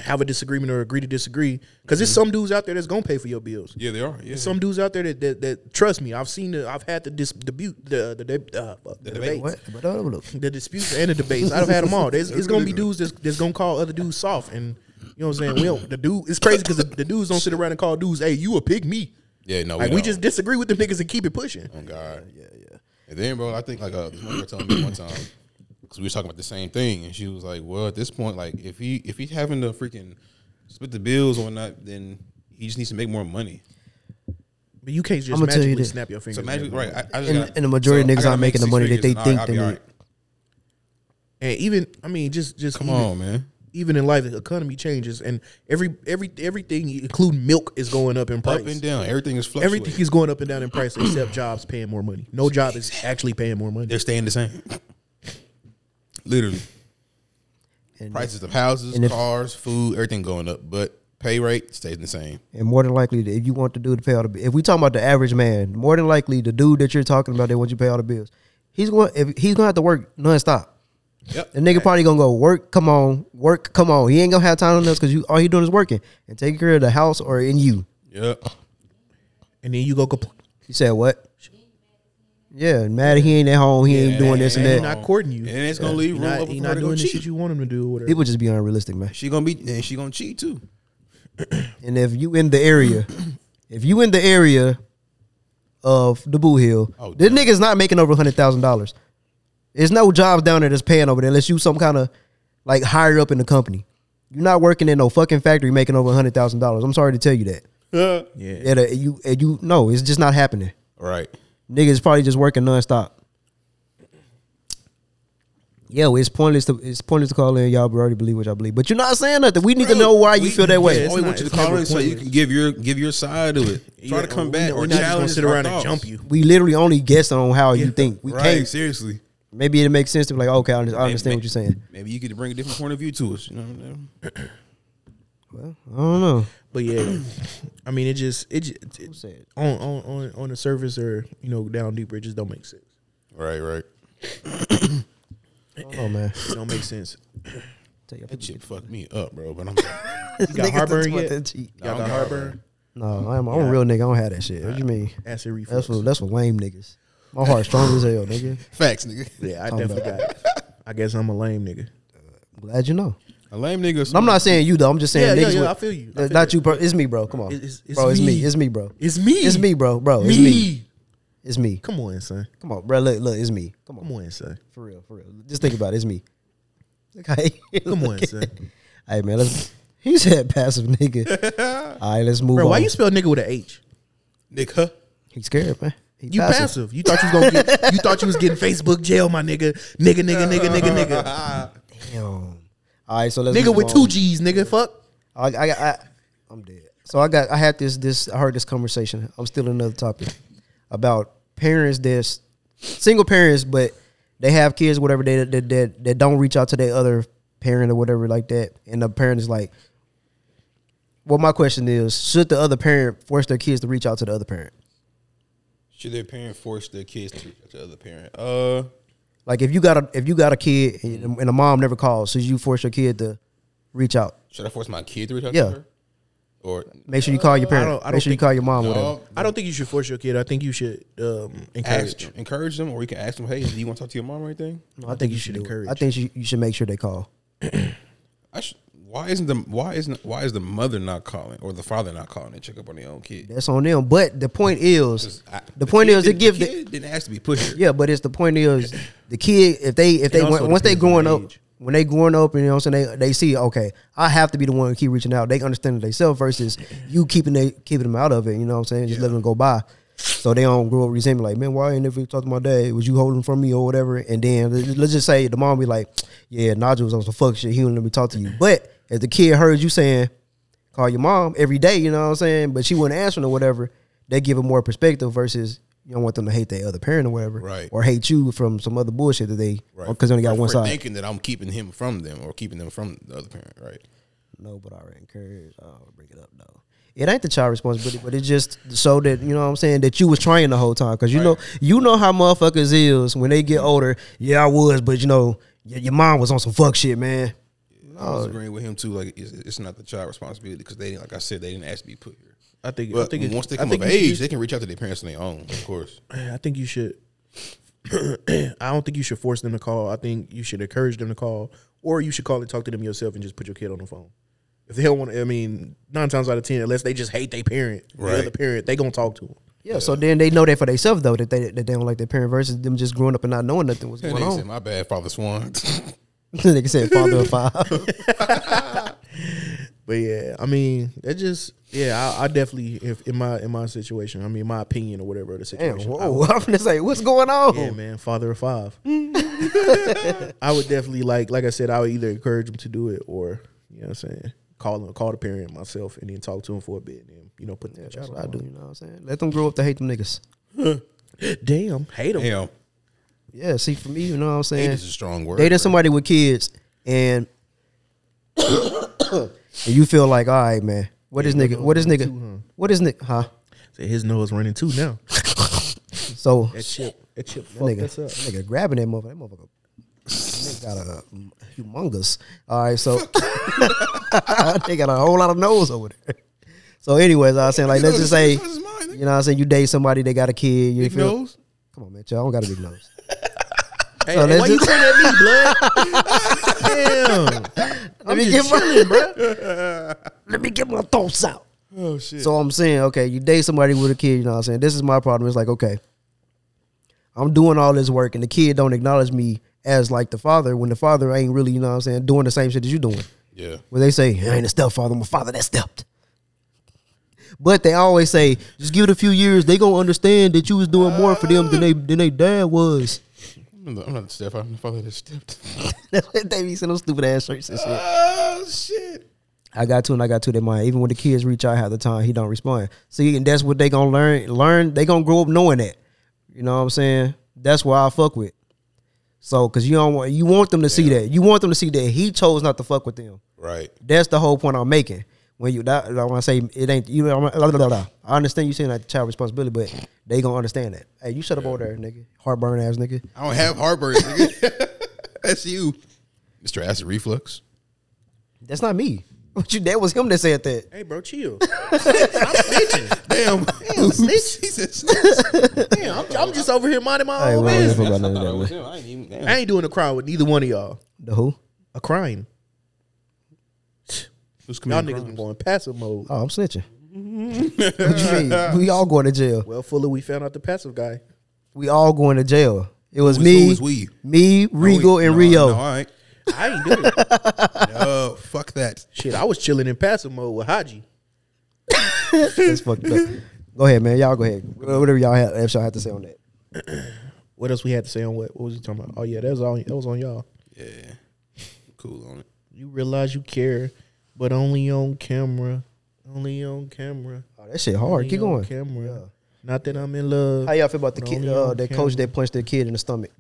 Speaker 4: have a disagreement or agree to disagree because there's some dudes out there that's gonna pay for your bills
Speaker 2: Yeah, they are. Yeah.
Speaker 4: some dudes out there that, that, that trust me. I've seen the, I've had the dis, debut the the, the, uh, fuck, the
Speaker 2: debate.
Speaker 4: debate.
Speaker 1: What? But uh, look,
Speaker 4: The disputes and the debates. I've had them all. There's, it's gonna be dudes that's, that's gonna call other dudes soft, and you know what I'm saying. We don't, the dude, it's crazy because the, the dudes don't sit around and call dudes, "Hey, you a pig me."
Speaker 2: yeah, no,
Speaker 4: Like we
Speaker 2: Oh, don't.
Speaker 4: just disagree with them niggas and keep it pushing.
Speaker 2: Oh, God. Yeah, yeah. And then, bro, I think like uh, this one girl told me one time because we were talking about the same thing, and she was like, "Well, at this point, like if he if he's having to freaking split the bills or not, then he just needs to make more money."
Speaker 4: But you can't just
Speaker 1: I'ma tell you
Speaker 4: magically
Speaker 1: this.
Speaker 4: snap your fingers.
Speaker 2: So magic,
Speaker 4: man.
Speaker 2: right? I, I just
Speaker 1: And-
Speaker 2: gotta-
Speaker 1: and the majority of
Speaker 2: I
Speaker 1: niggas
Speaker 2: gotta
Speaker 1: aren't
Speaker 2: make
Speaker 1: making the
Speaker 2: six
Speaker 1: money that
Speaker 2: figures,
Speaker 1: they
Speaker 2: and
Speaker 1: think they
Speaker 2: I'll be
Speaker 1: need.
Speaker 2: all right.
Speaker 4: And even I mean, just just
Speaker 2: Come
Speaker 4: even,
Speaker 2: on, man.
Speaker 4: Even in life, the economy changes, and every every everything, including milk, is going up in price.
Speaker 2: Up and down, everything is fluctuating.
Speaker 4: Everything is going up and down in price except jobs paying more money. No job is actually paying more money.
Speaker 2: they're staying the same. Literally,
Speaker 1: and,
Speaker 2: prices of houses,
Speaker 1: And if-
Speaker 2: cars, food, everything going up, but pay rate stays the same.
Speaker 1: and more than likely, if you want the dude to pay all the, bi- if we talking about the average man, more than likely the dude that you're talking about that wants you to pay all the bills, he's going if he's gonna have to work nonstop.
Speaker 2: Yep.
Speaker 1: The nigga probably gonna go work, come on, work, come on. He ain't gonna have time on us because you all he doing is working and taking care of the house or in you.
Speaker 2: Yep.
Speaker 4: And then you go complain.
Speaker 1: He said what? Yeah, mad he ain't at home, he ain't doing this and
Speaker 4: He's
Speaker 1: that.
Speaker 4: not courting you.
Speaker 2: And it's gonna leave
Speaker 4: He
Speaker 2: room
Speaker 4: not,
Speaker 2: open
Speaker 4: he
Speaker 2: for
Speaker 4: not
Speaker 2: her to go
Speaker 4: doing the
Speaker 2: cheat.
Speaker 4: shit you want him to do. Whatever.
Speaker 1: People just be unrealistic, man.
Speaker 2: She gonna be and she gonna cheat too.
Speaker 1: And if you in the area, if you in the area of the Boo Hill.
Speaker 2: Oh,
Speaker 1: this
Speaker 2: dude.
Speaker 1: nigga's not making over hundred thousand dollars. There's no jobs down there that's paying over there unless you some kind of like higher up in the company. You're not working in no fucking factory making over hundred thousand dollars. I'm sorry to tell you that.
Speaker 4: Yeah.
Speaker 1: It, uh, you uh, you no, it's just not happening.
Speaker 2: Right.
Speaker 1: Niggas probably just working nonstop. Yo, it's pointless to it's pointless to call in. Y'all already believe what y'all believe, but you're not saying nothing. We need to know why you feel that way.
Speaker 4: It's
Speaker 2: Only
Speaker 4: not-
Speaker 2: want you to
Speaker 4: it's
Speaker 2: call
Speaker 4: never
Speaker 2: in so you
Speaker 4: pointless.
Speaker 2: can give your give your side of it. Try to come back
Speaker 4: We're
Speaker 2: or
Speaker 4: not just gonna
Speaker 2: challenge.
Speaker 4: sit
Speaker 2: our
Speaker 4: around and
Speaker 2: thoughts.
Speaker 4: jump you.
Speaker 1: We literally only guessing on how you think. We
Speaker 2: Right.
Speaker 1: can't.
Speaker 2: Seriously.
Speaker 1: Maybe it makes sense to be like, okay, I under- I understand what you're saying.
Speaker 2: Maybe you could bring a different point of view to us. You know what I'm saying?
Speaker 1: I don't know.
Speaker 4: But yeah, I mean, it just it, just, it
Speaker 1: said?
Speaker 4: on on on on the surface or you know down deeper, it just don't make sense.
Speaker 2: Right. Right.
Speaker 1: Oh man,
Speaker 4: It don't make sense.
Speaker 1: Tell your
Speaker 2: That
Speaker 1: people-
Speaker 2: shit fucked me up, bro. But I'm
Speaker 4: You got
Speaker 1: Niggas
Speaker 4: heartburn
Speaker 1: that's
Speaker 4: yet?
Speaker 1: what they cheat.
Speaker 4: You got the heartburn?
Speaker 1: No, I'm, I'm a real nigga. I don't have that shit. What you mean?
Speaker 4: Acid reflux.
Speaker 1: That's what that's what lame niggas. My heart's strong as hell, nigga.
Speaker 2: facts, nigga.
Speaker 4: yeah, I
Speaker 1: Talking
Speaker 4: definitely got. It. I guess I'm a lame nigga.
Speaker 1: Glad you know.
Speaker 2: A lame nigga. or
Speaker 1: I'm
Speaker 2: something.
Speaker 1: not saying you though. I'm just saying
Speaker 4: Yeah, yeah,
Speaker 1: niggas.
Speaker 4: yeah,
Speaker 1: with-
Speaker 4: I feel you. I
Speaker 1: Uh,
Speaker 4: feel
Speaker 1: not
Speaker 4: you.
Speaker 1: you, bro. It's me, bro. Come on,
Speaker 4: It's- it's-
Speaker 1: bro. It's me.
Speaker 4: it's me.
Speaker 1: It's me, bro.
Speaker 4: It's me.
Speaker 1: It's me, bro. Bro, it's me. It's me.
Speaker 4: Come on, son.
Speaker 1: Come on, bro. Look, look. It's me. Come on,
Speaker 4: Come on, son.
Speaker 1: for real, for real. Just think about it. It's me. Okay.
Speaker 4: Come on, son.
Speaker 1: Hey man, let's. He said passive nigga. All right, let's move
Speaker 4: Bro,
Speaker 1: on.
Speaker 4: why you spell nigga with an H?
Speaker 2: nigga.
Speaker 1: He's scared, man. He
Speaker 4: You passive. You thought you was gonna get. You thought you was getting Facebook jail, my nigga. Nigga, nigga, nigga, nigga, nigga,
Speaker 1: Damn. All right, so let's
Speaker 4: nigga
Speaker 1: move
Speaker 4: with
Speaker 1: on.
Speaker 4: two G's, nigga. Fuck.
Speaker 1: I, I, I, I'm dead. So I got, I had this, this, I heard this conversation. I'm still in another topic about parents that's single parents, but they have kids, whatever they that that, that don't reach out to their other parent or whatever like that, and the parent is like, well, my question is, should the other parent force their kids to reach out to the other parent?
Speaker 2: Should their parent force their kids to reach out to the other parent? Uh,
Speaker 1: Like if you got a if you got a kid and, and a mom never calls, should you force your kid to reach out?
Speaker 2: should I force my kid to reach out
Speaker 1: Yeah.
Speaker 2: to her? Or
Speaker 1: Make sure you call your parent.
Speaker 4: don't- Uh, I don't
Speaker 1: Make sure you
Speaker 4: think-
Speaker 1: call your mom. Whatever.
Speaker 2: no,
Speaker 4: I don't think you should force your kid. I think you should um,
Speaker 2: ask
Speaker 4: encourage.
Speaker 2: them, encourage them, or you can ask them, hey, do you want to talk to your mom or anything?
Speaker 1: No, I, think, you should
Speaker 4: should
Speaker 1: encourage.
Speaker 4: encourage.
Speaker 1: I think you, you should make sure they call.
Speaker 2: I should, why isn't the why isn't why is the mother not calling or the father not calling to check up on their own kid?
Speaker 1: That's on them. But the point is,
Speaker 2: I-
Speaker 1: the point
Speaker 2: kid
Speaker 1: is, it
Speaker 2: didn't-
Speaker 1: gives
Speaker 2: the
Speaker 1: the
Speaker 2: kid didn't ask to be pushed. here.
Speaker 1: yeah. But it's the point is, the kid if they if they
Speaker 4: also
Speaker 1: once they
Speaker 4: depends on
Speaker 1: growing
Speaker 4: the
Speaker 1: up
Speaker 4: age.
Speaker 1: when they growing up and you know what I'm saying they, they see okay I have to be the one to keep reaching out. They understand it themselves versus you keeping they keeping them out of it. You know what I'm saying? Just letting them go by. So they don't grow up resentment like, man, why ain't ever talk to my dad? Was you holding from me or whatever? And then let- let's just say the mom be like, yeah, Nigel was on some fuck shit. He wouldn't let me talk to you. But if the kid heard you saying, call your mom every day, you know what I'm saying? But she wasn't answering or whatever, they give it more perspective versus you don't want them to hate their other parent or whatever.
Speaker 2: Right.
Speaker 1: Or hate you from some other bullshit that they, because they only got
Speaker 2: For-
Speaker 1: one
Speaker 2: for
Speaker 1: side.
Speaker 2: Thinking that I'm keeping him from them or keeping them from the other parent, right?
Speaker 1: No, but I would encourage. I would bring it up though. It ain't the child responsibility, but it just so that you know what I'm saying that you was trying the whole time because you know you know how motherfuckers is when they get older. Yeah, I was, but you know y- your mom was on some fuck shit, man.
Speaker 2: I was agreeing with him too. Like it's, it's not the child responsibility because they, didn't- like I said, they didn't ask to be put here.
Speaker 4: I think. I
Speaker 2: But
Speaker 4: think it-
Speaker 2: once they
Speaker 4: I
Speaker 2: come
Speaker 4: think
Speaker 2: of
Speaker 4: you
Speaker 2: age,
Speaker 4: should-
Speaker 2: they can reach out to their parents on their own, of course.
Speaker 4: I think you should. I don't think you should force them to call. I think you should encourage them to call, or you should call and talk to them yourself and just put your kid on the phone. If they don't want, to, I mean, nine times out of ten, unless they just hate their parent,
Speaker 2: Right.
Speaker 4: the other parent, they gonna talk to them.
Speaker 1: Yeah, so then they know that for themselves though that they that they don't like their parent versus them just growing up and not knowing nothing was
Speaker 2: That
Speaker 1: going
Speaker 2: nigga said,
Speaker 1: on.
Speaker 2: "My bad, Father Swan."
Speaker 1: Nigga said father of five.
Speaker 4: But yeah, I mean, that just yeah, I, I definitely if in my in my situation, I mean, my opinion or whatever the
Speaker 1: Damn,
Speaker 4: situation. I would-
Speaker 1: whoa! I'm gonna say what's going on.
Speaker 4: Yeah, man, father of five. I would definitely like, like I said, I would either encourage them to do it or, you know what I'm saying, call them, call the parent myself and then talk to them for a bit and then, you know, put them
Speaker 1: That's
Speaker 4: child
Speaker 1: what I do. You know what I'm saying? Let them grow up to hate them niggas.
Speaker 4: Damn, hate them.
Speaker 2: Damn,
Speaker 1: Yeah, see for me, you know what I'm saying.
Speaker 2: hate is a strong word.
Speaker 1: They
Speaker 2: bro.
Speaker 1: dating somebody with kids and, and you feel like, all right, man, what is nigga? What is nigga? What is nigga? Huh?
Speaker 4: Say his nose running too now.
Speaker 1: So
Speaker 4: That chip, that chip fucked
Speaker 1: nigga,
Speaker 4: us up.
Speaker 1: nigga grabbing that motherfucker. That motherfucker. Nigga got a um, humongous. All right, so they got a whole lot of nose over there. So, anyways, I was saying like, let's just say, you
Speaker 2: This is mine, nigga.
Speaker 1: know, what I'm saying you date somebody, they got a kid. You
Speaker 2: Big
Speaker 1: feel?
Speaker 2: nose.
Speaker 1: Come on, man, y'all don't got a big nose.
Speaker 4: Hey,
Speaker 1: So
Speaker 4: hey,
Speaker 1: let's
Speaker 4: why you
Speaker 1: just-
Speaker 4: pointing at me, blood? Damn.
Speaker 1: Let me get my let me get my thoughts out.
Speaker 2: Oh shit.
Speaker 1: So I'm saying, okay, you date somebody with a kid, you know what I'm saying? This is my problem. It's like, okay, I'm doing all this work and the kid don't acknowledge me as like the father when the father ain't really, you know what I'm saying, doing the same shit as you doing.
Speaker 2: yeah.
Speaker 1: Where they say, I ain't a stepfather, I'm a father that stepped. But they always say, just give it a few years, they gonna understand that you was doing more for them than they than they dad was.
Speaker 2: I'm not, I'm not a step. I'm the father that stepped.
Speaker 1: That's what they be saying those stupid ass shirts and shit.
Speaker 2: oh shit.
Speaker 1: I got to and I got to their mind. Even when the kids reach out half the time, he don't respond. See, and that's what they gonna learn. Learn they gonna grow up knowing that. You know what I'm saying? That's why I fuck with. So, cause you don't want you want them to see that. You want them to see that he chose not to fuck with them.
Speaker 2: Right.
Speaker 1: That's the whole point I'm making. When you that, like when I say it ain't you, know, I'm- blah, blah, blah, blah. I understand you saying that child responsibility, but they gonna understand that. Hey, you shut up over there, nigga. Heartburn ass nigga.
Speaker 2: I don't have heartburn. nigga. That's you, Mr. Acid Reflux.
Speaker 1: That's not me. But you, that was him that said that.
Speaker 4: Hey, bro, chill.
Speaker 2: Damn.
Speaker 4: snitch.
Speaker 2: He said snitch.
Speaker 4: Damn, I'm, I'm just over here minding my
Speaker 1: Hey,
Speaker 4: own
Speaker 1: we don't give a
Speaker 4: business.
Speaker 1: fuck about none of
Speaker 2: I
Speaker 1: that,
Speaker 2: was
Speaker 1: man.
Speaker 2: him. I ain't even. damn.
Speaker 4: I ain't doing a crime with neither one of y'all.
Speaker 1: The who?
Speaker 4: A crime.
Speaker 2: Who's
Speaker 4: Y'all
Speaker 2: committing
Speaker 4: niggas
Speaker 2: crimes?
Speaker 4: been going passive mode.
Speaker 1: Oh, I'm snitching.
Speaker 2: Mm-hmm.
Speaker 1: what you mean? We all going to jail.
Speaker 4: Well, Fuller, we found out the passive guy.
Speaker 1: We all going to jail. It was
Speaker 2: Who's-
Speaker 1: me,
Speaker 2: who's we?
Speaker 1: me, Regal,
Speaker 2: No,
Speaker 1: and
Speaker 2: no,
Speaker 1: Rio.
Speaker 2: No, all right.
Speaker 4: I ain't doing it.
Speaker 2: Oh, fuck that.
Speaker 4: Shit, I was chilling in passive mode with Haji.
Speaker 1: That's fucked up. Go ahead, man. Y'all go ahead. Whatever y'all have, if y'all have to say on that.
Speaker 4: What else we had to say on what? What was he talking about? Oh yeah, that was all. That was on y'all.
Speaker 2: Yeah. Cool on it.
Speaker 4: You realize you care, but only on camera. Only on camera.
Speaker 1: Oh, that shit hard.
Speaker 4: Only
Speaker 1: Keep
Speaker 4: on
Speaker 1: going.
Speaker 4: Camera. Not that I'm in love.
Speaker 1: How y'all feel about the
Speaker 4: But
Speaker 1: kid,
Speaker 4: only
Speaker 1: uh,
Speaker 4: on
Speaker 1: that coach
Speaker 4: camera.
Speaker 1: that punched their kid in the stomach?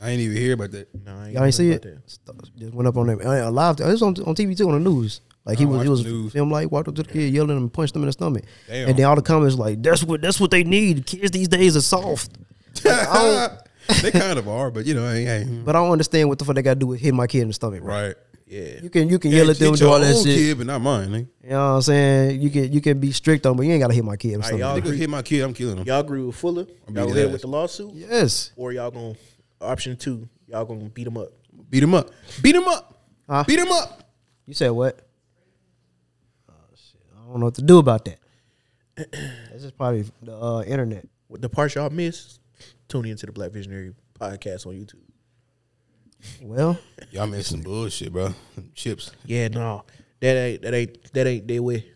Speaker 2: I ain't even hear about that.
Speaker 4: Nah, I
Speaker 1: Y'all ain't see
Speaker 4: gonna
Speaker 1: it?
Speaker 4: do that.
Speaker 1: Just went up on them. I ain't live. It was on, on TV too on the news. Like he
Speaker 2: I
Speaker 1: was, he
Speaker 2: watch
Speaker 1: was
Speaker 2: the news.
Speaker 1: film like walked up to the kid, yelling and punched him in the stomach.
Speaker 2: Damn.
Speaker 1: And then all the comments like, "That's what that's what they need. Kids these days are soft." Like, I don't-
Speaker 2: they kind of are, but you know, I ain't, I ain't-
Speaker 1: But I don't understand what the fuck they got to do with hitting my kid in the stomach, bro.
Speaker 2: right.
Speaker 4: Yeah.
Speaker 1: You can you can yell at them
Speaker 2: Hit
Speaker 1: do
Speaker 2: your
Speaker 1: all that
Speaker 2: own
Speaker 1: shit.
Speaker 2: Kid, but not mine. Nigga.
Speaker 1: You know what I'm saying? You can you can be strict on, but you ain't gotta hit my kid in the
Speaker 4: All right,
Speaker 1: stomach.
Speaker 4: y'all
Speaker 2: Nigga
Speaker 4: agree?
Speaker 2: hit my kid, I'm killing him.
Speaker 4: Y'all agree with Fuller?
Speaker 2: his
Speaker 4: Y'all go ahead
Speaker 2: ass.
Speaker 4: with the lawsuit,
Speaker 1: yes,
Speaker 4: or y'all gonna option two? Y'all gonna beat him up?
Speaker 2: Beat him up. Beat him up.
Speaker 1: Huh?
Speaker 2: Beat him up.
Speaker 1: you said what? Oh, shit. I don't know what to do about that. That's just probably the uh, internet.
Speaker 4: With the parts y'all missed, tune into the Black Visionary podcast on YouTube.
Speaker 1: Well,
Speaker 2: Y'all missed some bullshit, bro. Them Chips.
Speaker 4: Yeah, no, that ain't that ain't that ain't their way.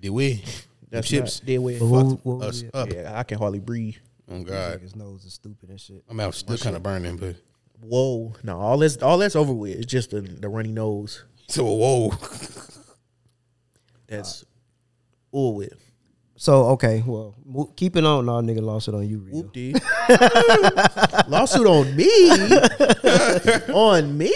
Speaker 2: Did we? Them
Speaker 4: That's
Speaker 2: chips.
Speaker 4: not their way.
Speaker 1: but what, what
Speaker 2: us
Speaker 1: was it?
Speaker 2: up.
Speaker 4: Yeah, I can hardly breathe.
Speaker 2: Oh God,
Speaker 1: His nose is stupid and shit.
Speaker 2: I'm out still kind of burning, but
Speaker 4: Whoa, no, all that's all that's over with. It's just the, the runny nose
Speaker 2: so whoa.
Speaker 4: that's all with.
Speaker 1: So okay, well, mo- keep it on. Nah, nigga lost it on you, real.
Speaker 4: Whoop dee. Lawsuit on me, on me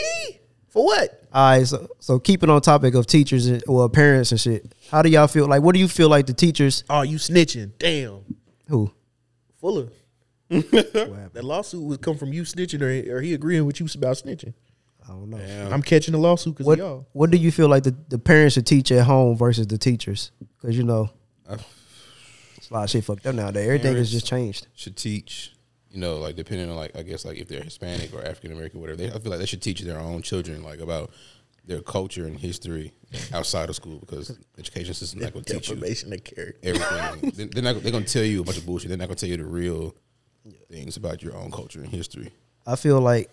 Speaker 4: for what?
Speaker 1: All right, so so keep it on topic of teachers and well parents and shit. How do y'all feel? Like, what do you feel like the teachers
Speaker 4: Oh, you snitching? Damn,
Speaker 1: who?
Speaker 4: Fuller. that lawsuit would come from you snitching, or, or he agreeing with you about snitching.
Speaker 1: I don't know.
Speaker 4: I'm catching the lawsuit because
Speaker 1: What
Speaker 4: y'all.
Speaker 1: What do you feel like the, the parents should teach at home versus the teachers? Because you know,
Speaker 2: I-
Speaker 1: it's a lot of shit fucked up nowadays. Everything has just changed.
Speaker 2: should teach, you know, like depending on like I guess like if they're Hispanic or African American, whatever. They, I feel like they should teach their own children like about their culture and history outside of school because the education system not going to teach you
Speaker 4: Defamation of character.
Speaker 2: everything. They- they're not they're going to tell you a bunch of bullshit. They're not going to tell you the real things about your own culture and history.
Speaker 1: I feel like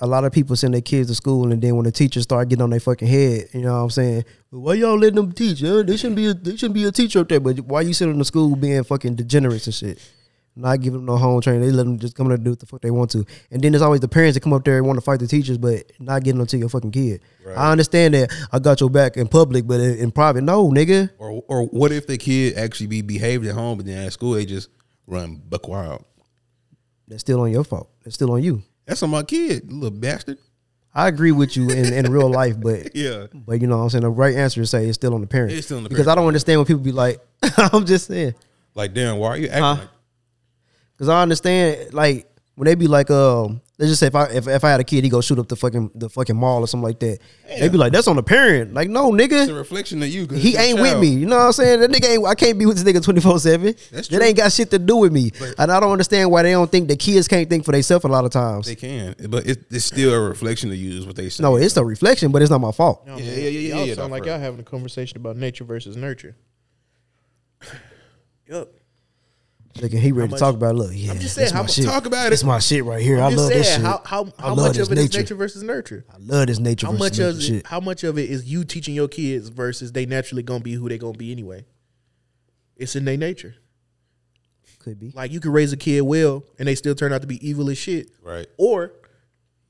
Speaker 1: a lot of people send their kids to school, and then when the teachers start getting on their fucking head, you know what I'm saying? Why y'all letting them teach? Uh, They shouldn't be. A, they shouldn't be a teacher up there. But why you sending them to school being fucking degenerates and shit? Not giving them no home training. They let them just come in and do what the fuck they want to. And then there's always the parents that come up there and want to fight the teachers, but not getting them to your fucking kid. I understand that I got your back in public, but in, in private, no, nigga.
Speaker 2: Or or what if the kid actually be behaved at home, but then at school they just run buck wild?
Speaker 1: That's still on your fault. That's still on you.
Speaker 2: That's on my kid, little bastard.
Speaker 1: I agree with you in, in real life, but
Speaker 2: Yeah.
Speaker 1: But you know what I'm saying? The right answer is say it's still on the parent.
Speaker 2: It's still on the
Speaker 1: because
Speaker 2: parent.
Speaker 1: I don't understand when people be like, I'm just saying.
Speaker 2: Like damn, why are you acting?
Speaker 1: Huh?
Speaker 2: Like,
Speaker 1: Because I understand like when they be like, um, let's just say if I if, if I had a kid, he go shoot up the fucking the fucking mall or something like that. They be like, that's on the parent. Like, no,
Speaker 2: it's a
Speaker 1: nigga.
Speaker 2: reflection of you. 'cause
Speaker 1: He
Speaker 2: it's your
Speaker 1: ain't with
Speaker 2: child.
Speaker 1: me. You know what I'm saying? That nigga ain't I can't be with this nigga 24 7.
Speaker 2: That's
Speaker 1: That
Speaker 2: true.
Speaker 1: ain't got shit to do with me. and I don't understand why they don't think the kids can't think for themselves a lot of times.
Speaker 2: They can, but it, it's still a reflection to use what they say.
Speaker 1: no, it's a reflection, but it's not my fault.
Speaker 2: yeah, yeah, yeah, yeah,
Speaker 4: Y'all
Speaker 2: yeah,
Speaker 4: sound
Speaker 2: Doc
Speaker 4: like
Speaker 2: Fur.
Speaker 4: y'all having a conversation about nature versus nurture. Yep.
Speaker 1: Look, and he ready to
Speaker 4: much-
Speaker 1: talk about. It. Look, yeah,
Speaker 4: just saying,
Speaker 1: that's
Speaker 4: how
Speaker 1: my
Speaker 4: much-
Speaker 1: shit.
Speaker 2: talk about it.
Speaker 1: That's my shit right here. I
Speaker 4: Just
Speaker 1: love
Speaker 4: saying,
Speaker 1: this shit.
Speaker 4: how how,
Speaker 1: I
Speaker 4: how
Speaker 1: love
Speaker 4: much
Speaker 1: this
Speaker 4: of it is
Speaker 1: nature.
Speaker 4: nature versus nurture?
Speaker 1: I love this nature.
Speaker 4: How
Speaker 1: versus
Speaker 4: much
Speaker 1: nature
Speaker 4: of
Speaker 1: shit.
Speaker 4: it, how much of it is you teaching your kids versus they naturally gonna be who they gonna be anyway? It's in their nature.
Speaker 1: could be?
Speaker 4: Like you can raise a kid well and they still turn out to be evil as shit.
Speaker 2: Right.
Speaker 4: Or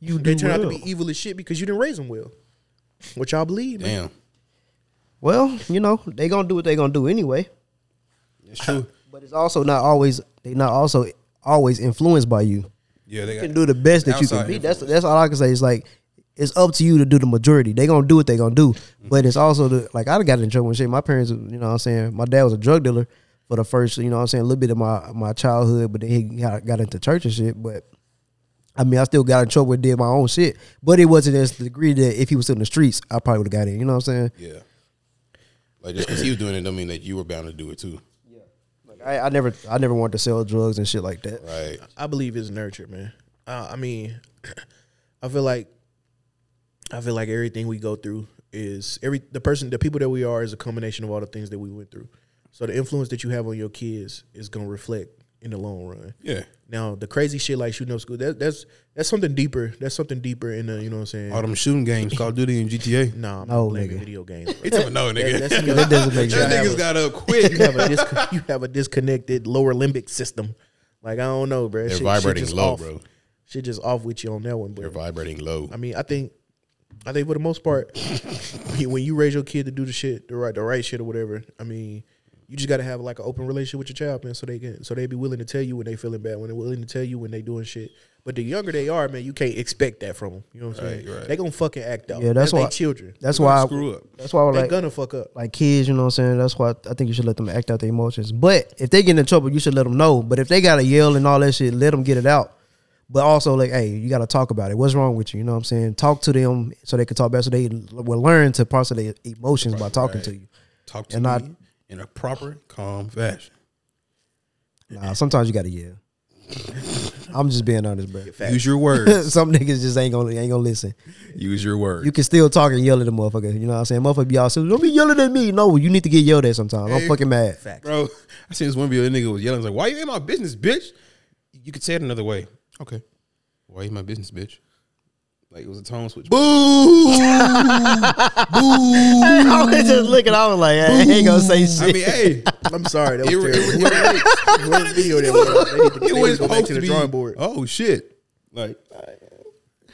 Speaker 4: you they
Speaker 1: do
Speaker 4: turn out
Speaker 1: well.
Speaker 4: to be evil as shit because you didn't raise them well. Which I believe, man.
Speaker 2: Damn.
Speaker 1: Well, you know, they gonna do what they gonna do anyway.
Speaker 2: It's true.
Speaker 1: But it's also not always they not also always influenced by you.
Speaker 2: Yeah, they
Speaker 1: You can do the best that you can
Speaker 2: Outside
Speaker 1: be. That's that's all I can say. It's like it's up to you to do the majority. They gonna do what they gonna do. But it's also the like I done got in trouble and shit. My parents, you know what I'm saying, my dad was a drug dealer for the first, you know what I'm saying, a little bit of my my childhood, but then he got, got into church and shit. But I mean, I still got in trouble and did my own shit. But it wasn't as the degree that if he was still in the streets, I probably would have got in. You know what I'm saying?
Speaker 2: Yeah. Like just because he was doing it, don't mean that you were bound to do it too.
Speaker 1: Like, I, I never I never wanted to sell drugs and shit like that.
Speaker 2: Right.
Speaker 4: I believe it's nurture, man. Uh, I mean, I feel like I feel like everything we go through is every the person, the people that we are is a combination of all the things that we went through. So the influence that you have on your kids is gonna reflect in the long run.
Speaker 2: Yeah.
Speaker 4: Now the crazy shit like shooting up school, that, that's that's something deeper. That's something deeper in the you know what I'm saying.
Speaker 2: All them shooting games, Call of Duty and GTA.
Speaker 4: nah, I'm
Speaker 1: No,
Speaker 4: not blaming
Speaker 1: nigga.
Speaker 4: video games.
Speaker 2: He talking no nigga.
Speaker 4: That-
Speaker 2: That,
Speaker 4: that's-
Speaker 1: That doesn't make sense.
Speaker 2: niggas got up quick.
Speaker 4: you have a dis- you have a disconnected lower limbic system. Like I don't know, bro.
Speaker 2: They're vibrating
Speaker 4: just
Speaker 2: low,
Speaker 4: off.
Speaker 2: bro.
Speaker 4: Shit just off with you on that one, bro.
Speaker 2: They're vibrating low.
Speaker 4: I mean, I think, I think for the most part, when when you raise your kid to do the shit, the right, the right shit or whatever, I mean, you just got to have like an open relationship with your child, man, so they can, so they be willing to tell you when they feeling bad, when they willing to tell you when they doing shit. But the younger they are, man, you can't expect that from them. You know what I'm saying?
Speaker 2: Right, right.
Speaker 4: They gonna fucking act out.
Speaker 1: Yeah, that's
Speaker 4: they
Speaker 1: why-
Speaker 4: children.
Speaker 1: That's
Speaker 2: They're
Speaker 1: why
Speaker 2: gonna
Speaker 1: I,
Speaker 2: screw up.
Speaker 1: That's why I was
Speaker 4: they
Speaker 1: like
Speaker 4: gonna fuck up.
Speaker 1: like kids, you know what I'm saying? That's why I think you should let them act out their emotions. But if they get in trouble, you should let them know. But if they gotta yell and all that shit, let them get it out. But also, like, hey, you gotta talk about it. What's wrong with you? You know what I'm saying? Talk to them so they can talk back, so they will learn to process their emotions by talking to you.
Speaker 2: Talk to
Speaker 1: And
Speaker 2: me
Speaker 1: I-
Speaker 2: in a proper, calm fashion.
Speaker 1: Nah, sometimes you gotta yell. I'm just being honest, bro.
Speaker 2: Use your words.
Speaker 1: Some niggas just ain't gonna ain't gonna listen.
Speaker 2: Use your words.
Speaker 1: You can still talk and yell at a motherfucker. You know what I'm saying? Motherfucker be all serious. Don't be yelling at me. No, you need to get yelled at sometimes. I'm fucking mad.
Speaker 2: Bro, I seen this one video. That nigga was yelling. I was like, "Why you in my business, bitch?" You could say it another way. Okay. Why you in my business, bitch? Like it was a tone switch. Boo!
Speaker 1: I was just looking. I was like, hey, he ain't gonna say shit.
Speaker 2: I mean, hey,
Speaker 4: I'm sorry, that was
Speaker 2: it, it, it,
Speaker 4: terrible.
Speaker 2: it,
Speaker 4: Whoever video that was, they need to,
Speaker 2: it
Speaker 4: they need
Speaker 2: was
Speaker 4: to go back
Speaker 2: supposed to,
Speaker 4: to the
Speaker 2: be.
Speaker 4: drawing board.
Speaker 2: Oh shit! Like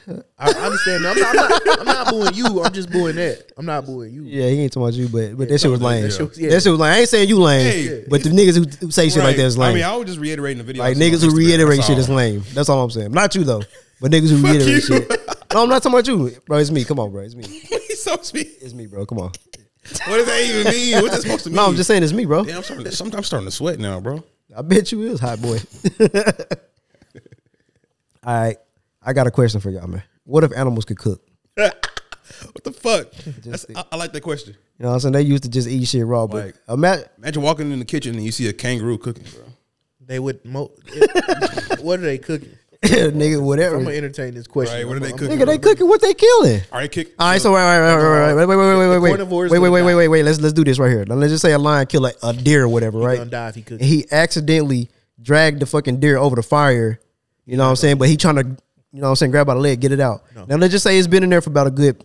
Speaker 4: I, I understand. I'm not, I'm, not, I'm not booing you. I'm just booing that. I'm not booing you.
Speaker 1: Yeah, he ain't talking about you, but but that shit was
Speaker 2: no,
Speaker 1: lame.
Speaker 2: that
Speaker 1: That
Speaker 2: shit
Speaker 1: shit,
Speaker 4: was- yeah.
Speaker 1: was lame. I ain't saying you lame,
Speaker 2: Hey.
Speaker 1: but the niggas who, who say shit like
Speaker 2: right.
Speaker 1: that is lame.
Speaker 2: I mean, I was just reiterating the video. I
Speaker 1: like
Speaker 2: seen on
Speaker 1: niggas who
Speaker 2: Instagram.
Speaker 1: reiterate
Speaker 2: That's
Speaker 1: shit
Speaker 2: all.
Speaker 1: is lame. That's all I'm saying. Not you though, but niggas who
Speaker 2: Fuck
Speaker 1: reiterate
Speaker 2: you.
Speaker 1: shit. No, I'm not talking about you, bro. It's me. Come on, bro. It's me.
Speaker 2: He's so sweet.
Speaker 1: It's me, bro. Come on.
Speaker 2: What does that even mean? What's that supposed to mean?
Speaker 1: No, I'm just saying it's me, bro.
Speaker 2: Damn, I'm starting. To, sometimes I'm starting to sweat now, bro.
Speaker 1: I bet you is hot boy. all right, I got a question for y'all, man. What if animals could cook?
Speaker 2: What the fuck? That's, I, I like that question.
Speaker 1: You know what I'm saying? They used to just eat shit raw, but
Speaker 2: Like-
Speaker 1: imagine
Speaker 2: Imagine walking in the kitchen and you see a kangaroo cooking, bro.
Speaker 4: They would. Mo- it- what are they cooking?
Speaker 1: nigga, whatever.
Speaker 4: I'm gonna entertain this question.
Speaker 2: Right, what are
Speaker 4: I'm-
Speaker 2: they
Speaker 4: I'm-
Speaker 2: cooking?
Speaker 1: Nigga, they cooking what they killing.
Speaker 2: All right, kick.
Speaker 1: All right, so wait, wait, wait, wait, wait, wait, wait, wait, wait, wait,
Speaker 4: carnivores
Speaker 1: wait, wait, wait, wait,
Speaker 4: gonna
Speaker 1: wait, wait, wait. Let's let's do this right here. Now, let's just say a lion kill a, a deer or whatever, right?
Speaker 4: gonna die if he
Speaker 1: And
Speaker 4: cooks.
Speaker 1: he accidentally dragged the fucking deer over the fire. You know what I'm saying? But he trying to, you know what I'm saying, grab by the leg, get it out. Now let's just say it's been in there for about a good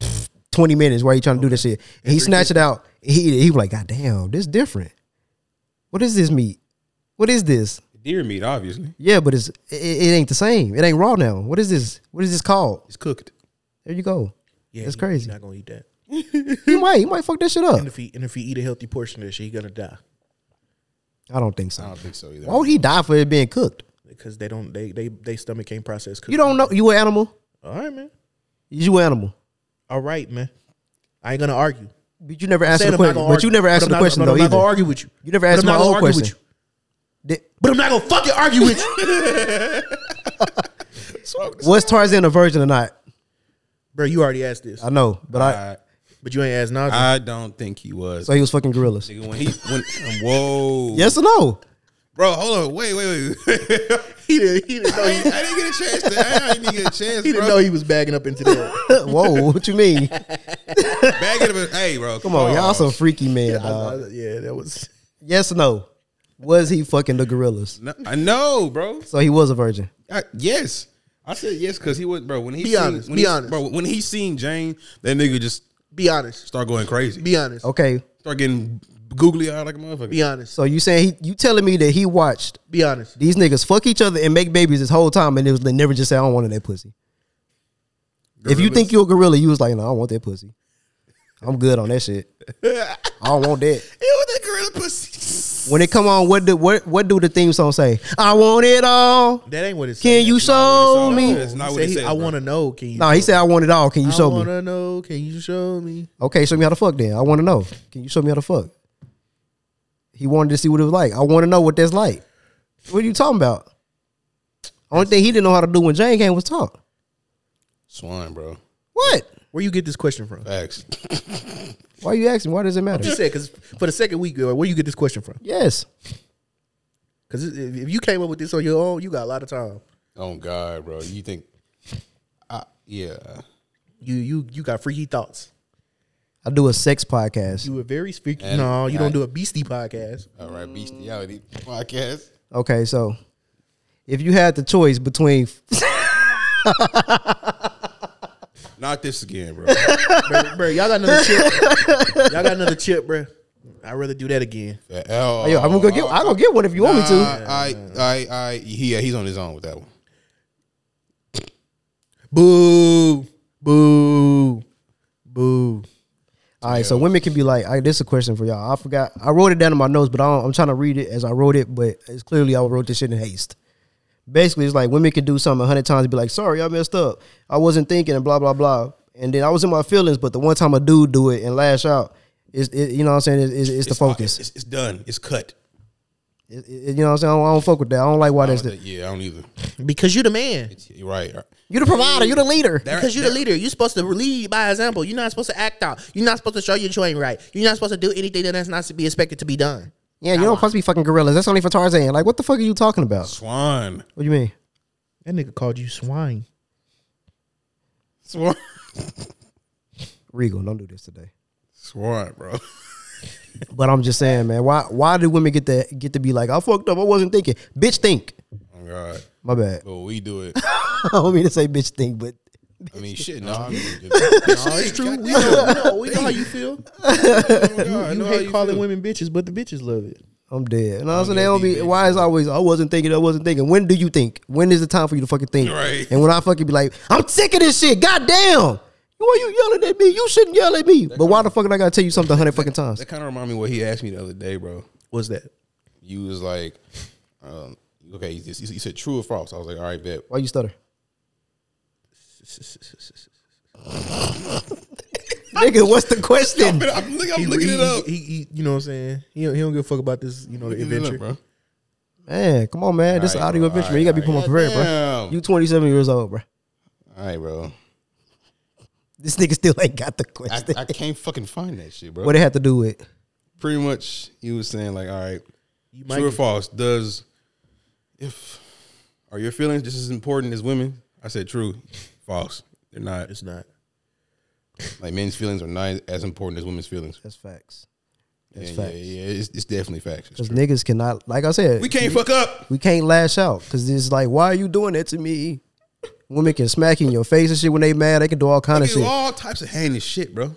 Speaker 1: pff, twenty minutes while he trying to do this shit. And he snatched it out. and He eat it. he was like, God damn, this different. What is this meat? What is this?
Speaker 2: Deer meat, obviously.
Speaker 1: Yeah, but it's it, it ain't the same. It ain't raw now. What is this? What is this called?
Speaker 2: It's cooked.
Speaker 1: There you go.
Speaker 4: Yeah,
Speaker 1: That's
Speaker 4: he-
Speaker 1: crazy.
Speaker 4: He not gonna eat that.
Speaker 1: You might, you might fuck that shit up.
Speaker 4: And if he and if he eat a healthy portion of that shit, he gonna die
Speaker 1: I don't think
Speaker 2: I
Speaker 1: so.
Speaker 2: don't think so either.
Speaker 1: Why would he die for it being cooked?
Speaker 4: because they don't they they they stomach can't process cooking.
Speaker 1: You don't know. You an animal.
Speaker 4: All right, man.
Speaker 1: You an animal.
Speaker 4: All right, man. I ain't gonna argue.
Speaker 1: But you never asked
Speaker 4: Said
Speaker 1: the
Speaker 4: I'm not
Speaker 1: question.
Speaker 4: gonna
Speaker 1: But you
Speaker 4: argue.
Speaker 1: never asked
Speaker 4: I'm
Speaker 1: the
Speaker 4: not-
Speaker 1: question
Speaker 4: but
Speaker 1: though
Speaker 4: I'm not gonna
Speaker 1: either.
Speaker 4: argue with you.
Speaker 1: You never
Speaker 4: But
Speaker 1: asked
Speaker 4: I'm
Speaker 1: my
Speaker 4: not gonna
Speaker 1: old
Speaker 4: argue with
Speaker 1: question. Did-
Speaker 4: But I'm not gonna fucking argue with you,
Speaker 1: Was Tarzan a virgin or not?
Speaker 4: bro. You already asked this,
Speaker 1: I know, but I.
Speaker 2: I,
Speaker 4: but you ain't asked Najee.
Speaker 2: I don't think he was.
Speaker 1: So he was fucking gorillas.
Speaker 2: Nigga, when he when whoa
Speaker 1: Yes or no?
Speaker 2: bro hold on wait wait wait
Speaker 4: he didn't. He didn't know.
Speaker 2: I,
Speaker 4: He,
Speaker 2: didn't, I didn't get a chance to I didn't even get a chance
Speaker 4: he didn't
Speaker 2: bro
Speaker 4: know he was bagging up into that.
Speaker 1: Whoa, what you mean?
Speaker 2: back it up hey bro
Speaker 4: Oh.
Speaker 1: Come on, y'all some freaky man, dog.
Speaker 4: yeah, that was.
Speaker 1: Yes or no? Was he fucking the gorillas?
Speaker 2: No, I know, bro.
Speaker 1: So he was a virgin.
Speaker 2: I, yes, I said yes because he was, bro. When he
Speaker 7: Be
Speaker 2: seen,
Speaker 7: honest,
Speaker 2: when
Speaker 7: be
Speaker 2: he,
Speaker 7: honest.
Speaker 2: bro. When he seen Jane, that nigga just
Speaker 7: Be honest.
Speaker 2: start going crazy,
Speaker 7: Be honest.
Speaker 1: Okay.
Speaker 2: start getting googly eyed like a motherfucker.
Speaker 7: Be honest.
Speaker 1: So you saying he, you telling me that he watched
Speaker 7: Be honest.
Speaker 1: these niggas fuck each other and make babies this whole time and it was they never just say I don't want that pussy. If you
Speaker 2: Gorillas.
Speaker 1: think you're a gorilla, you was like, no, I don't want that pussy. I'm good on that shit. I don't want that.
Speaker 2: Ew, that gorilla pussy.
Speaker 1: When it come on, what do what what do the theme song say? I want it all.
Speaker 4: That ain't what it said.
Speaker 1: Can you show
Speaker 2: No,
Speaker 1: me?
Speaker 2: That's not
Speaker 4: He
Speaker 2: what he
Speaker 4: said he-
Speaker 2: said.
Speaker 4: I
Speaker 2: bro.
Speaker 4: want to know. Can you?
Speaker 1: No, he said I want it all. Can you
Speaker 4: I
Speaker 1: show
Speaker 4: want
Speaker 1: me?
Speaker 4: to know. Can you show me?
Speaker 1: Okay, show me how to fuck then. I want to know. Can you show me how to fuck? He wanted to see what it was like. I want to know what that's like. What are you talking about? Only thing he didn't know how to do when Jane came was talk.
Speaker 2: swine, bro.
Speaker 1: What?
Speaker 4: Where you get this question from?
Speaker 2: Facts.
Speaker 1: Why you asking? Why does it
Speaker 4: You
Speaker 1: matter?
Speaker 4: said because for the second week, uh, where you get this question from?
Speaker 1: Yes.
Speaker 4: Because if if you came up with this on your own, you got a lot of time.
Speaker 2: Oh God, bro. You think? I, yeah.
Speaker 4: You you you got freaky thoughts.
Speaker 1: I do a sex podcast.
Speaker 4: You were very freaky.
Speaker 2: And-
Speaker 4: no, you don't
Speaker 2: and-
Speaker 4: do a beastie podcast.
Speaker 2: All right, bestiality podcast.
Speaker 1: Okay, so if you had the choice between
Speaker 2: Not this again, bro.
Speaker 4: bro, bro, y'all got another chip. y'all got another chip, bro. I'd rather do that again.
Speaker 2: Oh,
Speaker 1: Yo, I'm gonna go get I'm gonna get one if you want me to.
Speaker 2: I, I, I, he, yeah, he's on his own with that one.
Speaker 4: Boo, boo, boo.
Speaker 1: All right, so women can be like, I, "This is a question for y'all." I forgot. I wrote it down in my notes, but I don't, I'm trying to read it as I wrote it. But it's clearly I wrote this shit in haste. Basically, it's like women can do something a hundred times and be like, "Sorry, I messed up. I wasn't thinking," and blah blah blah. And then I was in my feelings, but the one time a dude do it and lash out, is it, you know what I'm saying? It's, it's, it's the focus.
Speaker 2: It's, it's done. It's cut.
Speaker 1: It- it- you know what I'm saying? I don't, I don't fuck with that. I don't like why
Speaker 2: I
Speaker 1: that's
Speaker 2: don't
Speaker 1: the.
Speaker 2: think- yeah, I don't either.
Speaker 4: Because you're the man.
Speaker 2: You're right. right.
Speaker 1: You the provider. You the leader.
Speaker 4: Because you're the leader. You're supposed to lead by example. You're not supposed to act out. You're not supposed to show your joint right. You're not supposed to do anything that that's not to be expected to be done.
Speaker 1: Yeah, you don't supposed to be fucking gorillas. That's only for Tarzan. Like, what the fuck are you talking about?
Speaker 2: Swan.
Speaker 1: What do you mean?
Speaker 4: That nigga called you swine.
Speaker 2: Swan.
Speaker 1: Regal, don't do this today.
Speaker 2: Swan, bro.
Speaker 1: But I'm just saying, man, why why do women get to get to be like, I fucked up, I wasn't thinking. Bitch think.
Speaker 2: Oh God.
Speaker 1: My bad.
Speaker 2: But we do it.
Speaker 1: I don't mean to say bitch think, but
Speaker 2: I mean, shit. No, I mean, it's true. We know.
Speaker 4: we know how you feel.
Speaker 2: oh I
Speaker 4: You
Speaker 2: know how
Speaker 4: hate
Speaker 2: you
Speaker 4: calling
Speaker 2: feel.
Speaker 4: women bitches, but the bitches love it.
Speaker 1: I'm dead. And also
Speaker 2: I'm
Speaker 1: they
Speaker 2: gonna
Speaker 1: don't
Speaker 2: be
Speaker 1: be
Speaker 2: bitch,
Speaker 1: why is always I wasn't thinking, I wasn't thinking. When do you think? When is the time for you to fucking think?
Speaker 2: Right.
Speaker 1: And when I fucking be like, I'm sick of this shit. God damn. Why you yelling at me? You shouldn't yell at me. But why the fuck did I gotta tell you something a hundred fucking times?
Speaker 2: That kind of remind me what he asked me the other day, bro.
Speaker 4: What's that?
Speaker 2: You was like, um, okay, you said- you said true or false. I was like, all right, bet.
Speaker 1: Why you stutter? Nigga, what's the question?
Speaker 2: I'm, look- I'm looking
Speaker 4: he,
Speaker 2: it up.
Speaker 4: He, he- you know what I'm saying? He, don't- he don't give a fuck about this, you know, the
Speaker 2: Looking it up,
Speaker 4: adventure.
Speaker 2: bro.
Speaker 1: Man, come on, man. This is
Speaker 2: Alright,
Speaker 1: audio
Speaker 2: bro.
Speaker 1: adventure, man. You gotta be more
Speaker 2: Alright,
Speaker 1: prepared, bro.
Speaker 2: goddamn.
Speaker 1: You 27 years old, bro.
Speaker 2: All right, bro.
Speaker 1: This nigga still ain't got the
Speaker 2: I,
Speaker 1: question.
Speaker 2: I can't fucking find that shit, bro.
Speaker 1: what it had to do with?
Speaker 2: Pretty much, he was saying like, all right,
Speaker 4: You might
Speaker 2: true or
Speaker 4: get-
Speaker 2: false? Does if are your feelings just as important as women? I said true, false. They're not.
Speaker 4: It's not.
Speaker 2: Like men's feelings are not as important as women's feelings.
Speaker 1: That's facts.
Speaker 2: That's yeah,
Speaker 1: facts.
Speaker 2: yeah, yeah. It's, it's definitely facts. It's
Speaker 1: Because
Speaker 2: true.
Speaker 1: niggas cannot, like I said,
Speaker 2: We
Speaker 1: we,
Speaker 2: can't fuck up.
Speaker 1: can't lash out. Because it's like, why are you doing that to me? Women can smack you in your face and shit when they mad. They can do all kind
Speaker 2: We
Speaker 1: of
Speaker 2: do
Speaker 1: shit.
Speaker 2: all types of heinous shit, bro.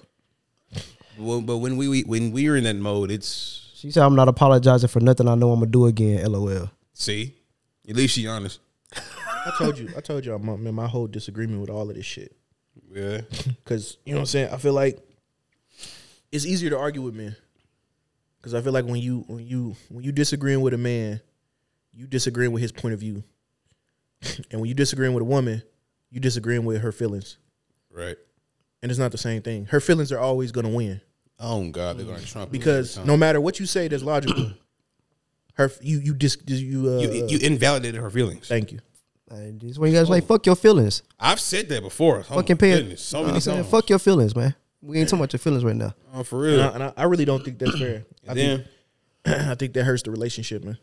Speaker 2: Well, but when we, we when we are in that mode, it's
Speaker 1: She said, I'm not apologizing for nothing I know I'm going to do again, lol.
Speaker 2: see. At least she honest.
Speaker 4: I told you. I told you. I'm I'm in my whole disagreement with all of this shit.
Speaker 2: Yeah.
Speaker 4: Cause you know what I'm saying. I feel like it's easier to argue with men. Cause I feel like when you when you when you disagreeing with a man, you disagreeing with his point of view, and when you disagreeing with a woman, you disagreeing with her feelings,
Speaker 2: Right.
Speaker 4: and it's not the same thing. Her feelings are always gonna win
Speaker 2: Oh God, they're gonna trump you
Speaker 4: because
Speaker 2: every time.
Speaker 4: no matter what you say, that's logical. Her you you dis you, uh,
Speaker 2: you, you invalidated her feelings.
Speaker 4: thank you.
Speaker 1: And this is when you guys like, fuck your feelings.
Speaker 2: I've said that before. Oh, my
Speaker 1: Fucking pay
Speaker 2: goodness, so
Speaker 1: you know what
Speaker 2: many
Speaker 1: I'm saying?
Speaker 2: songs.
Speaker 1: Fuck your feelings, man. We ain't talking about your feelings right now.
Speaker 2: Oh, for
Speaker 4: And
Speaker 2: real.
Speaker 4: I, and I, I really don't think that's fair. I
Speaker 2: then
Speaker 4: think I think that hurts the relationship, man.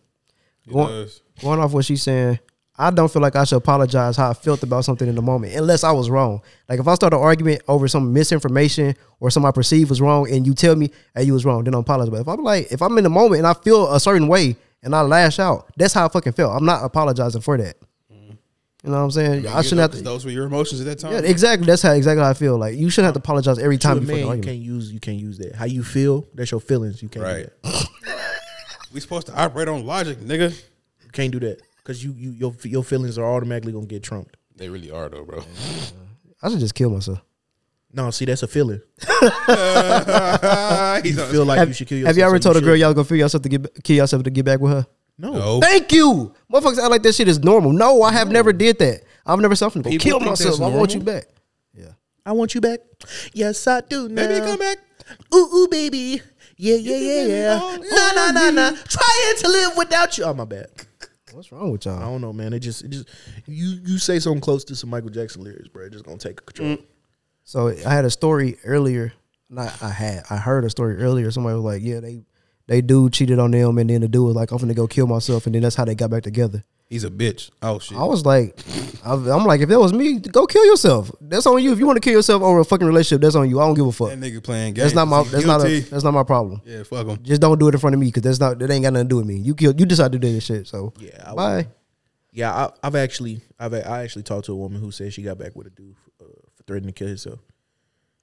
Speaker 2: it
Speaker 1: Go on.
Speaker 2: does.
Speaker 1: Going off what she's saying, I don't feel like I should apologize how I felt about something in the moment, unless I was wrong. Like if I start an argument over some misinformation or something I perceive was wrong, and you tell me, "Hey, you was wrong," then I'm apologize. But if I'm like, if I'm in the moment and I feel a certain way and I lash out, that's how I fucking felt. I'm not apologizing for that. You know what I'm saying? I shouldn't have to.
Speaker 2: Those were your emotions at that time.
Speaker 1: Yeah, exactly. That's how exactly how I feel. Like you shouldn't have to apologize every
Speaker 4: To a
Speaker 1: time you
Speaker 4: man,
Speaker 1: fucking
Speaker 4: you
Speaker 1: argue.
Speaker 4: can't use you can't use that. How you feel, that's your feelings. You can't do
Speaker 2: Right.
Speaker 4: that.
Speaker 2: we supposed to operate on logic, nigga.
Speaker 4: You can't do that because you, you your your feelings are automatically gonna get trumped.
Speaker 2: They really are though, bro.
Speaker 1: I should just kill myself.
Speaker 4: No, see that's a feeling.
Speaker 2: He's
Speaker 4: You
Speaker 2: not-
Speaker 4: feel like
Speaker 1: Have
Speaker 4: you
Speaker 1: have
Speaker 4: should
Speaker 1: you
Speaker 4: kill yourself.
Speaker 1: ever
Speaker 4: so
Speaker 1: told a girl
Speaker 4: should.
Speaker 1: y'all gonna kill yourself to get kill yourself to get back with her?
Speaker 4: No,
Speaker 2: no.
Speaker 1: Thank you, motherfuckers. I like that shit is normal. No, I have never did that. I've never something to
Speaker 2: People
Speaker 1: kill
Speaker 2: think that's
Speaker 1: myself. I want
Speaker 2: normal?
Speaker 1: you back.
Speaker 4: I want you back. Yes, I do. Now.
Speaker 2: Baby, come back.
Speaker 4: Ooh, ooh, baby. Yeah, yeah, yeah, yeah. Nah, nah, nah, nah. Trying to live without you. Oh, my bad.
Speaker 1: What's wrong with
Speaker 4: I
Speaker 1: y'all?
Speaker 4: don't know, man. It just, it just, you, you say something close to some Michael Jackson lyrics, bro. It's just gonna take control.
Speaker 2: Mm.
Speaker 1: So I had a story earlier. Not I had. I heard a story earlier. Somebody was like, "Yeah, they they dude cheated on them, and then the dude was like, I'm gonna go kill myself, and then that's how they got back together."
Speaker 2: He's a bitch. Oh shit.
Speaker 1: I was like, I- I'm like, if that was me, go kill yourself. That's on you. If you want to kill yourself over a fucking relationship, that's on you. I don't give a fuck.
Speaker 2: That nigga playing games.
Speaker 1: That's not my.
Speaker 2: He
Speaker 1: That's not. A,
Speaker 2: guilty.
Speaker 1: that's not my problem.
Speaker 2: yeah, fuck him.
Speaker 1: Just don't do it in front of me because that's not. That ain't got nothing to do with me. You killed. You decided to do this shit. So
Speaker 4: Yeah, I would-
Speaker 1: bye.
Speaker 4: Yeah, I, I've actually, I've, I actually talked to a woman who said she got back with a dude uh, for threatening to kill herself.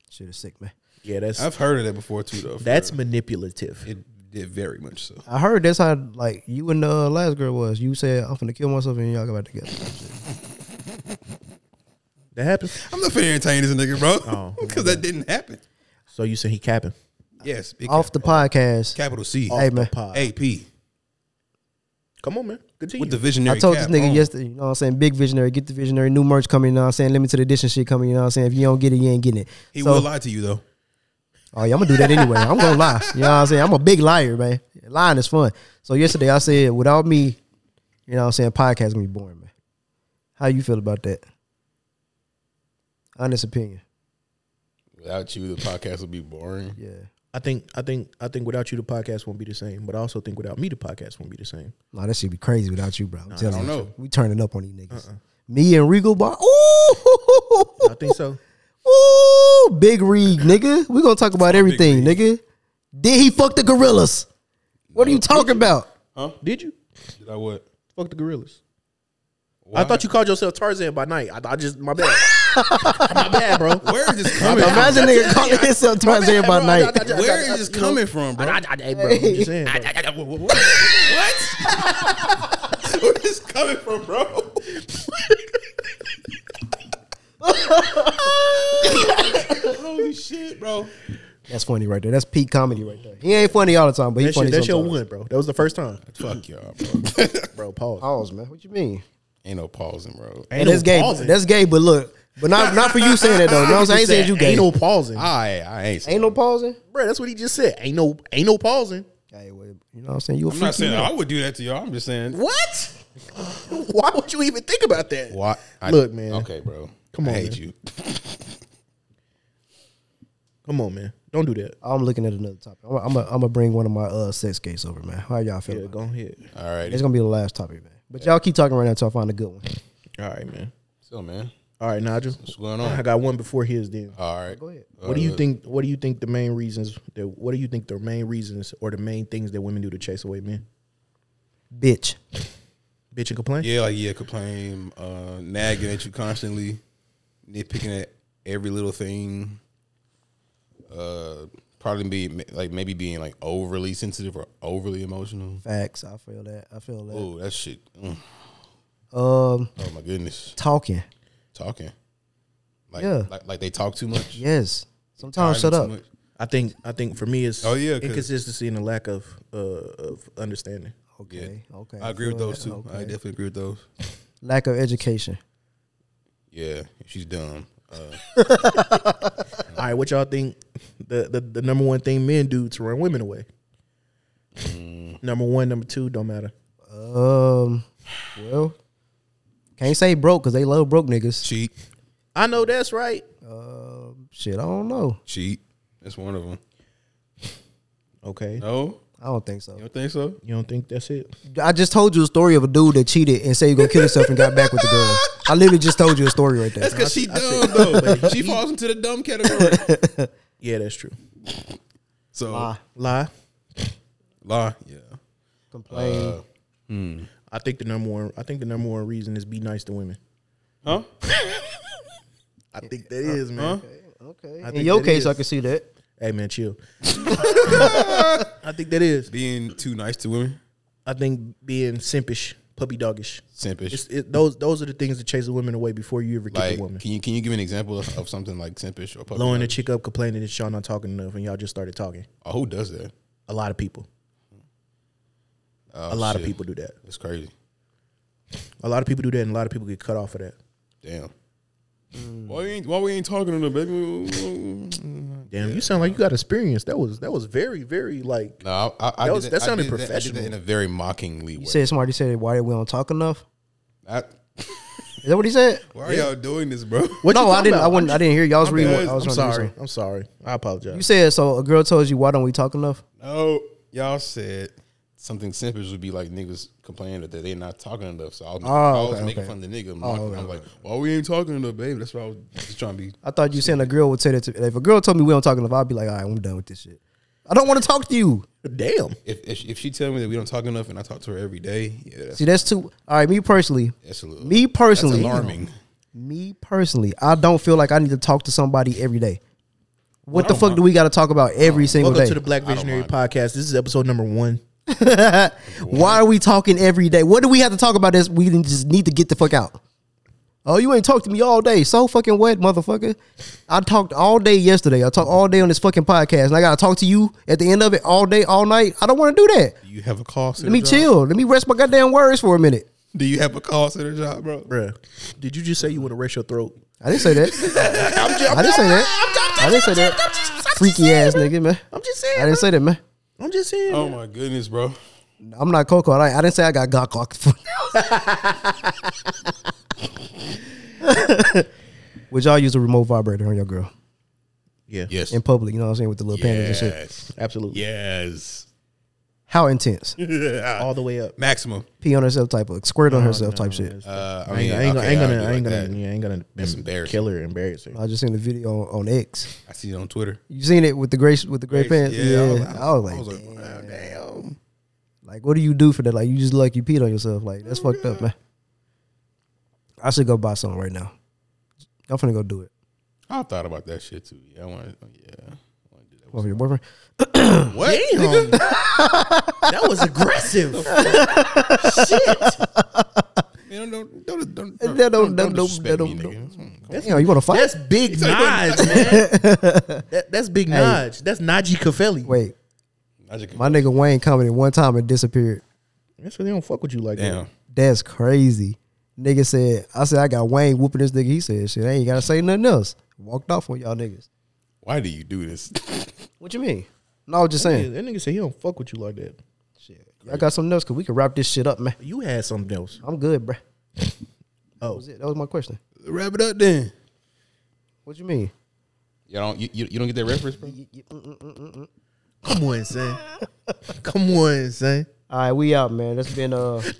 Speaker 1: Shit is sick, man.
Speaker 4: Yeah, that's
Speaker 2: I've heard of that before too, though. for
Speaker 4: that's
Speaker 2: real.
Speaker 4: manipulative.
Speaker 2: it did very much so.
Speaker 1: I heard that's how like you and the last girl was. You said I'm finna kill myself and y'all got back together.
Speaker 4: That happens.
Speaker 2: I'm not finna entertain this nigga, bro,
Speaker 4: Oh,
Speaker 2: because that didn't happen.
Speaker 4: So you say he capping?
Speaker 2: Yes, big
Speaker 1: Off the podcast.
Speaker 2: capital C,
Speaker 1: Hey man,
Speaker 4: Pod.
Speaker 2: AP
Speaker 4: Come on, man. Continue.
Speaker 2: with the visionary.
Speaker 1: I told
Speaker 2: cap Oh.
Speaker 1: this nigga
Speaker 2: on.
Speaker 1: yesterday. You know what I'm saying? Big visionary, get the visionary. New merch coming. You know what I'm saying? Limited edition shit coming. You know what I'm saying? If you don't get it, you ain't getting it.
Speaker 2: He
Speaker 1: So-
Speaker 2: will lie to you though.
Speaker 1: Oh yeah, I'm gonna do that anyway. I'm gonna lie. You know what I'm saying? I'm a big liar, man. Lying is fun. So yesterday I said, without me, you know what I'm saying, podcast gonna be boring, man. How you feel about that? Honest opinion.
Speaker 2: Without you, the podcast would be boring.
Speaker 1: Yeah.
Speaker 4: I think, I think, I think without you, the podcast won't be the same. But I also think without me, the podcast won't be the same.
Speaker 1: Nah, that should be crazy without you, bro. I'm telling
Speaker 2: I
Speaker 1: you.
Speaker 2: don't know.
Speaker 1: We turning up on these niggas. Me and Regal Bar. Ooh.
Speaker 4: Uh-uh. I think so.
Speaker 1: Ooh, Big Reed, nigga. We gonna talk about everything, nigga. Did he fuck the gorillas? What are you talking about?
Speaker 4: Did you
Speaker 2: Did I what?
Speaker 4: fuck the gorillas?
Speaker 2: Why?
Speaker 4: I thought you called yourself Tarzan by night. I, I just my bad. my bad, bro.
Speaker 2: Where is this coming? from?
Speaker 1: Imagine nigga calling himself Tarzan
Speaker 4: bad,
Speaker 1: by
Speaker 4: bro.
Speaker 1: night.
Speaker 4: I- I-
Speaker 2: Where is this coming from, bro?
Speaker 4: I, I, hey, bro, I'm just saying, bro.
Speaker 2: what? Where is this coming from, bro? Holy shit, bro!
Speaker 1: That's funny right there. That's peak comedy right there. He ain't funny all the time, but he
Speaker 4: That
Speaker 1: funny
Speaker 4: shit, that's your
Speaker 1: sometimes.
Speaker 4: one, bro. That was the first time,
Speaker 2: Fuck y'all, bro.
Speaker 4: bro. Pause.
Speaker 1: Pause, man. What you mean?
Speaker 2: Ain't no pausing, bro.
Speaker 1: And that's gay.
Speaker 4: pausing.
Speaker 1: That's gay, but look. But not not for you saying that though. You know what I'm saying? I ain't saying you gay.
Speaker 4: Ain't no pausing,
Speaker 2: I I ain't.
Speaker 1: ain't no pausing.
Speaker 4: bro. That's what he just said. Ain't no, ain't no pausing.
Speaker 1: Hey, well, you know what I'm saying? You a
Speaker 2: I'm not
Speaker 1: freaky
Speaker 2: saying
Speaker 1: nigga.
Speaker 2: I would do that to y'all. I'm just saying.
Speaker 4: What? Why would you even think about that?
Speaker 2: Why? I-
Speaker 4: Look, man.
Speaker 2: Okay, bro.
Speaker 4: Come on,
Speaker 2: I hate
Speaker 4: man.
Speaker 2: you.
Speaker 4: Come on, man. Don't do that.
Speaker 1: I'm looking at another topic. I'm gonna I'm I'm bring one of my uh, sex case over, man. How y'all feel?
Speaker 4: Yeah,
Speaker 1: about
Speaker 4: go ahead.
Speaker 2: All right.
Speaker 1: it? It's gonna be the last topic, man. But y'all keep talking right now until I find a good one.
Speaker 4: All right, man.
Speaker 2: So, man,
Speaker 4: All right, Nigel.
Speaker 2: what's going
Speaker 4: I
Speaker 2: on?
Speaker 4: got one before his. Then,
Speaker 2: All right. Uh,
Speaker 1: Go ahead.
Speaker 4: what do you think? What do you think the main reasons? That, what do you think the main reasons or the main things that women do to chase away men?
Speaker 1: Bitch.
Speaker 4: Bitch and complain.
Speaker 2: Yeah, like yeah, complain, uh, nagging at you constantly, nitpicking at every little thing. Uh, probably be like maybe being like overly sensitive or overly emotional.
Speaker 1: Facts. I feel that. I feel that.
Speaker 2: Oh, that shit. Mm.
Speaker 1: Um,
Speaker 2: Oh my goodness,
Speaker 1: talking.
Speaker 2: talking. Like,
Speaker 1: Yeah.
Speaker 2: like like they talk too much.
Speaker 1: Yes. Sometimes shut
Speaker 2: Too
Speaker 1: up.
Speaker 2: much.
Speaker 4: I think. I think for me, it's
Speaker 2: Oh, yeah, 'cause-
Speaker 4: inconsistency and a lack of uh, of understanding.
Speaker 1: Okay. Okay.
Speaker 2: I agree with
Speaker 1: feel
Speaker 2: those
Speaker 1: that.
Speaker 2: too. I
Speaker 1: Okay.
Speaker 2: definitely agree with those.
Speaker 1: Lack of education.
Speaker 2: Yeah, she's dumb. Uh,
Speaker 4: All right, what y'all think? The, the the number one thing men do to run women away.
Speaker 2: Mm.
Speaker 4: Number one, number two, don't matter.
Speaker 1: Um. Well, can't say broke because they love broke niggas.
Speaker 2: cheat,
Speaker 4: I know that's right.
Speaker 1: Um. Shit, I don't know.
Speaker 2: cheat. That's one of them.
Speaker 4: Okay.
Speaker 2: No,
Speaker 1: I don't think so.
Speaker 2: You don't think so?
Speaker 4: You don't think that's it?
Speaker 1: I just told you a story of a dude that cheated and said he gonna kill himself and got back with the girl. I literally just told you a story right there.
Speaker 2: That's because she dumb though. she falls into the dumb category.
Speaker 4: Yeah, that's true.
Speaker 2: So
Speaker 4: Lie.
Speaker 2: lie, yeah.
Speaker 4: Uh,
Speaker 1: Complain.
Speaker 4: I think the number one. I think the number one reason is be nice to women.
Speaker 2: Huh?
Speaker 4: I think that is man.
Speaker 1: okay.
Speaker 4: I
Speaker 1: In
Speaker 4: think
Speaker 1: your
Speaker 4: that
Speaker 1: case,
Speaker 4: is.
Speaker 1: I can see that.
Speaker 4: Hey man, chill. I think that is.
Speaker 2: Being too nice to women,
Speaker 4: I think being simpish, puppy doggish.
Speaker 2: simpish.
Speaker 4: It's, it, those those are the things that chase a woman away before you ever get
Speaker 2: like,
Speaker 4: a woman.
Speaker 2: can you can you give me an example of, of something like simpish or puppy?
Speaker 4: Blowing a
Speaker 2: dog?
Speaker 4: chick up, complaining that y'all not talking enough, and y'all just started talking.
Speaker 2: Oh, who does that?
Speaker 4: A lot of people.
Speaker 2: Oh,
Speaker 4: a lot of
Speaker 2: shit.
Speaker 4: people do that.
Speaker 2: That's crazy.
Speaker 4: A lot of people do that, and a lot of people get cut off for that.
Speaker 2: Damn. Mm. Why we ain't why we ain't talking to them, baby?
Speaker 4: Damn, you sound like you got experience. That was that was very very like
Speaker 2: no, I, I, I
Speaker 4: That
Speaker 2: did
Speaker 4: was-
Speaker 2: that,
Speaker 4: that
Speaker 2: I
Speaker 4: sounded
Speaker 2: did I did
Speaker 4: professional.
Speaker 2: in a very mockingly way.
Speaker 1: You said somebody said why we don't talk enough.
Speaker 2: I-
Speaker 1: Is that what he said?
Speaker 2: why are y'all doing this, bro?
Speaker 4: What
Speaker 1: no,
Speaker 4: you
Speaker 1: I
Speaker 4: talking
Speaker 1: didn't.
Speaker 4: about?
Speaker 1: I wouldn't. I didn't hear you. I was reading. What, I was trying To
Speaker 4: I'm
Speaker 1: do
Speaker 4: sorry.
Speaker 1: something.
Speaker 4: I'm sorry. I apologize.
Speaker 1: you said so. A girl told you why don't we talk enough?
Speaker 2: No, y'all said something simpish would be like niggas complaining that they're not talking enough. So I was,
Speaker 4: Oh,
Speaker 2: I was
Speaker 1: okay,
Speaker 2: making
Speaker 1: okay.
Speaker 2: fun of the nigga. I'm, like- I'm like, why we ain't talking enough, baby? That's why I was just trying to be.
Speaker 1: I thought you saying a girl would say that. to If a girl told me we don't talk enough, I'd be like, all right, I'm done with this shit. I don't want to talk to you.
Speaker 4: Damn.
Speaker 2: If, if if she tell me that we don't talk enough and I talk to her every day, yeah, that's
Speaker 1: See, that's too. All right, me personally,
Speaker 2: that's a little
Speaker 1: me personally,
Speaker 2: that's alarming.
Speaker 1: me personally, I don't feel like I need to talk to somebody every day. What the fuck do we got to talk about every single
Speaker 4: Welcome
Speaker 1: day?
Speaker 4: to the Black Visionary Podcast. This is episode number one.
Speaker 1: Why are we talking every day? What do we have to talk about? This we didn't just need to get the fuck out. Oh, you ain't talked to me all day. So fucking what, motherfucker? I talked all day yesterday. I talked all day on this fucking podcast, and I gotta talk to you at the end of it all day, all night. I don't want to do that.
Speaker 2: Do you have a call center?
Speaker 1: Let me
Speaker 2: job?
Speaker 1: chill. Let me rest my goddamn words for a minute.
Speaker 2: Do you have a call center job, bro?
Speaker 4: Bruh, did you just say you want to race your throat?
Speaker 1: I didn't say that. I didn't say that. I didn't say that. Freaky ass nigga, man.
Speaker 4: I'm just
Speaker 1: I
Speaker 4: saying.
Speaker 1: didn't say that, man.
Speaker 4: I'm just saying.
Speaker 2: Oh my goodness, bro.
Speaker 1: I'm not Coco. I, I didn't say I got got cocked. Would y'all use a remote vibrator on your girl
Speaker 4: yeah.
Speaker 2: Yes.
Speaker 1: in public? You know what I'm saying with the little panties and shit.
Speaker 2: Yes.
Speaker 4: Absolutely.
Speaker 2: Yes.
Speaker 1: How intense?
Speaker 4: All the way up.
Speaker 2: Maximum.
Speaker 1: Pee on herself type of squirt on
Speaker 2: Oh,
Speaker 1: herself type shit.
Speaker 2: Uh, I
Speaker 4: I
Speaker 2: mean, okay,
Speaker 4: ain't, I ain't, I ain't
Speaker 2: I'll
Speaker 4: gonna,
Speaker 2: do
Speaker 4: I ain't
Speaker 2: like
Speaker 4: gonna,
Speaker 2: that.
Speaker 4: yeah, I ain't gonna
Speaker 2: That's embarrassing.
Speaker 4: kill her, embarrass her.
Speaker 1: I just seen the video on, on X.
Speaker 2: I see it on Twitter.
Speaker 1: You seen it with the gray with the gray pants? Yeah. I,
Speaker 2: I was
Speaker 1: was like,
Speaker 2: I was
Speaker 1: like,
Speaker 2: like, wow, damn.
Speaker 1: what do you do for that? Like, you just like you peed on yourself. Like, that's fucked up, man. I should go buy something right now. I'm finna go do it.
Speaker 2: I thought about that shit too. Yeah, I want to. Yeah, I want to do that.
Speaker 1: What for your boyfriend?
Speaker 2: What?
Speaker 4: Damn, that was aggressive. Shit,
Speaker 2: Man, don't don't don't
Speaker 1: That don't- that
Speaker 2: don't don't, don't,
Speaker 1: don't-
Speaker 2: disrespect
Speaker 1: that
Speaker 2: me,
Speaker 1: don't-
Speaker 2: nigga. Mm, Come on.
Speaker 1: That's, you want to fight?
Speaker 4: that's big Nige, man. That, that's big Nige. That's Najee Kafeli.
Speaker 1: Wait,
Speaker 2: I just-
Speaker 1: my nigga Wayne commented one time and disappeared.
Speaker 4: that's why they don't fuck with you like
Speaker 2: Damn.
Speaker 4: that.
Speaker 1: That's crazy. Nigga said, I said I got Wayne whooping this nigga. He said, shit, I ain't gotta say nothing else. Walked off on y'all niggas.
Speaker 2: Why do you do this?
Speaker 1: What you mean? No, I was just
Speaker 4: Yeah,
Speaker 1: saying.
Speaker 4: that nigga said he don't fuck with you like that.
Speaker 1: Y'all got something else? Cause we can wrap this shit up, man.
Speaker 4: You had something else.
Speaker 1: I'm good, bruh. That
Speaker 4: Oh,
Speaker 1: was it. That was my question.
Speaker 2: Wrap it up then.
Speaker 1: What you mean?
Speaker 2: You don't you, you, you don't get that reference, bro.
Speaker 4: come on, son. Come on, son.
Speaker 1: All right, we out, man. That's been uh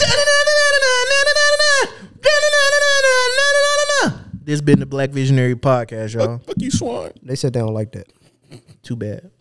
Speaker 4: This been the Black Visionary Podcast, y'all.
Speaker 2: Fuck you, Swan.
Speaker 1: they said they don't like that.
Speaker 4: Too bad.